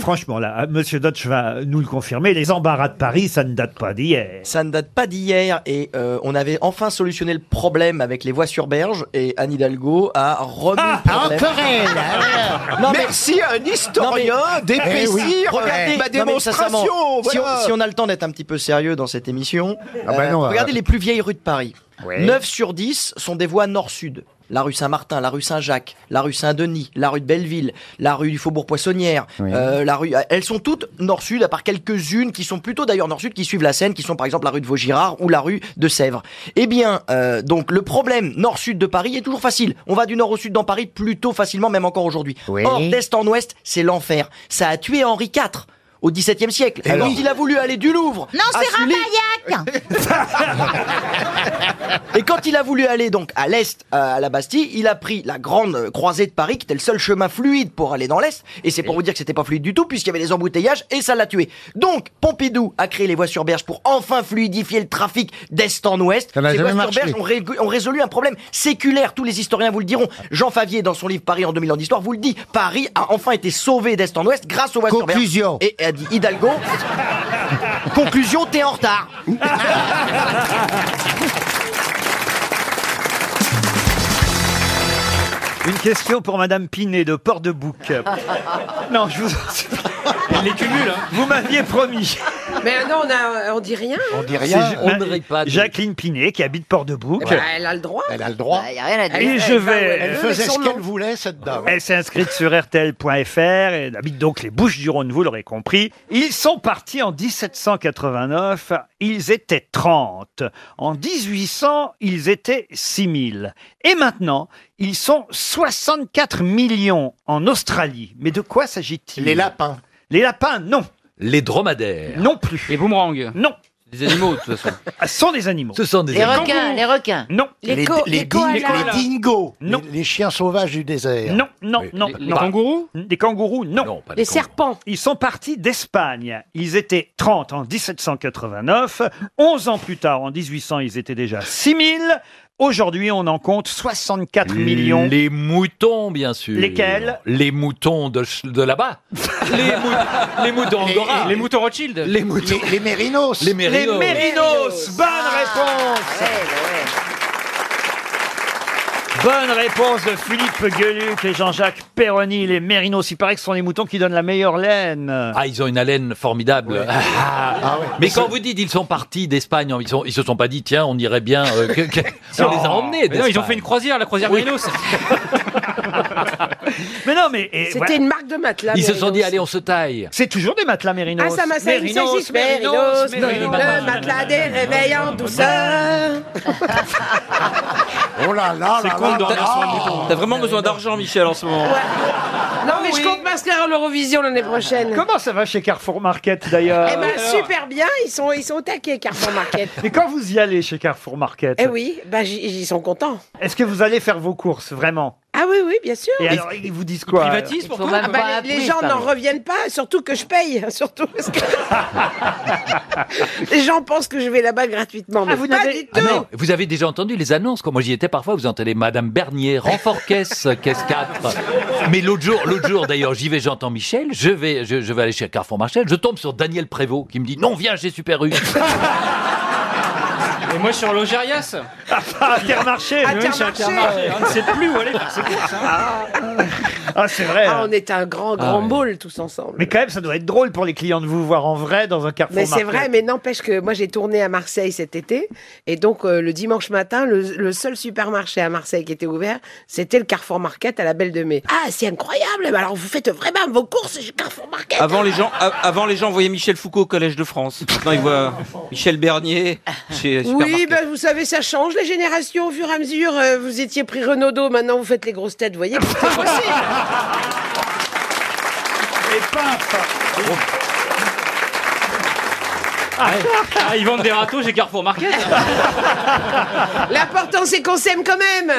Speaker 1: Franchement, là, euh, Monsieur Dodge va nous le confirmer. Les embarras de Paris, ça ne date pas d'hier.
Speaker 37: Ça ne date pas d'hier et euh, on avait enfin solutionné le problème avec les voies sur berge et Anne Hidalgo a remis
Speaker 17: Ah,
Speaker 37: le problème.
Speaker 18: encore elle,
Speaker 37: Non, mais-
Speaker 17: Merci à un historien
Speaker 37: Non, mais-
Speaker 17: d'épaissir
Speaker 37: Eh oui.
Speaker 17: euh,
Speaker 37: Regardez,
Speaker 17: ma
Speaker 37: non, mais
Speaker 17: démonstration
Speaker 37: sincèrement, si,
Speaker 17: voilà.
Speaker 37: on, si on a le temps d'être un petit peu sérieux dans cette émission,
Speaker 17: Ah bah non,
Speaker 37: regardez
Speaker 17: euh,
Speaker 37: les plus vieilles rues de Paris.
Speaker 17: Ouais.
Speaker 37: 9 sur 10 sont des voies nord-sud. La rue Saint-Martin, la rue Saint-Jacques, la rue Saint-Denis, la rue de Belleville, la rue du Faubourg-Poissonnière,
Speaker 30: Oui.
Speaker 37: euh, la rue. Elles sont toutes nord-sud, à part quelques-unes qui sont plutôt d'ailleurs nord-sud, qui suivent la Seine, qui sont par exemple la rue de Vaugirard ou la rue de Sèvres. Eh bien, euh, donc le problème nord-sud de Paris est toujours facile. On va du nord au sud dans Paris plutôt facilement, même encore aujourd'hui. Or, d'est en ouest, c'est l'enfer. Ça a tué Henri IV au XVIIe siècle.
Speaker 14: Eh
Speaker 37: alors
Speaker 14: oui.
Speaker 37: il a voulu aller du Louvre.
Speaker 14: Non,
Speaker 37: à
Speaker 14: c'est
Speaker 37: Sully.
Speaker 14: Ravaillac
Speaker 37: Et quand il a voulu aller donc à l'est, euh, à la Bastille, il a pris la grande euh, croisée de Paris, qui était le seul chemin fluide pour aller dans l'est. Et c'est pour vous dire que c'était pas fluide du tout, puisqu'il y avait des embouteillages et ça l'a tué. Donc Pompidou a créé les voies sur berge pour enfin fluidifier le trafic d'est en ouest.
Speaker 18: Ça n'a
Speaker 37: Ces voies
Speaker 18: jamais
Speaker 37: sur
Speaker 18: marché.
Speaker 37: berge ont, ré- ont résolu un problème séculaire. Tous les historiens vous le diront. Jean Favier, dans son livre Paris en 2000 ans d'histoire, vous le dit. Paris a enfin été sauvé d'est en ouest grâce aux voies sur berge.
Speaker 18: Conclusion.
Speaker 37: Et a dit Hidalgo. Conclusion, t'es en retard.
Speaker 1: Une question pour Madame Pinet de Port de Bouc. non, je vous.
Speaker 6: Elle les cumule. Hein.
Speaker 1: Vous m'aviez promis.
Speaker 3: Mais non, on, a, on dit rien.
Speaker 1: On
Speaker 3: hein.
Speaker 1: C'est Ju- Ma- Jacqueline Pinet qui habite Port-de-Bouc.
Speaker 3: Eh ben, elle a le droit. Elle a le droit.
Speaker 7: Il n'y a rien à dire.
Speaker 1: Et je vais.
Speaker 3: voulait, cette dame.
Speaker 1: Elle s'est inscrite sur RTL.fr. Elle habite donc les Bouches du Rhône, vous l'aurez compris. Ils sont partis en 1789. Ils étaient 30. En 1800, ils étaient 6000. Et maintenant, ils sont 64 millions en Australie. Mais de quoi s'agit-il Les lapins. Les lapins, non.
Speaker 23: Les dromadaires.
Speaker 1: Non plus.
Speaker 6: Les boomerangs.
Speaker 1: Non.
Speaker 23: Des animaux, de toute façon.
Speaker 1: Ah, Ce sont des animaux.
Speaker 23: Ce sont des
Speaker 7: Les requins, les requins.
Speaker 1: Non.
Speaker 7: Les co- les koalas.
Speaker 4: les dingos.
Speaker 1: Non.
Speaker 4: Les, les chiens sauvages du désert.
Speaker 1: Non, non, non.
Speaker 4: les-
Speaker 1: non.
Speaker 4: les
Speaker 1: kangourous Des kangourous, non. les serpents Ils sont partis d'Espagne. Ils étaient 30 en 1789. 11 ans plus tard, en 1800, ils étaient déjà 6000. Aujourd'hui, on en compte 64 millions.
Speaker 23: Les moutons, bien sûr.
Speaker 1: Lesquels
Speaker 23: Les moutons de, ch- de là-bas. les, mou- les moutons Angora.
Speaker 6: Les moutons Rothschild.
Speaker 23: Les moutons. Les, mérinos. Les mérinos.
Speaker 1: Les mérinos. Bonne
Speaker 7: Ah,
Speaker 1: réponse. Bonne réponse de Philippe Gueluc et Jean-Jacques Perroni. Les mérinos, il paraît que ce sont les moutons qui donnent la meilleure laine.
Speaker 23: Ah, ils ont une haleine formidable. Ah. Mais quand vous dites ils sont partis d'Espagne, ils, sont, ils se sont pas dit tiens on irait bien. euh, que- que- on
Speaker 20: Oh.
Speaker 23: les a emmenés.
Speaker 6: Mais non, ils ont
Speaker 23: d'Espagne.
Speaker 6: fait une croisière, la croisière
Speaker 23: Oui.
Speaker 6: Mérinos.
Speaker 1: Mais non, mais. et
Speaker 3: C'était
Speaker 1: voilà.
Speaker 3: une marque de matelas.
Speaker 23: Ils se
Speaker 3: Mérinos.
Speaker 23: sont dit allez on se taille.
Speaker 1: C'est toujours des matelas mérinos.
Speaker 3: Ah, ça m'a ça
Speaker 1: Mérinos,
Speaker 3: saisi,
Speaker 1: mérinos,
Speaker 3: Mérinos, Euh,
Speaker 1: mérinos.
Speaker 3: le matelas des réveils en douceur.
Speaker 4: Oh là là
Speaker 20: C'est
Speaker 4: là
Speaker 20: con
Speaker 4: là
Speaker 20: de dormir
Speaker 4: là.
Speaker 20: sur un Euh, mouton. T'as vraiment besoin d'argent, Michel, en ce moment.
Speaker 3: Non, mais je compte m'inscrire à l'Eurovision l'année prochaine.
Speaker 1: Comment ça va chez Carrefour Market d'ailleurs
Speaker 3: Eh ben, super bien, ils sont, ils sont au taquet, Carrefour Market.
Speaker 1: Et quand vous y allez chez Carrefour Market
Speaker 3: eh oui, bah, j'y- ils sont contents.
Speaker 1: Est-ce que vous allez faire vos courses vraiment
Speaker 3: Ah oui, oui, bien sûr.
Speaker 1: Et alors ils vous disent quoi
Speaker 3: privatisent
Speaker 1: alors
Speaker 3: Ah bah, les- les, gens n'en reviennent pas, surtout que je paye. hein, Surtout parce que les gens pensent que je vais là-bas gratuitement. Mais
Speaker 1: vous
Speaker 3: pas
Speaker 1: n'avez-
Speaker 3: du tout.
Speaker 23: Ah non, vous avez déjà entendu les annonces. Quand moi j'y étais parfois, vous entendez Madame Bernier, renfort caisse, caisse 4. Mais l'autre jour, l'autre jour d'ailleurs, j'y vais, j'entends Michel, je vais, je, je vais aller chez Carrefour Marchel, je tombe sur Daniel Prévost qui me dit non, viens chez Super U.
Speaker 6: Et moi, je suis en Logérias.
Speaker 20: Ah,
Speaker 1: Intermarché.
Speaker 3: Ah,
Speaker 6: Oui, je suis à
Speaker 3: Intermarché.
Speaker 6: Intermarché. On ne sait plus où aller faire ses courses. hein.
Speaker 1: Ah c'est vrai.
Speaker 3: Ah, on est un grand, grand
Speaker 1: Ah ouais.
Speaker 3: bowl tous ensemble.
Speaker 1: Mais quand même ça doit être drôle pour les clients de vous voir en vrai dans un Carrefour
Speaker 3: Mais c'est
Speaker 1: Market.
Speaker 3: vrai, mais n'empêche que moi j'ai tourné à Marseille cet été, et donc euh, le dimanche matin, le, le seul supermarché à Marseille qui était ouvert, c'était le Carrefour Market à la Belle de Mai. Ah, c'est incroyable Eh ben Alors vous faites vraiment vos courses chez Carrefour Market
Speaker 20: Avant les gens, a- avant les gens voyaient Michel Foucault au Collège de France. Maintenant ils voient Michel Bernier chez
Speaker 3: Oui,
Speaker 20: Supermarché.
Speaker 3: ben, vous savez, ça change les générations au fur et à mesure. Euh, vous étiez pris Renaudot, maintenant vous faites les grosses têtes, vous voyez C'est possible
Speaker 1: Et paf
Speaker 6: Ah, ah, ils vendent des râteaux chez Carrefour Market.
Speaker 3: L'important c'est qu'on s'aime quand même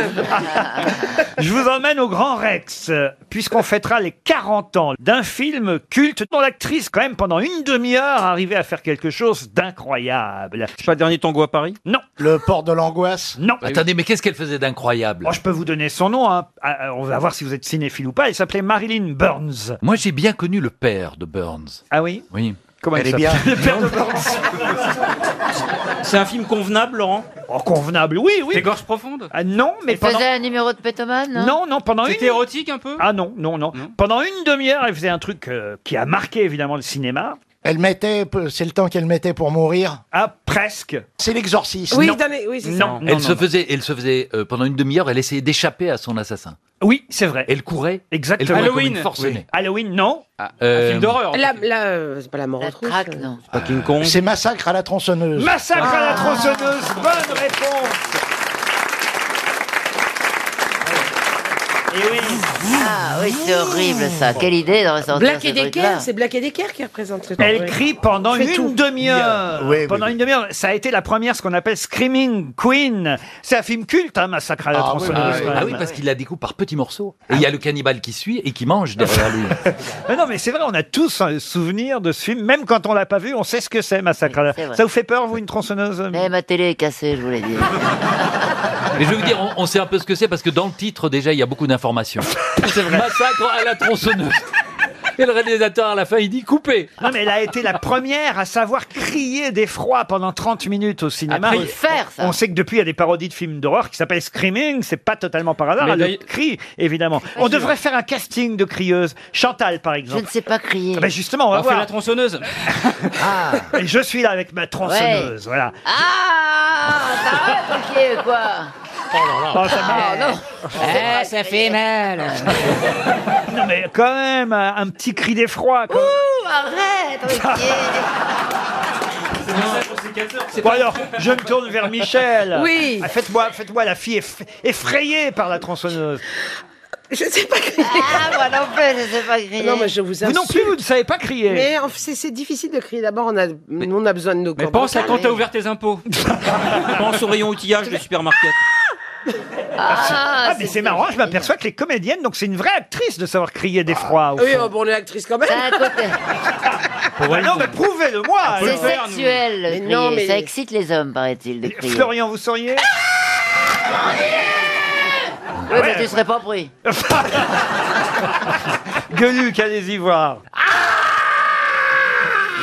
Speaker 1: Je vous emmène au Grand Rex, euh, puisqu'on fêtera les 40 ans d'un film culte dont l'actrice, quand même, pendant une demi-heure, arrivait à faire quelque chose d'incroyable. Je pas dernier tango à Paris Non.
Speaker 4: Le port de l'angoisse
Speaker 1: Non.
Speaker 23: Bah Attendez, mais qu'est-ce qu'elle faisait d'incroyable
Speaker 1: Moi, je peux vous donner son nom. hein. Ah, ah, On va voir si vous êtes cinéphile ou pas. Elle s'appelait Marilyn Burns.
Speaker 23: Moi j'ai bien connu le père de Burns.
Speaker 1: Ah oui
Speaker 23: Oui.
Speaker 1: Comment
Speaker 23: Elle
Speaker 1: il
Speaker 23: est bien.
Speaker 1: s'appelle Le père de Burns.
Speaker 20: C'est un film convenable, Laurent
Speaker 1: Oh, convenable, oui, oui.
Speaker 6: Des gorges profondes.
Speaker 1: Ah, non, mais
Speaker 7: Elle
Speaker 1: pendant...
Speaker 7: faisait un numéro de pétomane, non
Speaker 1: Non, non, pendant une...
Speaker 6: C'était érotique un peu
Speaker 1: Ah non, non, non. Pendant une demi-heure, elle faisait un truc euh, qui a marqué, évidemment, le cinéma.
Speaker 4: Elle mettait, c'est le temps qu'elle mettait pour mourir.
Speaker 1: Ah, presque.
Speaker 4: C'est l'exorcisme.
Speaker 3: Oui,
Speaker 4: Non.
Speaker 3: non, mais- oui c'est ça.
Speaker 1: Non, non,
Speaker 23: elle,
Speaker 1: non,
Speaker 23: se
Speaker 1: non.
Speaker 23: Faisait, elle se faisait, euh, pendant une demi-heure, elle essayait d'échapper à son assassin.
Speaker 1: Oui, c'est vrai.
Speaker 23: Elle courait.
Speaker 1: Exactement.
Speaker 23: Elle courait comme une
Speaker 1: Oui.
Speaker 23: forcenée.
Speaker 1: Halloween, non.
Speaker 23: Euh,
Speaker 3: Là, là, euh, Ah. c'est pas la mort aux trousses. non.
Speaker 20: Pas King Kong.
Speaker 4: C'est massacre à la tronçonneuse. Ah.
Speaker 1: Massacre à la tronçonneuse. Bonne réponse. Et oui.
Speaker 7: Ah oui, c'est horrible ça. Quelle idée de ressortir
Speaker 3: Black
Speaker 7: ce
Speaker 3: et Decker,
Speaker 7: truc-là.
Speaker 3: c'est Black et Decker qui représente ce
Speaker 1: Elle
Speaker 3: truc.
Speaker 1: crie pendant
Speaker 3: Fait tout.
Speaker 1: une demi-heure.
Speaker 4: Oui, oui,
Speaker 1: pendant une demi-heure, ça a été la première, ce qu'on appelle Screaming Queen. C'est un film culte, hein, Massacre à la
Speaker 4: Ah oui,
Speaker 1: tronçonneuse.
Speaker 23: Ah,
Speaker 1: quand même.
Speaker 23: oui, parce qu'il la découpe par petits morceaux. Et il y a le cannibale qui suit et qui mange derrière lui.
Speaker 1: Mais non, mais c'est vrai, on a tous un souvenir de ce film, même quand on l'a pas vu, on sait ce que c'est, Massacre. à la-
Speaker 7: c'est vrai.
Speaker 1: Ça vous fait peur, vous, une tronçonneuse
Speaker 7: Mais Eh, ma télé est cassée, je vous l'ai dit.
Speaker 23: Mais je vais vous dire, on, on sait un peu ce que c'est parce que dans le titre, déjà, il y a beaucoup d'informations. Massacre à la tronçonneuse. Et le réalisateur, à la fin, il dit coupez.
Speaker 1: Non, mais elle a été la première à savoir crier d'effroi pendant 30 minutes au cinéma.
Speaker 7: Ah, faut le faire, ça.
Speaker 1: On sait que depuis, il y a des parodies de films d'horreur qui s'appellent Screaming. C'est pas totalement par hasard.
Speaker 7: Mais
Speaker 1: Le
Speaker 7: d'ailleurs-
Speaker 1: cri, évidemment. On devrait faire un casting de crieuses. Chantal, par
Speaker 7: Ah,
Speaker 1: exemple.
Speaker 7: Je ne sais pas crier.
Speaker 1: Ah
Speaker 6: bah,
Speaker 1: ben justement, on va
Speaker 7: On fait
Speaker 1: voir.
Speaker 7: la
Speaker 1: tronçonneuse. Et je suis là avec ma tronçonneuse, voilà.
Speaker 7: Ah, t'arrêtes, ok, quoi
Speaker 1: Oh, ça m'a-
Speaker 7: Ah, ça fait mal
Speaker 1: Non mais quand même, un un petit cri d'effroi. quand-
Speaker 7: Ouh, arrête, ok
Speaker 1: Bon alors, je me tourne vers Michel.
Speaker 7: Oui.
Speaker 1: Ah, faites-moi, faites-moi la fille eff- effrayée par la tronçonneuse.
Speaker 38: Je sais pas crier.
Speaker 7: Ah, moi non plus, je sais pas crier.
Speaker 38: Non, mais je vous
Speaker 1: Vous non plus, vous ne savez pas crier.
Speaker 38: Mais en- c'est c'est difficile de crier. D'abord, on a, nous, on a besoin de nos
Speaker 6: Mais pense à quand t'as ouvert tes impôts. pense au rayon outillage de supermarché.
Speaker 1: Ah, mais c'est marrant, je m'aperçois que les comédiennes, donc c'est une vraie actrice de savoir crier d'effroi. Ah, au
Speaker 38: Oui,
Speaker 1: fond.
Speaker 38: oh, bon, on est actrice quand même.
Speaker 1: Ah non, mais
Speaker 20: Ah,
Speaker 1: prouvez-le-moi.
Speaker 7: C'est
Speaker 1: alors.
Speaker 7: sexuel,
Speaker 38: Mais
Speaker 7: de crier.
Speaker 38: non, mais-
Speaker 7: Ça excite les hommes, paraît-il, de crier.
Speaker 1: Florian, vous sauriez
Speaker 7: Ah, Oui,
Speaker 1: Ouais.
Speaker 7: mais tu serais pas pris.
Speaker 1: Gueuluc, allez-y voir.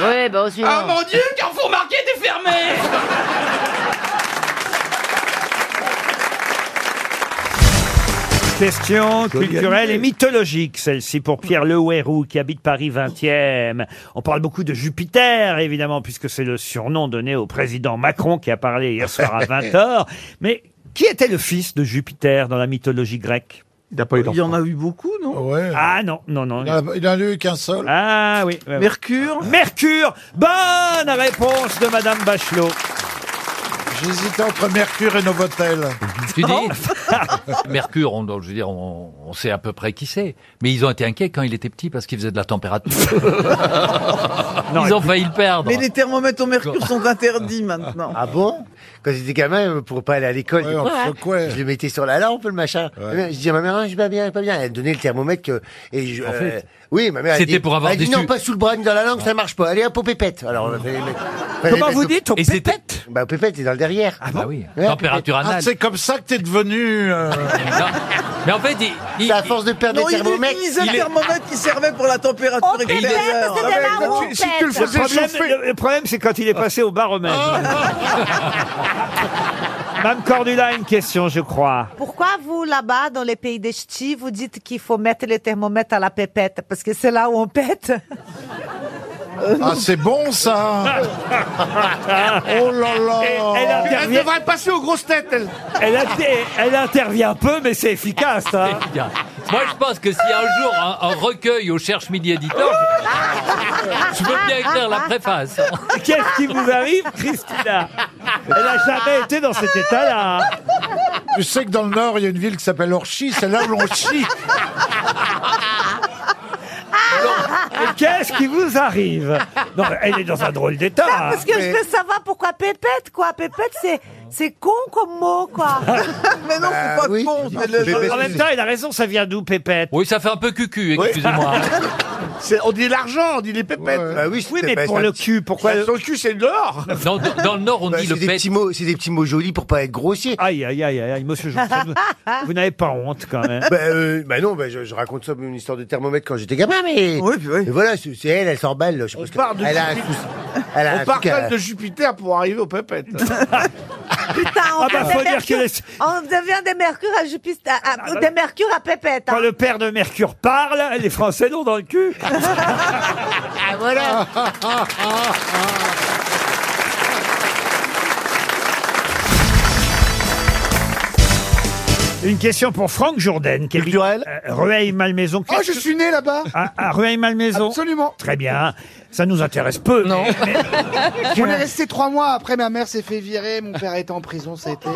Speaker 7: Oui, bah au suivant.
Speaker 20: Oh mon dieu, Carrefour Marquet est fermé
Speaker 1: Question
Speaker 20: Joli
Speaker 1: culturelle
Speaker 20: animé.
Speaker 1: et mythologique, celle-ci pour Pierre Leouérou qui habite Paris 20e. On parle beaucoup de Jupiter, évidemment, puisque c'est le surnom donné au président Macron qui a parlé hier soir à 20h. Mais qui était le fils de Jupiter dans la mythologie grecque Il
Speaker 2: en a eu beaucoup, non
Speaker 1: Ah non, non, non.
Speaker 2: Il en a- il en a eu qu'un seul.
Speaker 1: Ah oui. ouais, ouais.
Speaker 2: Mercure
Speaker 1: Mercure Bonne réponse de Madame Bachelot.
Speaker 2: J'hésitais entre Mercure et Novotel.
Speaker 23: Tu dis Mercure, on, je veux dire, on, on sait à peu près qui c'est. Mais ils ont été inquiets quand il était petit parce qu'il faisait de la température. ils ont failli le perdre.
Speaker 2: Mais les thermomètres au mercure sont interdits maintenant.
Speaker 18: Ah bon Quand j'étais gamin, pour pas aller à l'école,
Speaker 2: Ouais, on te secouait.
Speaker 18: je le mettais sur la lampe, le machin.
Speaker 2: Ouais.
Speaker 18: Je disais à ma mère, Ah, je suis pas bien, je suis pas bien. Elle me donnait le thermomètre que- et je, euh,
Speaker 2: En fait.
Speaker 18: oui, ma mère. elle
Speaker 23: C'était
Speaker 18: dit-
Speaker 23: pour avoir
Speaker 18: elle dit,
Speaker 23: des
Speaker 18: non,
Speaker 23: su-
Speaker 18: pas sous le bras ni dans la langue, ça marche pas. Allez, hop, aux pépettes. Alors, on fallait les mettre- fallait les
Speaker 2: Comment
Speaker 18: mettre
Speaker 2: vous
Speaker 18: au-
Speaker 2: dites Aux pépettes
Speaker 18: Bah, aux pépettes, c'est dans le derrière.
Speaker 23: Ah bah oui.
Speaker 18: Ouais,
Speaker 23: Température
Speaker 18: pépettes.
Speaker 23: anale.
Speaker 2: Ah, c'est comme ça que t'es devenu... euh,
Speaker 23: Mais en fait, il,
Speaker 18: C'est à force de perdre
Speaker 2: Non,
Speaker 18: des
Speaker 2: il
Speaker 18: thermomètres.
Speaker 2: utilisait le thermomètre qui servait pour la température
Speaker 1: Oh,
Speaker 2: extérieure.
Speaker 18: c'est de la Non, mais rompette. si tu le
Speaker 1: Le problème, le- le problème, c'est quand il est passé au baromètre.
Speaker 2: Oh.
Speaker 1: Madame Cordula, une question, je crois.
Speaker 3: Pourquoi vous, là-bas, dans les pays des ch'tis, vous dites qu'il faut mettre le thermomètre à la pépette Parce que c'est là où on pète.
Speaker 2: Ah, c'est bon, ça Oh là là
Speaker 1: elle intervient- Elle devrait
Speaker 2: passer aux grosses têtes, elle
Speaker 1: Elle, inter- elle intervient peu, mais c'est efficace. hein.
Speaker 23: Bien. Moi, je pense que si un jour un, un recueil au Cherche Midi Éditeur,
Speaker 7: Ah.
Speaker 23: je veux bien écrire la préface.
Speaker 1: Qu'est-ce qui vous arrive, Christina Elle n'a jamais été dans cet état-là.
Speaker 2: Tu sais que dans le Nord, il y a une ville qui s'appelle Orchy, c'est là où l'on chie.
Speaker 1: Mais Qu'est-ce qui vous arrive Non, mais elle est dans un drôle d'état.
Speaker 3: Ah, parce que
Speaker 1: Mais-
Speaker 3: je veux savoir pourquoi pépette, quoi. Pépette, c'est, c'est con comme mot, quoi.
Speaker 38: Ah.
Speaker 3: Mais non,
Speaker 1: Bah oui.
Speaker 3: le-
Speaker 1: En même temps, il a raison, ça vient d'où, Pépette
Speaker 23: Oui, ça fait un peu cucu, excusez-moi.
Speaker 2: On dit l'argent, on dit les pépettes.
Speaker 20: bah
Speaker 18: oui,
Speaker 1: Oui, mais pour le cul, pourquoi le-
Speaker 2: cul, c'est de l'or
Speaker 23: Dans, dans le Nord, on
Speaker 18: Bah,
Speaker 23: dit
Speaker 18: c'est
Speaker 23: le
Speaker 18: des
Speaker 23: pet.
Speaker 18: petits mots, c'est des petits mots jolis pour pas être grossier.
Speaker 1: Aïe, aïe, aïe, aïe, monsieur Janssen, vous, vous n'avez pas honte quand même.
Speaker 18: bah, euh, bah non, bah, je, je raconte ça une histoire de thermomètre quand j'étais gamin, mais. mais voilà, c'est c'est elle, elle s'emballe. là, Je sais pas ce que-
Speaker 2: part de
Speaker 18: elle a un
Speaker 2: Jupiter.
Speaker 18: souci. Elle a un
Speaker 2: On part
Speaker 18: truc à-
Speaker 2: de Jupiter pour arriver aux pépettes.
Speaker 3: Putain, on,
Speaker 1: Ah bah,
Speaker 3: devient
Speaker 1: faut dire que
Speaker 3: Mercure- on devient des mercures à Jupiter, à- à-
Speaker 38: Ah,
Speaker 1: bah-
Speaker 3: ah, des mercures à pépette. hein.
Speaker 1: Quand le père de Mercure parle, les Français l'ont dans le cul.
Speaker 3: Ah, voilà.
Speaker 1: ah, Une question pour Franck Jourdain. Culturel Rueil-Malmaison.
Speaker 2: Oh, je suis né là-bas
Speaker 1: À, à Rueil-Malmaison
Speaker 2: Absolument.
Speaker 1: Très bien. Ça nous intéresse peu. Non.
Speaker 16: On est resté trois mois. Après, ma mère s'est fait virer. Mon père était en prison. Ça a été.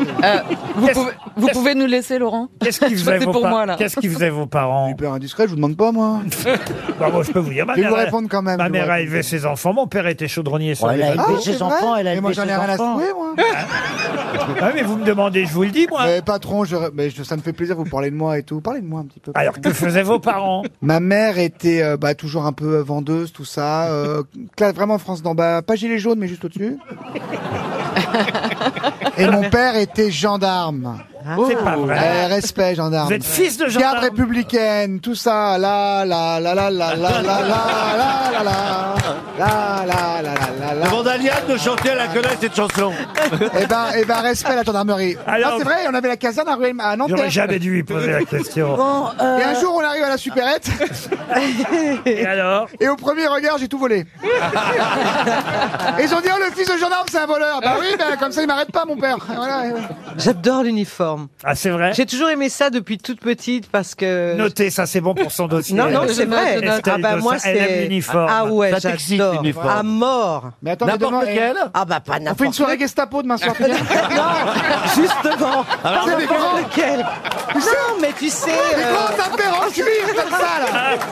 Speaker 4: vous, pouvez, vous pouvez nous laisser, Laurent
Speaker 1: Qu'est-ce qui
Speaker 4: faisaient
Speaker 1: vos
Speaker 4: pour
Speaker 1: par-
Speaker 4: moi, là
Speaker 1: Qu'est-ce qui faisait vos parents
Speaker 16: Hyper indiscret, je vous demande pas, moi.
Speaker 1: Bah, moi, je peux vous dire. Ma
Speaker 16: Je vais
Speaker 1: mère,
Speaker 16: vous
Speaker 1: elle-
Speaker 16: répondre quand même,
Speaker 1: Ma
Speaker 16: je vais
Speaker 1: mère
Speaker 16: vous
Speaker 1: a
Speaker 16: répondre.
Speaker 1: élevé ses enfants. Mon père était chaudronnier
Speaker 3: Oh,
Speaker 7: Oh,
Speaker 1: sur les
Speaker 16: Ah, c'est vrai Et moi, j'en ai rien à secouer, moi.
Speaker 1: Ah, mais vous me demandez, je vous le dis, moi.
Speaker 16: Mais patron, je... Mais je- ça me fait plaisir, vous parlez de moi et tout. Parlez de moi un petit peu.
Speaker 1: Alors, que faisaient vos parents
Speaker 16: Ma mère était euh, bah, toujours un peu vendeuse, tout ça. Euh, cla- vraiment France d'en bas. Pas gilet jaune, mais juste au-dessus. et mon père était gendarme.
Speaker 1: C'est pas vrai.
Speaker 16: Ouais, respect, gendarme.
Speaker 1: Vous êtes fils de gendarme.
Speaker 16: Garde républicaine, tout ça. La la la la la la la la la la la la la la la la la la la
Speaker 6: Liane de chanter à la connaître cette chanson.
Speaker 16: Eh ben, eh ben, respect à la gendarmerie.
Speaker 1: Alors-
Speaker 16: Ah, c'est vrai, on avait la caserne à, Ruel- à Nanterre.
Speaker 1: J'aurais jamais dû lui poser la question.
Speaker 16: Bon, euh, Et un jour, on arrive à la supérette.
Speaker 1: Et alors
Speaker 16: Et au premier regard, j'ai tout volé. Et ils ont dit, oh, le fils de gendarme, c'est un voleur. Bah oui, bah, comme ça, il m'arrête pas, mon père. Et voilà, et ouais.
Speaker 3: J'adore l'uniforme.
Speaker 1: Ah, c'est vrai
Speaker 3: J'ai toujours aimé ça depuis toute petite parce que.
Speaker 1: Notez, ça c'est bon pour son dossier.
Speaker 3: Non, non, c'est
Speaker 1: Estelle
Speaker 12: Eh,
Speaker 3: vrai. Ah bah,
Speaker 1: Dossa,
Speaker 3: moi,
Speaker 1: elle aime
Speaker 3: c'est.
Speaker 1: l'uniforme.
Speaker 3: Ah ouais,
Speaker 1: Ça t'excite,
Speaker 3: j'adore.
Speaker 1: l'uniforme.
Speaker 3: À mort.
Speaker 16: Mais attends, mais N'importe demain, lequel eh,
Speaker 3: Ah bah pas
Speaker 16: On
Speaker 3: n'importe
Speaker 16: fait une soirée Gestapo demain soir. putain.
Speaker 3: Justement.
Speaker 16: Alors,
Speaker 3: Pas
Speaker 16: c'est
Speaker 3: n'importe
Speaker 16: des
Speaker 3: lequel. Non, mais tu sais.
Speaker 16: Des
Speaker 3: euh,
Speaker 16: grandes affaires en cuir comme ça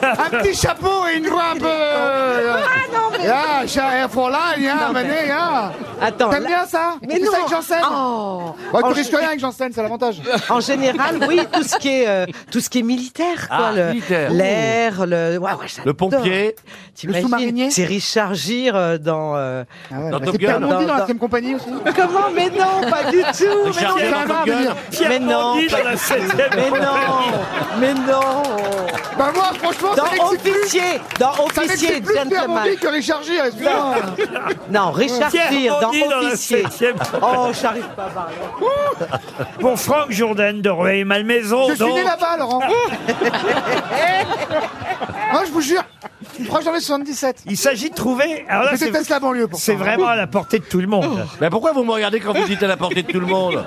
Speaker 16: là Un petit chapeau et une voix un peu... Ah non mais... Yeah, yeah, for line, yeah,
Speaker 3: Non, mais-
Speaker 16: mané, yeah.
Speaker 3: Attends,
Speaker 16: T'aimes
Speaker 3: là-
Speaker 16: bien ça
Speaker 3: Mais
Speaker 16: Tu fais
Speaker 3: non.
Speaker 16: ça avec Janssen
Speaker 3: Oh.
Speaker 16: Bah,
Speaker 3: En
Speaker 16: tu risques
Speaker 3: gé-
Speaker 16: rien avec Janssen, c'est l'avantage
Speaker 3: En général, oui, tout ce qui est euh, tout ce qui est militaire, quoi,
Speaker 16: Ah,
Speaker 3: le-
Speaker 16: militaire.
Speaker 3: l'air, le ouais, ouais, j'adore.
Speaker 16: Le pompier.
Speaker 3: T'imagines,
Speaker 16: Le sous-marinier.
Speaker 3: C'est Richard Gere euh, dans. euh,
Speaker 16: bah, c'est Pierre Mondi dans la 7 compagnie aussi Ah,
Speaker 3: Comment Mais non, pas du tout Mais non, mais non, mais non, pas- Mais non, mais non.
Speaker 16: Bah moi, franchement, ça
Speaker 3: dans
Speaker 16: m'excite plus.
Speaker 3: officier, dans
Speaker 16: Ça
Speaker 3: officier,
Speaker 16: m'excite plus Pierre
Speaker 3: gentleman.
Speaker 16: Mondi que Richard Gere, excuse-moi
Speaker 3: Ah, Non, Richard
Speaker 1: Pierre
Speaker 3: Gere dans
Speaker 1: Mondi dans la
Speaker 3: officier.
Speaker 1: septième.
Speaker 3: Oh, j'arrive pas à parler.
Speaker 1: Pour Franck Jourdain de Rueil Malmaison.
Speaker 16: Je suis
Speaker 1: donc.
Speaker 16: né là-bas, Laurent Moi, je vous jure 3 janvier 77
Speaker 1: Il s'agit de trouver. Alors là,
Speaker 16: Je
Speaker 1: c'est-
Speaker 16: déteste la banlieue pour
Speaker 1: C'est vraiment à la portée de tout le monde.
Speaker 6: Mais pourquoi vous me regardez quand vous dites à la portée de tout le monde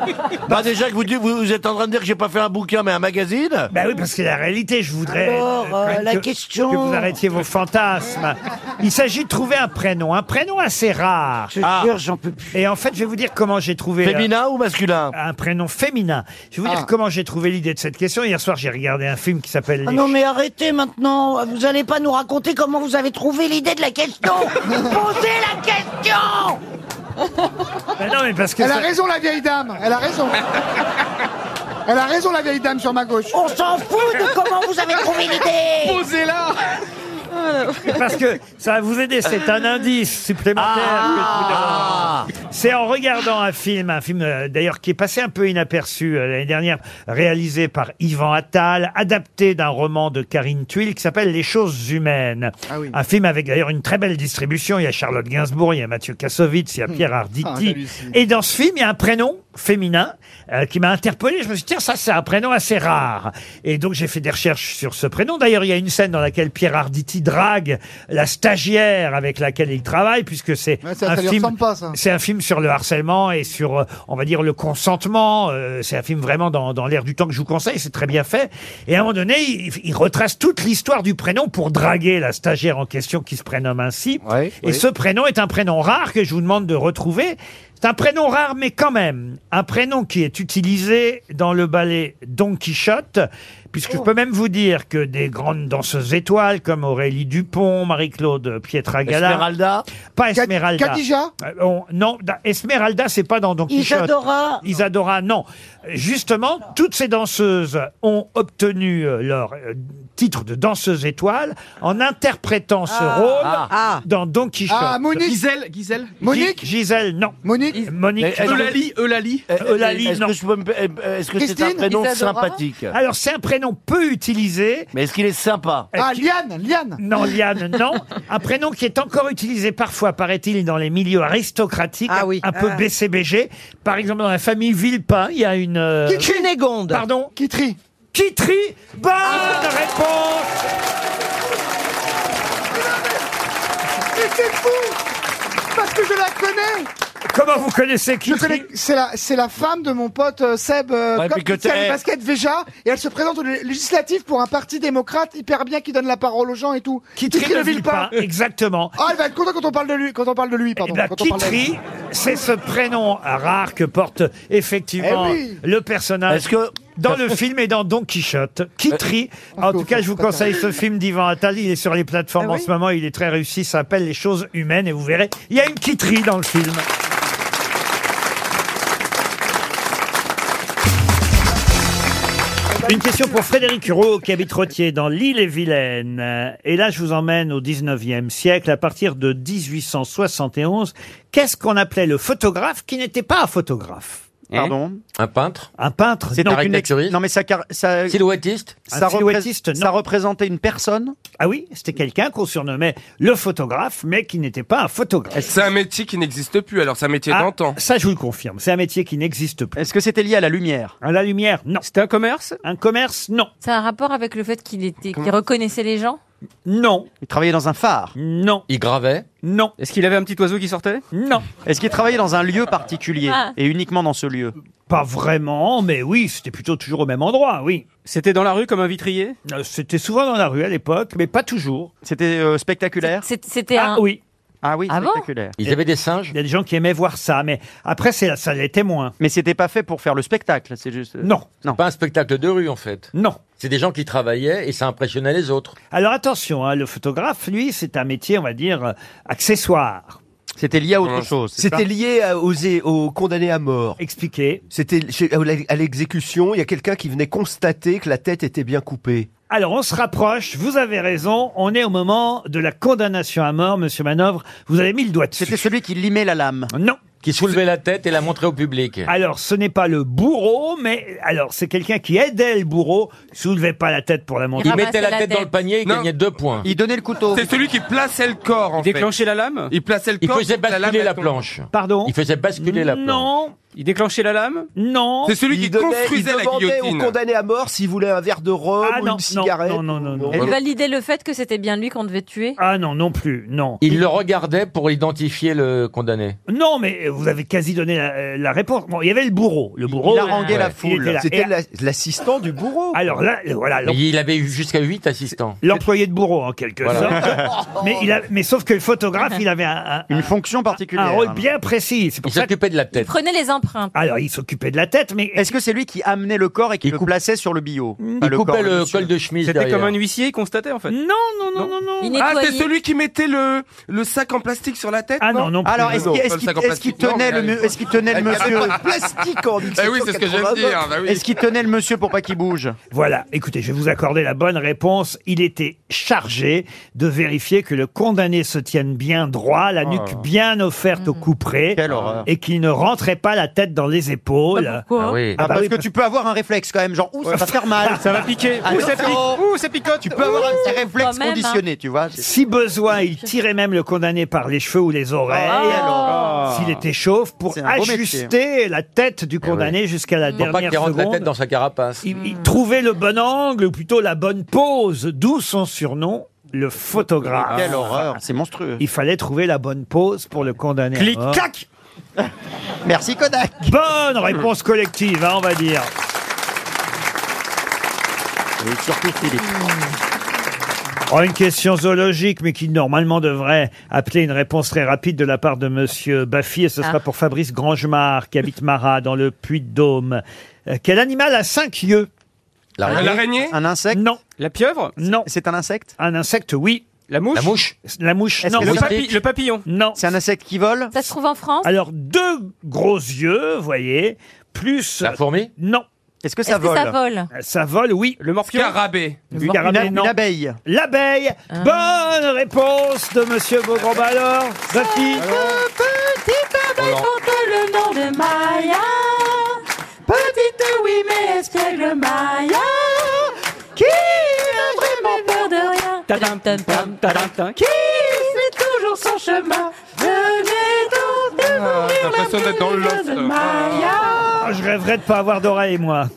Speaker 6: Bah déjà que vous, dites- vous, vous êtes en train de dire que j'ai pas fait un bouquin mais un magazine
Speaker 1: Bah oui, parce que la réalité, je voudrais.
Speaker 6: Alors,
Speaker 1: euh,
Speaker 6: euh,
Speaker 1: que-
Speaker 6: la
Speaker 1: que-
Speaker 6: question.
Speaker 1: Que vous arrêtiez vos fantasmes. Il s'agit de trouver un prénom, un prénom assez rare. Je
Speaker 6: jure,
Speaker 1: j'en peux plus. Et en fait, je vais vous dire comment j'ai trouvé.
Speaker 6: Féminin
Speaker 1: ou masculin Un prénom féminin. Je vais vous dire comment j'ai trouvé l'idée de cette question. Hier soir, j'ai regardé un film qui s'appelle.
Speaker 9: Ah
Speaker 1: Les
Speaker 9: non mais arrêtez maintenant, vous allez pas nous raconter comment vous avez trouvé l'idée de la question Posez la question
Speaker 1: Mais Ah non, mais parce que.
Speaker 16: Elle
Speaker 1: ça-
Speaker 16: a raison, la vieille dame Elle a raison Elle a raison, la vieille dame sur ma gauche On s'en fout de comment vous avez trouvé l'idée Posez-la
Speaker 1: Parce que ça va vous aider, c'est un indice supplémentaire.
Speaker 6: Ah.
Speaker 1: que je vous donne. c'est en regardant un film, un film euh, d'ailleurs qui est passé un peu inaperçu euh, l'année dernière, réalisé par Yvan Attal, adapté d'un roman de Karine Tuile qui s'appelle Les choses humaines.
Speaker 16: Ah
Speaker 1: Un film avec d'ailleurs une très belle distribution. Il y a Charlotte Gainsbourg, il y a Mathieu Kassovitz, il
Speaker 16: Hmm.
Speaker 1: y a Pierre
Speaker 9: Ah,
Speaker 1: Arditi.
Speaker 9: j'hallucine.
Speaker 1: Et dans ce film, il y a un prénom féminin euh, qui m'a interpellé. Je me suis dit, tiens, ça, c'est un prénom assez rare. Et donc, j'ai fait des recherches sur ce prénom. D'ailleurs, il y a une scène dans laquelle Pierre Arditi drague la stagiaire avec laquelle il travaille, puisque c'est
Speaker 16: Ouais, ça,
Speaker 1: un
Speaker 16: ça lui
Speaker 1: film.
Speaker 16: ressemble pas, ça.
Speaker 1: C'est un film sur le harcèlement et sur, euh, on va dire, le consentement. Euh, c'est un film vraiment dans, dans l'air du temps que je vous conseille. C'est très bien fait. Et à un moment donné, il, il retrace toute l'histoire du prénom pour draguer la stagiaire en question qui se prénomme ainsi. et
Speaker 6: oui.
Speaker 1: ce prénom est un prénom rare que je vous demande de retrouver. C'est un prénom rare, mais quand même, un prénom qui est utilisé dans le ballet Don Quichotte, puisque
Speaker 6: Oh.
Speaker 1: je peux même vous dire que des grandes danseuses étoiles comme Aurélie Dupont, Marie-Claude Pietragala...
Speaker 6: Esmeralda
Speaker 1: Pas Esmeralda.
Speaker 6: Khadija
Speaker 1: Euh, on- non, da- Esmeralda, c'est pas dans Don Quichotte.
Speaker 9: Isadora
Speaker 1: Isadora, non. Euh, Justement, toutes ces danseuses ont obtenu euh, leur euh, titre de danseuse étoile en interprétant ce rôle
Speaker 6: Ah.
Speaker 1: dans Don Quichotte.
Speaker 6: Ah, Monique.
Speaker 1: Gisèle, Gisèle. Monique Gisèle, non.
Speaker 16: Monique
Speaker 1: Monique.
Speaker 6: Eulalie. euh,
Speaker 1: Eulalie,
Speaker 6: Eh, Est-ce
Speaker 1: non.
Speaker 6: que, je peux me- euh, est-ce que c'est un
Speaker 1: Christine
Speaker 6: prénom
Speaker 1: Isadora
Speaker 6: sympathique
Speaker 1: Alors, c'est un prénom peu utilisé.
Speaker 6: Mais est-ce qu'il est sympa
Speaker 16: Ah, Liane, Liane
Speaker 1: Eh, Non, Liane, non. Un prénom qui est encore utilisé parfois, paraît-il, dans les milieux aristocratiques, un peu
Speaker 3: Ah.
Speaker 1: BCBG. Par exemple, dans la famille Villepin, il y a une... euh,
Speaker 3: Kitri Cunégonde.
Speaker 1: Pardon
Speaker 16: Kitri.
Speaker 1: Kitri Bonne réponse
Speaker 16: Mais c'est fou Parce que je la connais
Speaker 1: Comment vous connaissez qui
Speaker 16: Je connais, c'est la, c'est la femme de mon pote euh, Seb, euh,
Speaker 6: Ouais,
Speaker 16: Coq,
Speaker 6: puis que
Speaker 16: qui tient
Speaker 6: t'es-
Speaker 16: les baskets Véja, et elle se présente aux législatives pour un parti démocrate hyper bien qui donne la parole aux gens et tout.
Speaker 1: Qui Kitri ne vit pas, exactement.
Speaker 16: Ah, elle va être contente quand on parle de lui, quand on parle de lui, pardon.
Speaker 1: Eh ben,
Speaker 16: quand on parle d'elle.
Speaker 1: Kitri, c'est ce prénom rare que porte effectivement
Speaker 16: Eh oui.
Speaker 1: le personnage
Speaker 6: Est-ce que-
Speaker 1: dans le film et dans Don Quichotte. Kitri,
Speaker 16: Euh,
Speaker 1: en tout cas, je vous
Speaker 16: hein.
Speaker 1: conseille ce film d'Ivan Attal. Il est sur les
Speaker 16: Ah
Speaker 1: plateformes en ce moment. Il est très réussi. Ça s'appelle Les choses humaines et vous verrez, il y a une Kitri dans le film. Une question pour Frédéric Hureau, qui habite Rottier, dans l'île et Vilaine. Euh, Et là, je vous emmène au 19e siècle, à partir de 1871. Qu'est-ce qu'on appelait le photographe qui n'était pas un photographe
Speaker 6: Pardon
Speaker 13: Un peintre
Speaker 1: Un peintre
Speaker 6: C'est donc une ex- Non mais ça, car- ça
Speaker 13: Silhouettiste
Speaker 6: ça,
Speaker 1: Un
Speaker 6: repré-
Speaker 1: silhouettiste, non.
Speaker 6: ça représentait une personne
Speaker 1: Ah oui, c'était quelqu'un qu'on surnommait le photographe, mais qui n'était pas un photographe.
Speaker 5: C'est un métier qui n'existe plus, alors c'est un métier
Speaker 1: Ah,
Speaker 5: d'antan.
Speaker 1: Ça, je vous le confirme. C'est un métier qui n'existe plus. Est-ce que c'était lié à la lumière À la lumière, non. C'était un commerce Un commerce, non.
Speaker 11: Ça a un rapport avec le fait qu'il était, qu'il reconnaissait les gens
Speaker 1: Non.
Speaker 6: Il travaillait dans un phare
Speaker 1: Non.
Speaker 6: Il gravait
Speaker 1: Non.
Speaker 6: Est-ce qu'il avait un petit oiseau qui sortait
Speaker 1: Non.
Speaker 6: Est-ce qu'il travaillait dans un lieu particulier
Speaker 11: Ah.
Speaker 6: et uniquement dans ce lieu
Speaker 1: Pas vraiment, mais oui, c'était plutôt toujours au même endroit, oui. Euh,
Speaker 6: C'était dans la rue comme un vitrier
Speaker 1: C'était souvent dans la rue à l'époque, mais pas toujours.
Speaker 6: C'était euh, spectaculaire
Speaker 11: C'est- C'était
Speaker 1: ah
Speaker 11: un.
Speaker 1: oui.
Speaker 6: Ah oui,
Speaker 11: Ah bon
Speaker 6: spectaculaire.
Speaker 1: Ils avaient
Speaker 6: des singes
Speaker 1: Il y a des gens qui aimaient voir ça, mais après, c'est ça les témoins.
Speaker 6: Mais c'était pas fait pour faire le spectacle, c'est juste. euh,
Speaker 1: Non.
Speaker 13: C'est pas un spectacle de rue en fait.
Speaker 1: Non.
Speaker 13: C'est des gens qui travaillaient et ça impressionnait les autres.
Speaker 1: Alors attention, hein, le photographe, lui, c'est un métier, on va dire, euh, accessoire.
Speaker 6: C'était lié à autre chose.
Speaker 17: C'était lié à- aux, é- aux condamnés à mort.
Speaker 1: Expliquez.
Speaker 17: C'était chez- à l'e- à l'exécution, il y a quelqu'un qui venait constater que la tête était bien coupée.
Speaker 1: Alors on se rapproche, vous avez raison, on est au moment de la condamnation à mort, monsieur Manœuvre, vous avez mis le doigt dessus. C'était
Speaker 6: celui qui limait la lame
Speaker 1: Non.
Speaker 13: Qui soulevait la tête et la montrait au public.
Speaker 1: Alors ce n'est pas le bourreau, mais alors c'est quelqu'un qui aidait le bourreau, il soulevait pas la tête pour la monter.
Speaker 13: Il mettait la, tête, dans le panier et
Speaker 1: Non.
Speaker 13: gagnait deux points.
Speaker 6: Il donnait le couteau.
Speaker 5: C'est celui qui plaçait le corps, en fait.
Speaker 39: déclenchait la lame
Speaker 5: Il plaçait le
Speaker 13: Il
Speaker 5: corps.
Speaker 13: faisait
Speaker 5: pour que lame,
Speaker 13: basculer
Speaker 5: elle
Speaker 13: la
Speaker 5: tombe.
Speaker 13: planche.
Speaker 1: Pardon
Speaker 13: Il faisait basculer la planche.
Speaker 1: Non.
Speaker 39: Il déclenchait la lame
Speaker 1: Non.
Speaker 5: C'est celui
Speaker 17: Il
Speaker 5: qui
Speaker 17: donnait-
Speaker 5: construisait
Speaker 17: il
Speaker 5: la
Speaker 17: demandait
Speaker 5: guillotine.
Speaker 17: aux condamnés à mort s'ils voulaient un verre de rhum
Speaker 1: Ah
Speaker 17: ou
Speaker 1: non, non,
Speaker 17: une cigarette.
Speaker 1: non, non, non, non.
Speaker 11: Il validait le fait que c'était bien lui qu'on devait tuer.
Speaker 1: Ah non, non plus, non.
Speaker 13: Il le regardait pour identifier le condamné.
Speaker 1: Non, mais vous avez quasi donné la, euh, la réponse. Bon, il y avait le bourreau. Le bourreau. euh,
Speaker 17: Il haranguait la
Speaker 1: il
Speaker 17: foule.
Speaker 1: était là.
Speaker 17: C'était
Speaker 1: Et-
Speaker 17: la- l'assistant du bourreau.
Speaker 1: Alors là, euh, voilà.
Speaker 13: Mais il avait eu jusqu'à huit assistants.
Speaker 1: L'employé de bourreau, en quelque
Speaker 13: Voilà.
Speaker 1: sorte. mais, il a, mais sauf que le photographe, il avait un, un-
Speaker 6: Une fonction particulière.
Speaker 1: un rôle bien précis. C'est pour
Speaker 13: Il
Speaker 1: ça que-
Speaker 13: s'occupait de la tête.
Speaker 11: Prenez les empreintes.
Speaker 1: Alors, il s'occupait de la tête, mais.
Speaker 6: Est-ce que c'est lui qui amenait le corps et qui le plaçait sur le billot Pas
Speaker 13: Il coupait
Speaker 6: corps,
Speaker 13: le
Speaker 6: monsieur.
Speaker 13: col de chemise
Speaker 39: C'était
Speaker 13: derrière.
Speaker 39: comme un huissier, il constatait en fait.
Speaker 1: Non, non, non, non, non.
Speaker 11: Il
Speaker 5: Ah, c'est
Speaker 11: nettoyait.
Speaker 5: celui qui mettait le, le sac en plastique sur la tête
Speaker 1: Ah non, non plus.
Speaker 6: Alors, est-ce
Speaker 5: Non,
Speaker 6: qu'il
Speaker 5: pas
Speaker 6: est-ce
Speaker 5: le
Speaker 6: qu'il-
Speaker 5: sac en
Speaker 6: est-ce qu'il
Speaker 5: plastique,
Speaker 6: tenait,
Speaker 5: non,
Speaker 6: le
Speaker 5: mais-
Speaker 6: mu- est-ce qu'il tenait le
Speaker 17: Il y avait
Speaker 6: monsieur
Speaker 17: pas de plastique en
Speaker 5: Eh oui, c'est ce que j'aime
Speaker 17: 1789.
Speaker 5: dire. bah oui.
Speaker 6: Est-ce qu'il tenait le monsieur pour pas qu'il bouge
Speaker 1: Voilà, écoutez, je vais vous accorder la bonne réponse. Il était chargé de vérifier que le condamné se tienne bien droit, la
Speaker 5: Oh.
Speaker 1: nuque bien offerte au couperet,
Speaker 6: Quelle horreur.
Speaker 1: et qu'il ne rentrait pas la tête dans les épaules.
Speaker 11: Quoi
Speaker 13: oui.
Speaker 1: Ah bah
Speaker 6: parce
Speaker 1: oui,
Speaker 6: que tu peux avoir un réflexe quand même, genre ouh ça va faire mal,
Speaker 39: Ça va piquer.
Speaker 1: Ah,
Speaker 39: Ouh, ça pique. Ouh, ça picote.
Speaker 6: Tu peux avoir un petit réflexe
Speaker 11: Quand même, hein.
Speaker 6: conditionné, tu vois. c'est-
Speaker 1: Si besoin, il tirait même le condamné par les cheveux ou les oreilles,
Speaker 11: Oh. Ah.
Speaker 6: alors.
Speaker 1: s'il était chauve, pour
Speaker 6: C'est un beau hein. Eh
Speaker 1: ajuster la tête du condamné jusqu'à la
Speaker 13: Pour pas
Speaker 1: dernière
Speaker 13: qu'il rentre la
Speaker 1: seconde.
Speaker 13: tête dans sa carapace.
Speaker 1: Il, il trouvait le bon angle, ou plutôt la bonne pose, d'où son surnom, le photographe.
Speaker 6: Quelle
Speaker 1: Ah,
Speaker 6: horreur, c'est monstrueux.
Speaker 1: Il fallait trouver la bonne pose pour le condamner. à
Speaker 6: Clic,
Speaker 1: mort.
Speaker 6: clac Merci Kodak.
Speaker 1: Bonne réponse collective, hein, on va dire.
Speaker 6: surtout Philippe.
Speaker 1: Oh, une question zoologique, mais qui normalement devrait appeler une réponse très rapide de la part de Monsieur Baffy, et ce sera
Speaker 11: Ah.
Speaker 1: pour Fabrice Grangemar, qui habite Marat, dans le Puy-de-Dôme. Euh, quel animal a cinq yeux
Speaker 5: Un araignée
Speaker 6: Un insecte
Speaker 1: Non.
Speaker 39: La pieuvre
Speaker 1: Non.
Speaker 6: C'est un insecte
Speaker 1: Un insecte, oui.
Speaker 39: La mouche
Speaker 13: La mouche
Speaker 1: La mouche,
Speaker 6: Est-ce
Speaker 1: non.
Speaker 6: que
Speaker 39: le,
Speaker 6: Le
Speaker 39: papi- le papillon
Speaker 1: Non.
Speaker 6: C'est un insecte qui vole
Speaker 11: Ça se trouve en France
Speaker 1: Alors, deux gros yeux, vous voyez, plus...
Speaker 13: La fourmi
Speaker 1: Non. Euh,
Speaker 6: Est-ce que
Speaker 11: Est-ce
Speaker 6: ça
Speaker 11: que
Speaker 6: vole
Speaker 11: ça vole
Speaker 1: Ça vole, oui.
Speaker 39: Le morpion
Speaker 5: Scarabée.
Speaker 6: Une,
Speaker 1: Une
Speaker 6: une-
Speaker 1: abeille,
Speaker 6: une
Speaker 1: non.
Speaker 6: abeille.
Speaker 1: L'abeille.
Speaker 11: Ah.
Speaker 1: Bonne réponse de Monsieur Beaugrand-Ballor. Baffy.
Speaker 7: Petit abeille porte le nom de Maya. Petite oui mais espiègle Maya. Qui a vraiment peur de rien
Speaker 39: Tadam, tadam, tadam, tadam, tadam.
Speaker 7: Qui suit toujours son chemin Venez donc découvrir
Speaker 5: j'ai l'impression
Speaker 7: la
Speaker 5: d'être dans le
Speaker 7: merveille
Speaker 5: loft.
Speaker 7: de Maya.
Speaker 1: Ah, je rêverais de pas avoir d'oreilles, moi.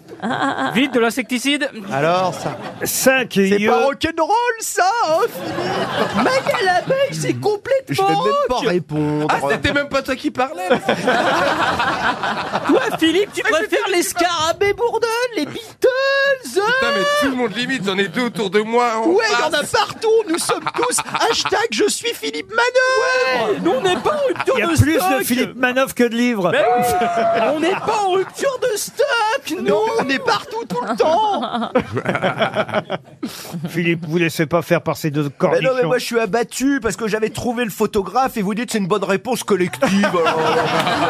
Speaker 39: Vite de l'insecticide
Speaker 1: Ah,
Speaker 6: Alors ça.
Speaker 1: Cinq yeux. Ah,
Speaker 6: rock'n'roll ça, hein, Philippe Maya l'abeille, c'est
Speaker 17: Je vais
Speaker 6: complètement
Speaker 17: même pas répondre.
Speaker 5: Ah, c'était même pas toi qui parlais. là.
Speaker 37: Toi, Philippe,
Speaker 5: Eh,
Speaker 37: tu préfères les scarabées bourdonnes, les Beatles euh,
Speaker 5: Putain, mais tout le monde limite, j'en ai deux autour de moi. on
Speaker 37: Ouais, il y en a
Speaker 5: passe.
Speaker 37: partout, nous sommes tous hashtag je suis Philippe
Speaker 7: Oh,
Speaker 37: Manœuvre Nous, on n'est pas en rupture
Speaker 1: Il y a
Speaker 37: de
Speaker 1: plus
Speaker 37: stock
Speaker 1: de Philippe Manoff que de livres.
Speaker 37: Mais oui, On n'est pas en rupture de stock Nous, on est partout tout le temps
Speaker 1: Philippe, vous laissez pas faire par ces deux
Speaker 17: Mais
Speaker 1: cornichons.
Speaker 17: non, mais moi je suis abattu parce que j'avais trouvé Oh le photographe et vous dites c'est une bonne réponse collective. alors.